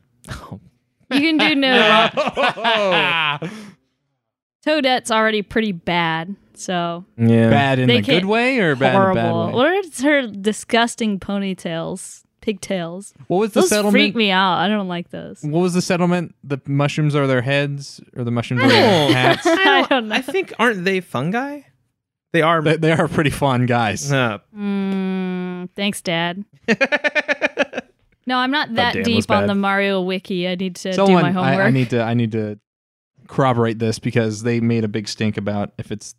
[SPEAKER 2] You can do no wrong. Toadette's already pretty bad. So
[SPEAKER 3] Yeah.
[SPEAKER 1] bad in
[SPEAKER 2] They
[SPEAKER 1] the good
[SPEAKER 2] can't-
[SPEAKER 1] way or bad in a bad
[SPEAKER 2] horrible.
[SPEAKER 1] way?
[SPEAKER 2] What are her disgusting ponytails, pigtails?
[SPEAKER 1] What was the
[SPEAKER 2] Those
[SPEAKER 1] settlement?
[SPEAKER 2] freak me out. I don't like those.
[SPEAKER 1] What was the settlement? The mushrooms are their heads, or the mushrooms are their
[SPEAKER 4] Oh.
[SPEAKER 1] hats?
[SPEAKER 2] I don't know.
[SPEAKER 4] I think aren't they fungi? They are.
[SPEAKER 1] They, they are pretty fun guys.
[SPEAKER 4] Uh,
[SPEAKER 2] Mm, thanks, Dad. No, I'm not that
[SPEAKER 3] Dan was
[SPEAKER 2] deep on
[SPEAKER 3] bad.
[SPEAKER 2] the Mario wiki. I need to do
[SPEAKER 1] Someone,
[SPEAKER 2] my homework.
[SPEAKER 1] I, I need to, I need to corroborate this because they made a big stink about if it's,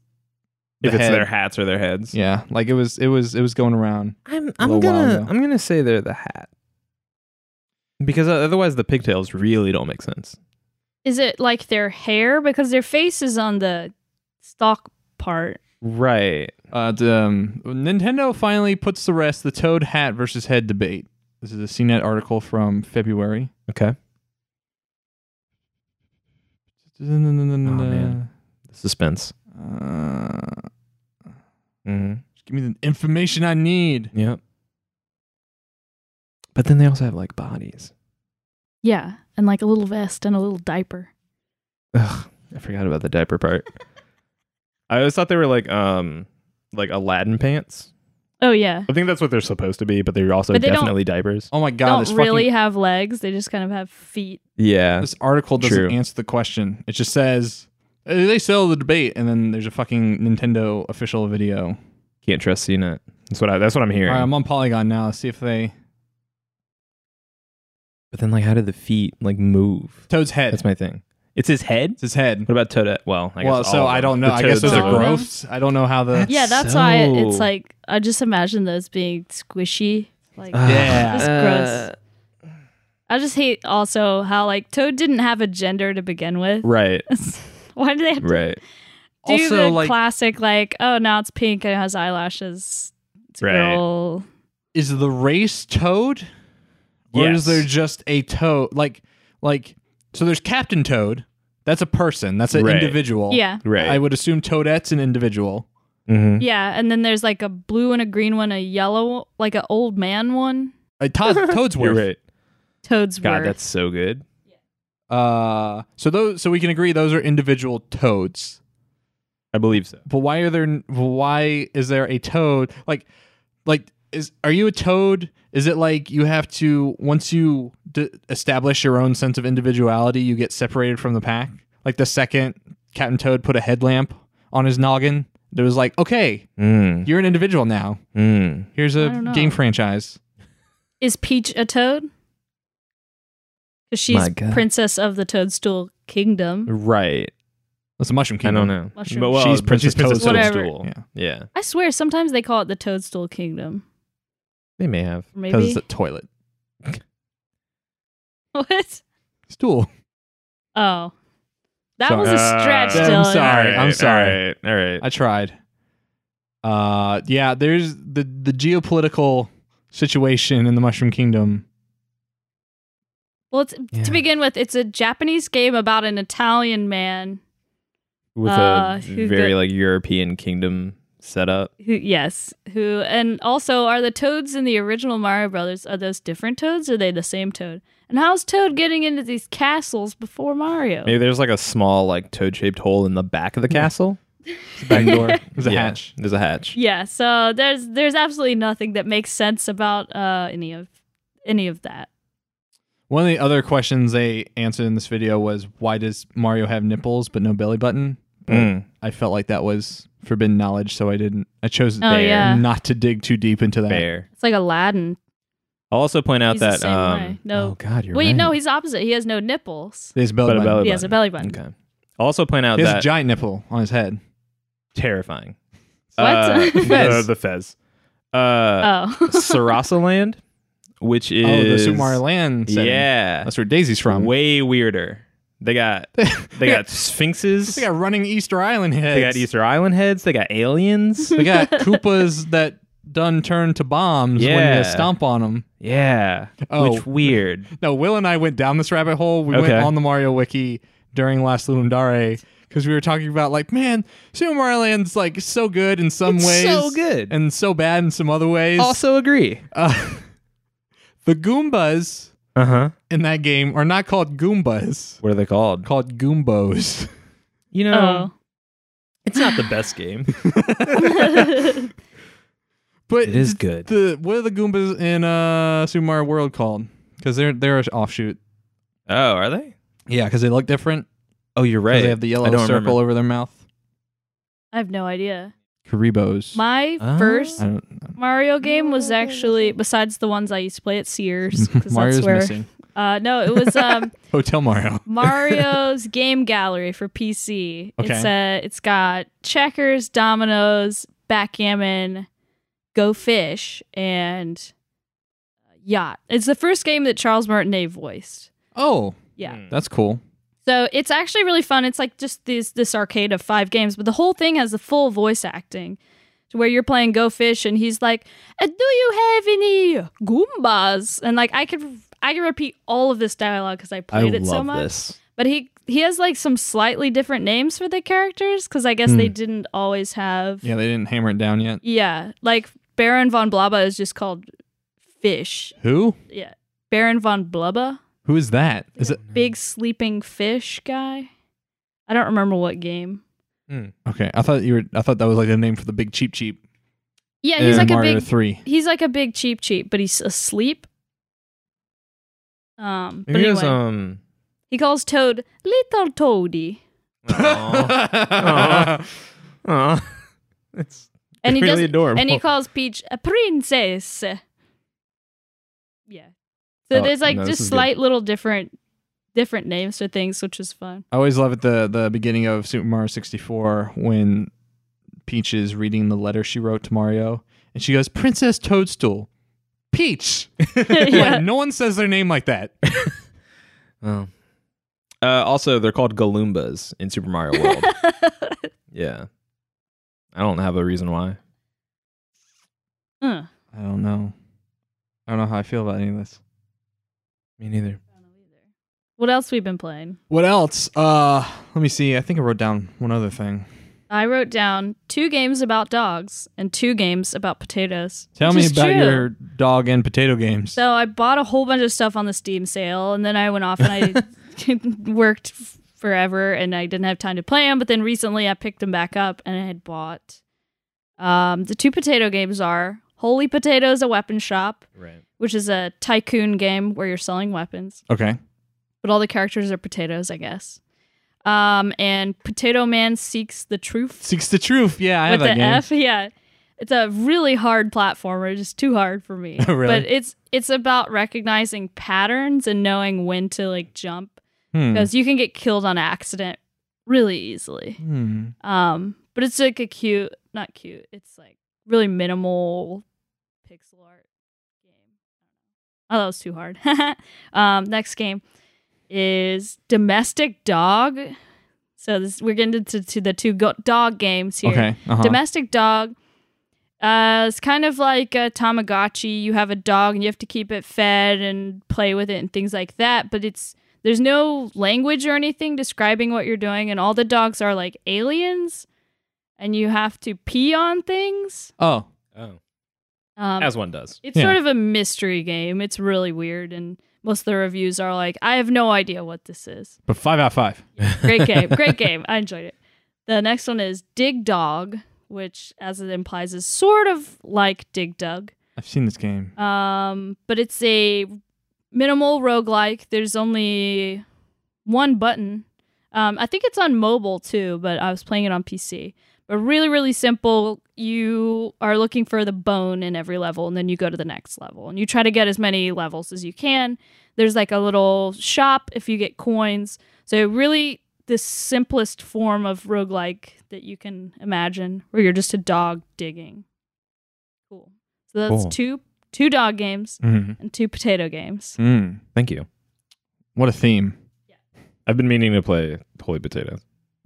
[SPEAKER 3] if
[SPEAKER 1] the
[SPEAKER 3] it's
[SPEAKER 1] head.
[SPEAKER 3] their hats or their heads.
[SPEAKER 1] yeah, like it was, it was, it was going around.
[SPEAKER 4] I'm
[SPEAKER 1] A
[SPEAKER 4] I'm
[SPEAKER 1] little while
[SPEAKER 4] gonna
[SPEAKER 1] ago.
[SPEAKER 3] I'm gonna say they're the hat. Because otherwise the pigtails really don't make sense.
[SPEAKER 2] Is it like their hair because their face is on the stalk part?
[SPEAKER 3] Right.
[SPEAKER 1] Uh, d- um, Nintendo finally puts the rest the Toad hat versus head debate. This is a CNET article from February.
[SPEAKER 3] Okay. Oh, man. The suspense.
[SPEAKER 1] Uh,
[SPEAKER 3] Mm-hmm.
[SPEAKER 1] just give me the information I need.
[SPEAKER 3] Yep. But then they also have like bodies.
[SPEAKER 2] Yeah, and like a little vest and a little diaper.
[SPEAKER 3] Ugh, I forgot about the diaper part. I always thought they were like um like Aladdin pants.
[SPEAKER 2] Oh yeah,
[SPEAKER 3] I think that's what they're supposed to be, but they're also
[SPEAKER 2] But they don't-
[SPEAKER 3] definitely diapers.
[SPEAKER 1] Oh my god, this
[SPEAKER 2] don't
[SPEAKER 1] fucking-
[SPEAKER 2] really have legs. They just kind of have feet.
[SPEAKER 3] Yeah.
[SPEAKER 1] this article doesn't
[SPEAKER 3] True.
[SPEAKER 1] answer the question. It just says "Uh, they sell the debate, and then there's a fucking Nintendo official video.
[SPEAKER 3] Can't trust CNET. That's what I that's what I'm
[SPEAKER 1] All
[SPEAKER 3] hearing.
[SPEAKER 1] right, I'm on Polygon now. Let's see if they
[SPEAKER 3] but then like how do the feet like move?
[SPEAKER 1] Toad's head.
[SPEAKER 3] That's my thing. It's his head?
[SPEAKER 1] it's his head.
[SPEAKER 3] What about Toadette? Well, I guess
[SPEAKER 1] well,
[SPEAKER 3] all
[SPEAKER 1] so
[SPEAKER 3] of
[SPEAKER 1] I
[SPEAKER 3] them.
[SPEAKER 1] don't know.
[SPEAKER 3] The
[SPEAKER 1] I guess
[SPEAKER 3] toads
[SPEAKER 1] those
[SPEAKER 2] All
[SPEAKER 1] are
[SPEAKER 2] of them?
[SPEAKER 1] growths. I don't know how the
[SPEAKER 3] That's
[SPEAKER 2] Yeah, that's why it's
[SPEAKER 3] so-
[SPEAKER 2] like I just imagine those being squishy. Like
[SPEAKER 3] Ugh.
[SPEAKER 1] Yeah.
[SPEAKER 2] That's gross. I just hate also how like Toad didn't have a gender to begin with.
[SPEAKER 3] Right.
[SPEAKER 2] Why do they have to
[SPEAKER 3] Right.
[SPEAKER 2] do
[SPEAKER 1] also
[SPEAKER 2] the
[SPEAKER 1] like
[SPEAKER 2] classic like oh now it's pink and it has eyelashes. It's a
[SPEAKER 3] Right. Mm-hmm.
[SPEAKER 2] girl.
[SPEAKER 1] is the race Toad, or
[SPEAKER 3] Yes.
[SPEAKER 1] is there just a Toad? Like, like so there's Captain Toad. That's a person. That's an
[SPEAKER 3] Right.
[SPEAKER 1] individual.
[SPEAKER 2] Yeah.
[SPEAKER 3] Right.
[SPEAKER 1] I would assume Toadette's an individual.
[SPEAKER 3] mm-hmm.
[SPEAKER 2] Yeah, and then there's like a blue and a green one, a yellow, like an old man one.
[SPEAKER 1] Uh, Todd, Toad's
[SPEAKER 3] You're right.
[SPEAKER 2] Toad's
[SPEAKER 3] God,
[SPEAKER 2] word.
[SPEAKER 3] that's so good.
[SPEAKER 1] Uh, so those, so we can agree those are individual toads.
[SPEAKER 3] I believe so.
[SPEAKER 1] But why are there? n- Why is there a toad? Like, like is are you a toad? Is it like you have to once you d- establish your own sense of individuality, you get separated from the pack? Like the second Captain Toad put a headlamp on his noggin, it was like, okay,
[SPEAKER 3] Mm.
[SPEAKER 1] you're an individual now.
[SPEAKER 3] Mm.
[SPEAKER 1] Here's
[SPEAKER 2] I don't
[SPEAKER 1] a
[SPEAKER 2] know.
[SPEAKER 1] game franchise.
[SPEAKER 2] Is Peach a toad? Because she's
[SPEAKER 3] My God.
[SPEAKER 2] princess of the Toadstool Kingdom.
[SPEAKER 3] Right.
[SPEAKER 1] That's a mushroom
[SPEAKER 3] I
[SPEAKER 1] kingdom.
[SPEAKER 3] don't know.
[SPEAKER 2] Mushroom.
[SPEAKER 3] But well,
[SPEAKER 1] She's
[SPEAKER 3] but
[SPEAKER 1] Princess
[SPEAKER 3] Princess
[SPEAKER 2] Toadstool. Whatever.
[SPEAKER 3] Toadstool.
[SPEAKER 1] Yeah.
[SPEAKER 3] Yeah.
[SPEAKER 2] I swear, sometimes they call it the Toadstool Kingdom.
[SPEAKER 3] They may have.
[SPEAKER 2] Or
[SPEAKER 1] because
[SPEAKER 2] Maybe
[SPEAKER 1] it's a toilet
[SPEAKER 2] what?
[SPEAKER 1] stool.
[SPEAKER 2] Oh, that
[SPEAKER 1] Sorry.
[SPEAKER 2] was a stretch.
[SPEAKER 1] Uh, I'm
[SPEAKER 2] Dylan.
[SPEAKER 1] sorry. I'm sorry.
[SPEAKER 3] All right. All right.
[SPEAKER 1] I tried. Uh, yeah, there's the the geopolitical situation in the Mushroom Kingdom.
[SPEAKER 2] Well, it's,
[SPEAKER 3] Yeah.
[SPEAKER 2] to begin with, it's a Japanese game about an Italian man
[SPEAKER 3] With
[SPEAKER 2] Uh,
[SPEAKER 3] a
[SPEAKER 2] who
[SPEAKER 3] very
[SPEAKER 2] got-
[SPEAKER 3] like European kingdom setup.
[SPEAKER 2] who, yes, who, and also are the toads in the original Mario Brothers are those different toads? Or are they the same toad? And how's Toad getting into these castles before Mario?
[SPEAKER 3] Maybe there's like a small like toad shaped hole in the back of the castle.
[SPEAKER 1] It's a back door. There's a
[SPEAKER 3] Yeah,
[SPEAKER 1] hatch.
[SPEAKER 3] There's a hatch.
[SPEAKER 2] Yeah, so there's there's absolutely nothing that makes sense about uh, any of any of that.
[SPEAKER 1] One of the other questions they answered in this video was why does Mario have nipples but no belly button? But
[SPEAKER 3] Mm.
[SPEAKER 1] I felt like that was forbidden knowledge, so I didn't. I chose
[SPEAKER 2] Oh
[SPEAKER 3] Fair.
[SPEAKER 2] yeah,
[SPEAKER 1] not to dig too deep into that.
[SPEAKER 3] Fair.
[SPEAKER 2] it's like Aladdin.
[SPEAKER 3] I'll also point out
[SPEAKER 2] He's the
[SPEAKER 3] that
[SPEAKER 2] same
[SPEAKER 3] um
[SPEAKER 2] way. No.
[SPEAKER 3] oh god, you're
[SPEAKER 2] Wait,
[SPEAKER 3] right.
[SPEAKER 2] no, he's opposite. He has no nipples.
[SPEAKER 1] There's a belly
[SPEAKER 3] but a
[SPEAKER 1] button.
[SPEAKER 3] belly
[SPEAKER 2] He has a belly button.
[SPEAKER 3] Okay. I'll also point out
[SPEAKER 1] He has
[SPEAKER 3] that
[SPEAKER 1] a giant nipple on his head.
[SPEAKER 3] terrifying.
[SPEAKER 2] What?
[SPEAKER 3] Uh, the,
[SPEAKER 4] Fez.
[SPEAKER 3] the Fez. Uh,
[SPEAKER 2] oh.
[SPEAKER 3] Sarasa Land, which is
[SPEAKER 1] oh, the Super Mario Land. setting.
[SPEAKER 3] Yeah,
[SPEAKER 1] that's where Daisy's from.
[SPEAKER 3] way weirder. They got they got sphinxes.
[SPEAKER 1] They got running Easter Island heads.
[SPEAKER 3] They got Easter Island heads. They got aliens.
[SPEAKER 1] They got Koopas that done turn to bombs when
[SPEAKER 3] Yeah.
[SPEAKER 1] you stomp on them.
[SPEAKER 3] yeah,
[SPEAKER 1] Oh.
[SPEAKER 3] which weird.
[SPEAKER 1] No, Will and I went down this rabbit hole. We
[SPEAKER 3] Okay.
[SPEAKER 1] went on the Mario Wiki during last Lumdare because we were talking about like, man, Super Mario Land's like so good in some
[SPEAKER 3] It's
[SPEAKER 1] ways,
[SPEAKER 3] so good.
[SPEAKER 1] and so bad in some other ways.
[SPEAKER 3] also agree.
[SPEAKER 1] Uh, the Goombas
[SPEAKER 3] Uh huh.
[SPEAKER 1] in that game are not called Goombas,
[SPEAKER 3] What are they called?
[SPEAKER 1] called Goombos.
[SPEAKER 3] You know,
[SPEAKER 2] oh.
[SPEAKER 3] it's not the best game.
[SPEAKER 1] But
[SPEAKER 3] it is good.
[SPEAKER 1] the what are the Goombas in uh, Super Mario World called? Because they're they're an offshoot.
[SPEAKER 3] oh, are they?
[SPEAKER 1] Yeah, because they look different.
[SPEAKER 3] Oh, you're
[SPEAKER 1] 'Cause
[SPEAKER 3] right.
[SPEAKER 1] They have the yellow
[SPEAKER 3] I don't
[SPEAKER 1] circle
[SPEAKER 3] remember.
[SPEAKER 1] over their mouth.
[SPEAKER 2] I have no idea.
[SPEAKER 1] Karibos.
[SPEAKER 2] My
[SPEAKER 3] Oh.
[SPEAKER 2] first
[SPEAKER 1] I don't,
[SPEAKER 2] Mario game was actually besides the ones I used to play at Sears. 'cause
[SPEAKER 1] Mario's
[SPEAKER 2] that's where,
[SPEAKER 1] missing.
[SPEAKER 2] Uh, no, it was um,
[SPEAKER 1] Hotel Mario.
[SPEAKER 2] Mario's Game Gallery for PC. It's uh, it's got checkers, dominoes, backgammon, go fish, and uh, yacht. It's the first game that Charles Martinet voiced.
[SPEAKER 1] Oh,
[SPEAKER 2] Yeah.
[SPEAKER 1] that's cool.
[SPEAKER 2] So it's actually really fun. It's like just this this arcade of five games, but the whole thing has the full voice acting, to where you're playing Go Fish and he's like, "Uh, "Do you have any goombas?" And like I could I could repeat all of this dialogue because I played it so much.
[SPEAKER 3] this.
[SPEAKER 2] But he he has like some slightly different names for the characters because I guess they didn't always have
[SPEAKER 1] Yeah, they didn't hammer it down yet.
[SPEAKER 2] yeah like Baron von Blaba is just called Fish.
[SPEAKER 1] Who?
[SPEAKER 2] Yeah, Baron von Blubba.
[SPEAKER 1] Who is that? Is it
[SPEAKER 2] big sleeping fish guy. I don't remember what game.
[SPEAKER 1] okay? I thought you were. I thought that was like a name for the big cheap cheap.
[SPEAKER 2] Yeah, he's
[SPEAKER 1] in
[SPEAKER 2] like
[SPEAKER 1] Mario
[SPEAKER 2] a big
[SPEAKER 1] Three.
[SPEAKER 2] he's like a big cheap cheap, but he's asleep. Um, but
[SPEAKER 4] Maybe it
[SPEAKER 2] anyway,
[SPEAKER 4] was um.
[SPEAKER 2] he calls Toad little Toady,
[SPEAKER 4] aw, Aw. aw. it's
[SPEAKER 2] and he
[SPEAKER 4] really
[SPEAKER 2] does,
[SPEAKER 4] adorable.
[SPEAKER 2] and he calls Peach a princess. Yeah, so
[SPEAKER 3] Oh,
[SPEAKER 2] there's like
[SPEAKER 3] no, this
[SPEAKER 2] just
[SPEAKER 3] is good.
[SPEAKER 2] slight little different different names for things, which is fun.
[SPEAKER 1] I always love at the the beginning of Super Mario 64 when Peach is reading the letter she wrote to Mario, and she goes, "Princess Toadstool, Peach."
[SPEAKER 2] yeah.
[SPEAKER 1] Like, no one says their name like that.
[SPEAKER 2] Oh.
[SPEAKER 4] well,
[SPEAKER 3] Uh, also, they're called Galoombas in Super Mario World. yeah, I don't have a reason why.
[SPEAKER 2] Uh,
[SPEAKER 1] I don't know. I don't know how I feel about any of this.
[SPEAKER 4] me neither.
[SPEAKER 2] What else we've been playing?
[SPEAKER 1] What else? Uh, let me see. I think I wrote down one other thing.
[SPEAKER 2] I wrote down two games about dogs and two games about potatoes.
[SPEAKER 1] Tell
[SPEAKER 2] which
[SPEAKER 1] me
[SPEAKER 2] is
[SPEAKER 1] about
[SPEAKER 2] true.
[SPEAKER 1] your dog and potato games.
[SPEAKER 2] So I bought a whole bunch of stuff on the Steam sale, and then I went off and I worked f- forever, and I didn't have time to play them. But then recently, I picked them back up, and I had bought um, the two potato games are Holy Potatoes, a weapon shop,
[SPEAKER 3] Right.
[SPEAKER 2] which is a tycoon game where you're selling weapons,
[SPEAKER 1] okay.
[SPEAKER 2] but all the characters are potatoes, I guess. Um, and Potato Man seeks the truth.
[SPEAKER 1] Seeks the truth. Yeah, I
[SPEAKER 2] with
[SPEAKER 1] have that
[SPEAKER 2] the
[SPEAKER 1] game.
[SPEAKER 2] F. Yeah, it's a really hard platformer. Just too hard for me.
[SPEAKER 1] Really?
[SPEAKER 2] But it's it's about recognizing patterns and knowing when to like jump
[SPEAKER 1] Hmm.
[SPEAKER 2] because you can get killed on accident really easily.
[SPEAKER 1] Hmm.
[SPEAKER 2] Um, but it's like a cute, not cute. It's like really minimal pixel art game. Oh, that was too hard. um, next game is Domestic Dog. So this we're getting into to the two go- dog games here.
[SPEAKER 1] Okay. Uh-huh.
[SPEAKER 2] Domestic dog. Uh, it's kind of like a Tamagotchi. You have a dog and you have to keep it fed and play with it and things like that. But it's there's no language or anything describing what you're doing, and all the dogs are like aliens, and you have to pee on things.
[SPEAKER 1] oh.
[SPEAKER 3] Oh,
[SPEAKER 2] Um,
[SPEAKER 3] as one does.
[SPEAKER 2] it's sort of a mystery game. It's really weird, and most of the reviews are like, "I have no idea what this is."
[SPEAKER 1] But five out of five.
[SPEAKER 2] great game great game i enjoyed it the next one is dig dog which as it implies is sort of like dig dug
[SPEAKER 1] I've seen this game.
[SPEAKER 2] um, but it's a minimal roguelike there's only one button um, i think it's on mobile too but i was playing it on pc but really really simple you are looking for the bone in every level and then you go to the next level and you try to get as many levels as you can there's like a little shop if you get coins so really the simplest form of roguelike that you can imagine, where you're just a dog digging. Cool. So that's
[SPEAKER 3] Cool.
[SPEAKER 2] two two dog games
[SPEAKER 1] Mm.
[SPEAKER 2] and two potato games.
[SPEAKER 1] Mm.
[SPEAKER 3] Thank you.
[SPEAKER 1] What a theme.
[SPEAKER 3] I've been meaning to play Holy Potatoes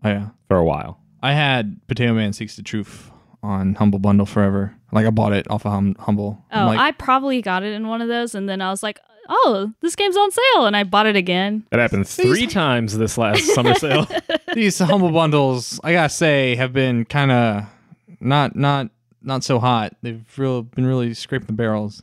[SPEAKER 1] Oh, yeah.
[SPEAKER 3] for a while.
[SPEAKER 1] I had Potato Man Seeks the Truth on Humble Bundle forever. Like I bought it off of hum- Humble.
[SPEAKER 2] Oh,
[SPEAKER 1] I'm like,
[SPEAKER 2] I probably got it in one of those, and then I was like, "Oh, this game's on sale," and I bought it again.
[SPEAKER 3] That happened three times this last summer sale.
[SPEAKER 1] these Humble Bundles, I gotta say, have been kind of not not not so hot. They've real been really scraping the barrels.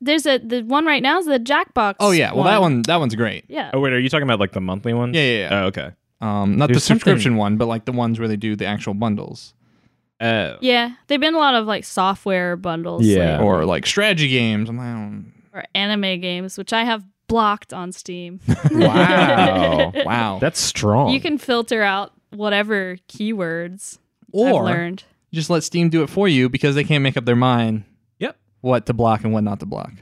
[SPEAKER 2] There's a the one right now is the Jackbox.
[SPEAKER 1] Oh yeah, well that one that one's great.
[SPEAKER 2] Yeah.
[SPEAKER 3] oh wait, are you talking about like the monthly one?
[SPEAKER 1] Yeah, yeah, yeah.
[SPEAKER 3] Oh okay.
[SPEAKER 1] um, not the
[SPEAKER 3] There's
[SPEAKER 1] subscription one, but like the ones where they do the actual bundles
[SPEAKER 3] Oh.
[SPEAKER 2] Yeah, they've been a lot of like software bundles,
[SPEAKER 3] Yeah.
[SPEAKER 2] like,
[SPEAKER 1] or like strategy games. I'm like, I don't-
[SPEAKER 2] or anime games, which I have blocked on Steam.
[SPEAKER 3] Wow.
[SPEAKER 1] oh, wow.
[SPEAKER 3] That's strong.
[SPEAKER 2] You can filter out whatever keywords I've
[SPEAKER 1] or
[SPEAKER 2] learned.
[SPEAKER 1] just let Steam do it for you because they can't make up their mind.
[SPEAKER 3] Yep.
[SPEAKER 1] What to block and what not to block.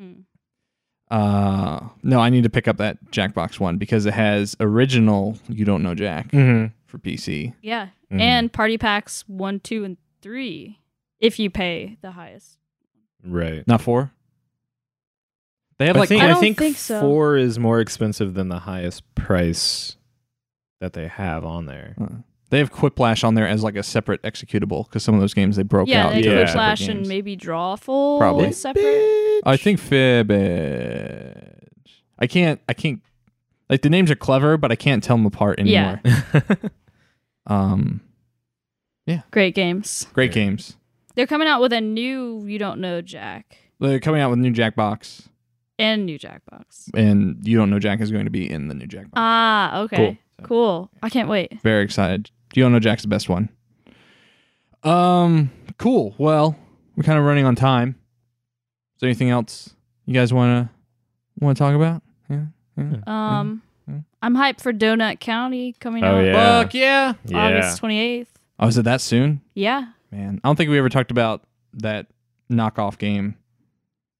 [SPEAKER 2] Mm.
[SPEAKER 1] Uh, no, I need to pick up that Jackbox one because it has original You Don't Know Jack
[SPEAKER 3] Mhm.
[SPEAKER 1] for PC.
[SPEAKER 2] Yeah,
[SPEAKER 1] Mm-hmm.
[SPEAKER 3] Mhm.
[SPEAKER 2] and party packs one, two, and three if you pay the highest.
[SPEAKER 3] Right.
[SPEAKER 1] Not four. They have
[SPEAKER 3] I
[SPEAKER 1] like
[SPEAKER 3] think,
[SPEAKER 2] I
[SPEAKER 3] I
[SPEAKER 2] don't
[SPEAKER 3] think
[SPEAKER 2] think so.
[SPEAKER 3] four is more expensive than the highest price that they have on there.
[SPEAKER 1] Uh, they have Quiplash on there as like a separate executable because some of those games they broke
[SPEAKER 2] yeah,
[SPEAKER 1] out.
[SPEAKER 2] they
[SPEAKER 1] into
[SPEAKER 3] yeah.
[SPEAKER 1] their
[SPEAKER 2] could
[SPEAKER 1] separate
[SPEAKER 2] flash
[SPEAKER 1] games.
[SPEAKER 2] and maybe drawful
[SPEAKER 1] Probably.
[SPEAKER 2] separate.
[SPEAKER 1] I think Fibbage. I can't. I can't. Like the names are clever, but I can't tell them apart anymore. Um,
[SPEAKER 2] Great games.
[SPEAKER 1] great games.
[SPEAKER 2] They're coming out with a new you don't know Jack
[SPEAKER 1] They're coming out with new Jackbox,
[SPEAKER 2] and new Jackbox.
[SPEAKER 1] and you don't know Jack is going to be in the new Jackbox.
[SPEAKER 2] Ah, okay. Cool. I can't wait.
[SPEAKER 1] Very excited. You don't know Jack's the best one. Um, cool. Well, we're kind of running on time. Is there anything else you guys want to want to talk about? Yeah.
[SPEAKER 2] Um
[SPEAKER 1] Mhm.
[SPEAKER 2] I'm hyped for Donut County coming
[SPEAKER 3] Oh,
[SPEAKER 2] out
[SPEAKER 3] yeah.
[SPEAKER 1] Fuck yeah!
[SPEAKER 3] yeah.
[SPEAKER 2] August 28th.
[SPEAKER 1] Oh, is it that soon?
[SPEAKER 2] Yeah.
[SPEAKER 1] Man, I don't think we ever talked about that knockoff game.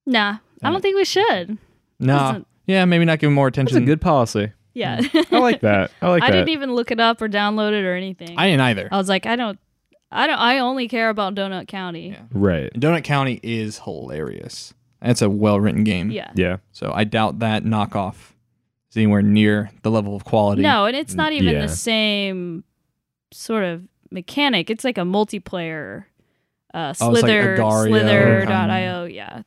[SPEAKER 2] Nah, I
[SPEAKER 1] Dang
[SPEAKER 2] don't think we should.
[SPEAKER 1] No.
[SPEAKER 2] Doesn't-
[SPEAKER 1] Yeah, maybe not giving more
[SPEAKER 3] That's
[SPEAKER 1] attention.
[SPEAKER 3] a good policy.
[SPEAKER 2] Yeah.
[SPEAKER 3] Mm-hmm.
[SPEAKER 1] Mm.
[SPEAKER 3] I like that. I like
[SPEAKER 2] I
[SPEAKER 3] that.
[SPEAKER 2] didn't even look it up or download it or anything.
[SPEAKER 1] I didn't either.
[SPEAKER 2] I was like, I don't I don't I only care about Donut County.
[SPEAKER 1] Yeah.
[SPEAKER 3] right.
[SPEAKER 1] Donut County is hilarious. It's a well written game.
[SPEAKER 2] Yeah.
[SPEAKER 3] Yeah.
[SPEAKER 1] So I doubt that knockoff is anywhere near the level of quality.
[SPEAKER 2] No, and it's not even
[SPEAKER 3] Yeah.
[SPEAKER 2] the same sort of mechanic. It's like a multiplayer
[SPEAKER 1] Oh,
[SPEAKER 2] uh
[SPEAKER 1] it's like
[SPEAKER 2] slither
[SPEAKER 1] Agario Um,
[SPEAKER 2] slither.io, yeah.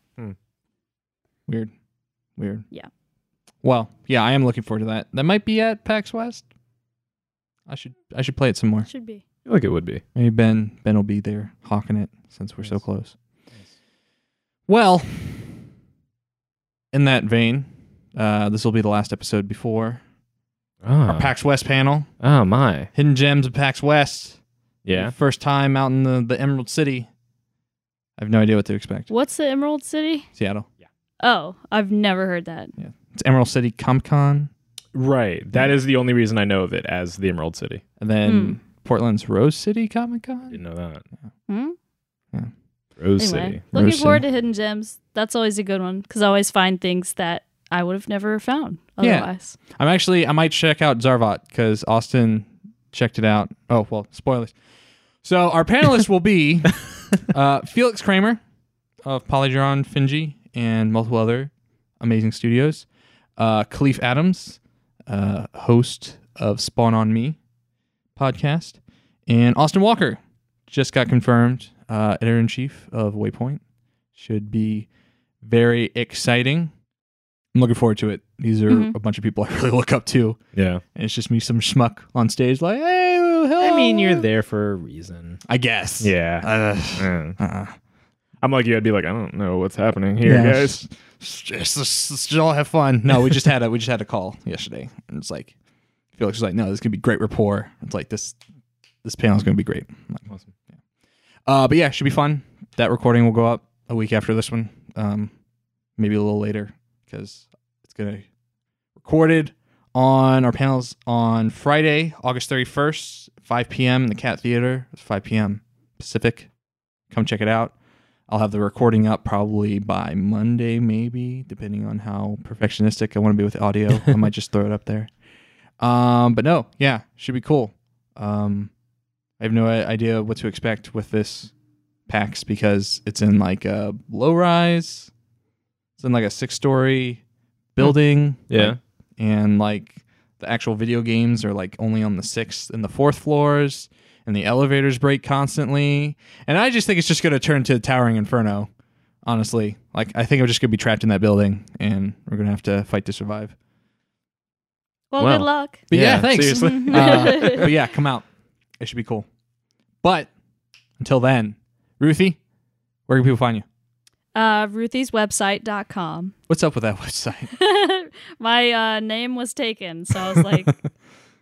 [SPEAKER 1] Weird. Weird.
[SPEAKER 2] Yeah.
[SPEAKER 1] Well, yeah, I am looking forward to that. That might be at PAX West. I should I should play it some more.
[SPEAKER 2] Should be.
[SPEAKER 3] I feel like it would be.
[SPEAKER 1] Maybe Ben Ben will be there hawking it since we're so
[SPEAKER 3] Nice.
[SPEAKER 1] close. Well, in that vein, uh, this will be the last episode before
[SPEAKER 3] Oh,
[SPEAKER 1] our PAX West panel.
[SPEAKER 3] oh my.
[SPEAKER 1] Hidden Gems of PAX West.
[SPEAKER 3] Yeah.
[SPEAKER 1] First time out in the, the Emerald City. I have no idea what to expect.
[SPEAKER 2] What's the Emerald City?
[SPEAKER 1] Seattle.
[SPEAKER 2] Oh, I've never heard that.
[SPEAKER 1] It's Emerald City Comic Con,
[SPEAKER 3] Right. That is the only reason I know of it as the Emerald City.
[SPEAKER 1] and then Portland's Rose City Comic Con.
[SPEAKER 3] Didn't know that.
[SPEAKER 2] Hmm?
[SPEAKER 3] Rose
[SPEAKER 2] Anyway,
[SPEAKER 3] City.
[SPEAKER 2] looking
[SPEAKER 1] Mercy.
[SPEAKER 2] forward to Hidden Gems. That's always a good one because I always find things that I would have never found
[SPEAKER 1] Yeah.
[SPEAKER 2] otherwise.
[SPEAKER 1] I'm actually I might check out Zarvat because Austin checked it out. Oh well, spoilers. So our panelists will be uh, Felix Kramer of Polygeron Finji and multiple other amazing studios. Uh, Khalif Adams, uh, host of Spawn on Me podcast, and Austin Walker just got confirmed uh, editor in chief of Waypoint. Should be very exciting. I'm looking forward to it. These are
[SPEAKER 2] Mhm.
[SPEAKER 1] a bunch of people I really look up to,
[SPEAKER 3] Yeah.
[SPEAKER 1] and it's just me, some schmuck on stage, like, hey, hello.
[SPEAKER 3] there for a reason.
[SPEAKER 1] I guess.
[SPEAKER 3] Yeah.
[SPEAKER 1] Uh,
[SPEAKER 3] Mm.
[SPEAKER 1] uh,
[SPEAKER 3] I'm like you. I'd be like, I don't know what's happening here,
[SPEAKER 1] Yeah.
[SPEAKER 3] guys.
[SPEAKER 1] just, just, just all have fun. No, we just had a we just had a call yesterday, and it's like Felix was like, "No, this could be great rapport." It's like this this panel is going to be great. I'm like,
[SPEAKER 3] Awesome.
[SPEAKER 1] Yeah. Uh, but yeah, should be fun. That recording will go up a week after this one, um, maybe a little later because it's going to recorded on our panels on Friday, August thirty first, five p.m. in the Cat Theater. It's five p.m. Pacific. Come check it out. I'll have the recording up probably by Monday, maybe, depending on how perfectionistic I want to be with audio. I might just throw it up there. Um, but no, yeah, should be cool. Um, I have no i- idea what to expect with this PAX because it's in like a low rise, it's in like a six story building.
[SPEAKER 3] Yeah.
[SPEAKER 1] like, and like the actual video games are like only on the sixth and the fourth floors, and the elevators break constantly. And I just think it's just going to turn to Towering Inferno, honestly. Like, I think I'm just going to be trapped in that building and we're going to have to fight to survive.
[SPEAKER 2] Well,
[SPEAKER 4] Wow.
[SPEAKER 2] good luck.
[SPEAKER 1] But yeah,
[SPEAKER 4] Yeah,
[SPEAKER 1] thanks.
[SPEAKER 3] seriously.
[SPEAKER 1] Uh, but yeah, come out. It should be cool. But until then, Ruthie, where can people find you?
[SPEAKER 2] Uh, Ruthie'sWebsite.com.
[SPEAKER 1] What's up with that website?
[SPEAKER 2] my uh, name was taken, so I was like,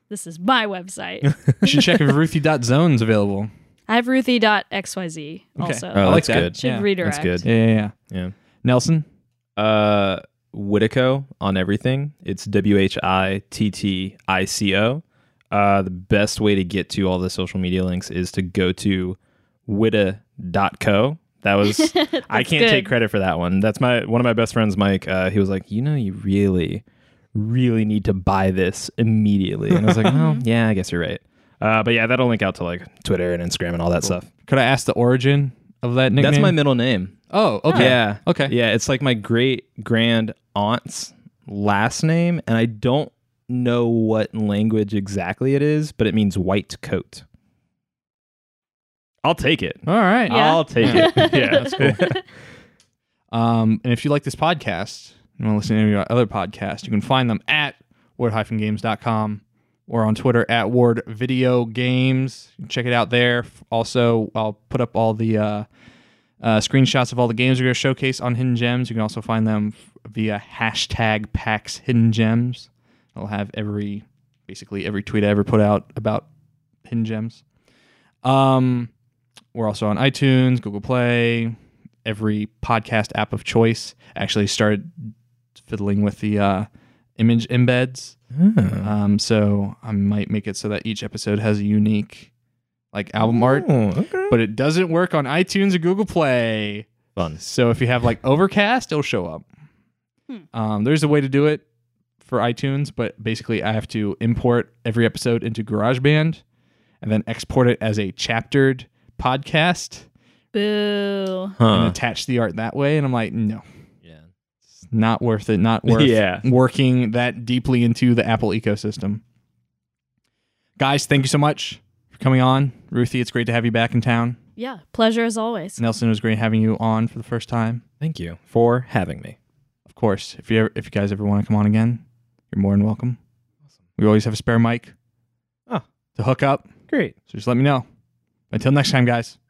[SPEAKER 2] this is my website.
[SPEAKER 1] You should check if Ruthie.zone's available. I
[SPEAKER 2] I have Ruthie.xyz
[SPEAKER 1] Okay.
[SPEAKER 2] also.
[SPEAKER 1] I
[SPEAKER 3] Oh,
[SPEAKER 1] like
[SPEAKER 3] that's
[SPEAKER 1] that.
[SPEAKER 3] good.
[SPEAKER 2] Should
[SPEAKER 1] yeah.
[SPEAKER 2] redirect.
[SPEAKER 3] good.
[SPEAKER 1] Yeah, yeah, yeah.
[SPEAKER 3] Yeah.
[SPEAKER 1] Nelson,
[SPEAKER 3] Uh, Whitico on everything. It's W H I T T I C O. Uh, the best way to get to all the social media links is to go to witta.co. That was I can't
[SPEAKER 2] good.
[SPEAKER 3] take credit for that one. That's my one of my best friends, Mike. Uh, he was like, you know, you really, really need to buy this immediately, and I was like, oh yeah, I guess you're right. Uh, but yeah, that'll link out to like Twitter and Instagram and all that stuff.
[SPEAKER 1] could I ask the origin of that nickname?
[SPEAKER 3] That's my middle name.
[SPEAKER 1] Oh, okay.
[SPEAKER 3] Yeah.
[SPEAKER 1] Okay.
[SPEAKER 3] Yeah, it's like my great grand aunt's last name, and I don't know what language exactly it is, but it means white coat. I'll take it.
[SPEAKER 1] All right.
[SPEAKER 2] Yeah.
[SPEAKER 3] I'll take it. Yeah, that's cool.
[SPEAKER 1] Um, and if you like this podcast and want to listen to any of our other podcasts, you can find them at ward-games.com or on Twitter at Ward Video Games. Check it out there. Also, I'll put up all the uh, uh, screenshots of all the games we're going to showcase on Hidden Gems. You can also find them via hashtag PAX Hidden Gems. I'll have every, basically every tweet I ever put out about Hidden Gems. Um, we're also on iTunes, Google Play, every podcast app of choice. Actually, started fiddling with the uh, image embeds. Um, so I might make it so that each episode has a unique like album art,
[SPEAKER 3] Oh,
[SPEAKER 1] but it doesn't work on iTunes or Google Play.
[SPEAKER 3] Fun.
[SPEAKER 1] So if you have like Overcast, it'll show up.
[SPEAKER 2] Hmm.
[SPEAKER 1] Um, there's a way to do it for iTunes, but basically I have to import every episode into GarageBand and then export it as a chaptered podcast
[SPEAKER 2] Boo.
[SPEAKER 1] and
[SPEAKER 3] Huh.
[SPEAKER 1] attach the art that way. And I'm like, no,
[SPEAKER 3] Yeah.
[SPEAKER 1] it's not worth it. Not worth
[SPEAKER 3] Yeah.
[SPEAKER 1] working that deeply into the Apple ecosystem. Guys, thank you so much for coming on. Ruthie, it's great to have you back in town.
[SPEAKER 2] Yeah, pleasure as always.
[SPEAKER 1] Nelson, it was great having you on for the first time.
[SPEAKER 3] Thank you for having me.
[SPEAKER 1] Of course, if you ever, if you guys ever want to come on again, you're more than welcome. We always have a spare mic
[SPEAKER 3] Oh.
[SPEAKER 1] to hook up,
[SPEAKER 3] Great.
[SPEAKER 1] so just let me know. Until next time, guys.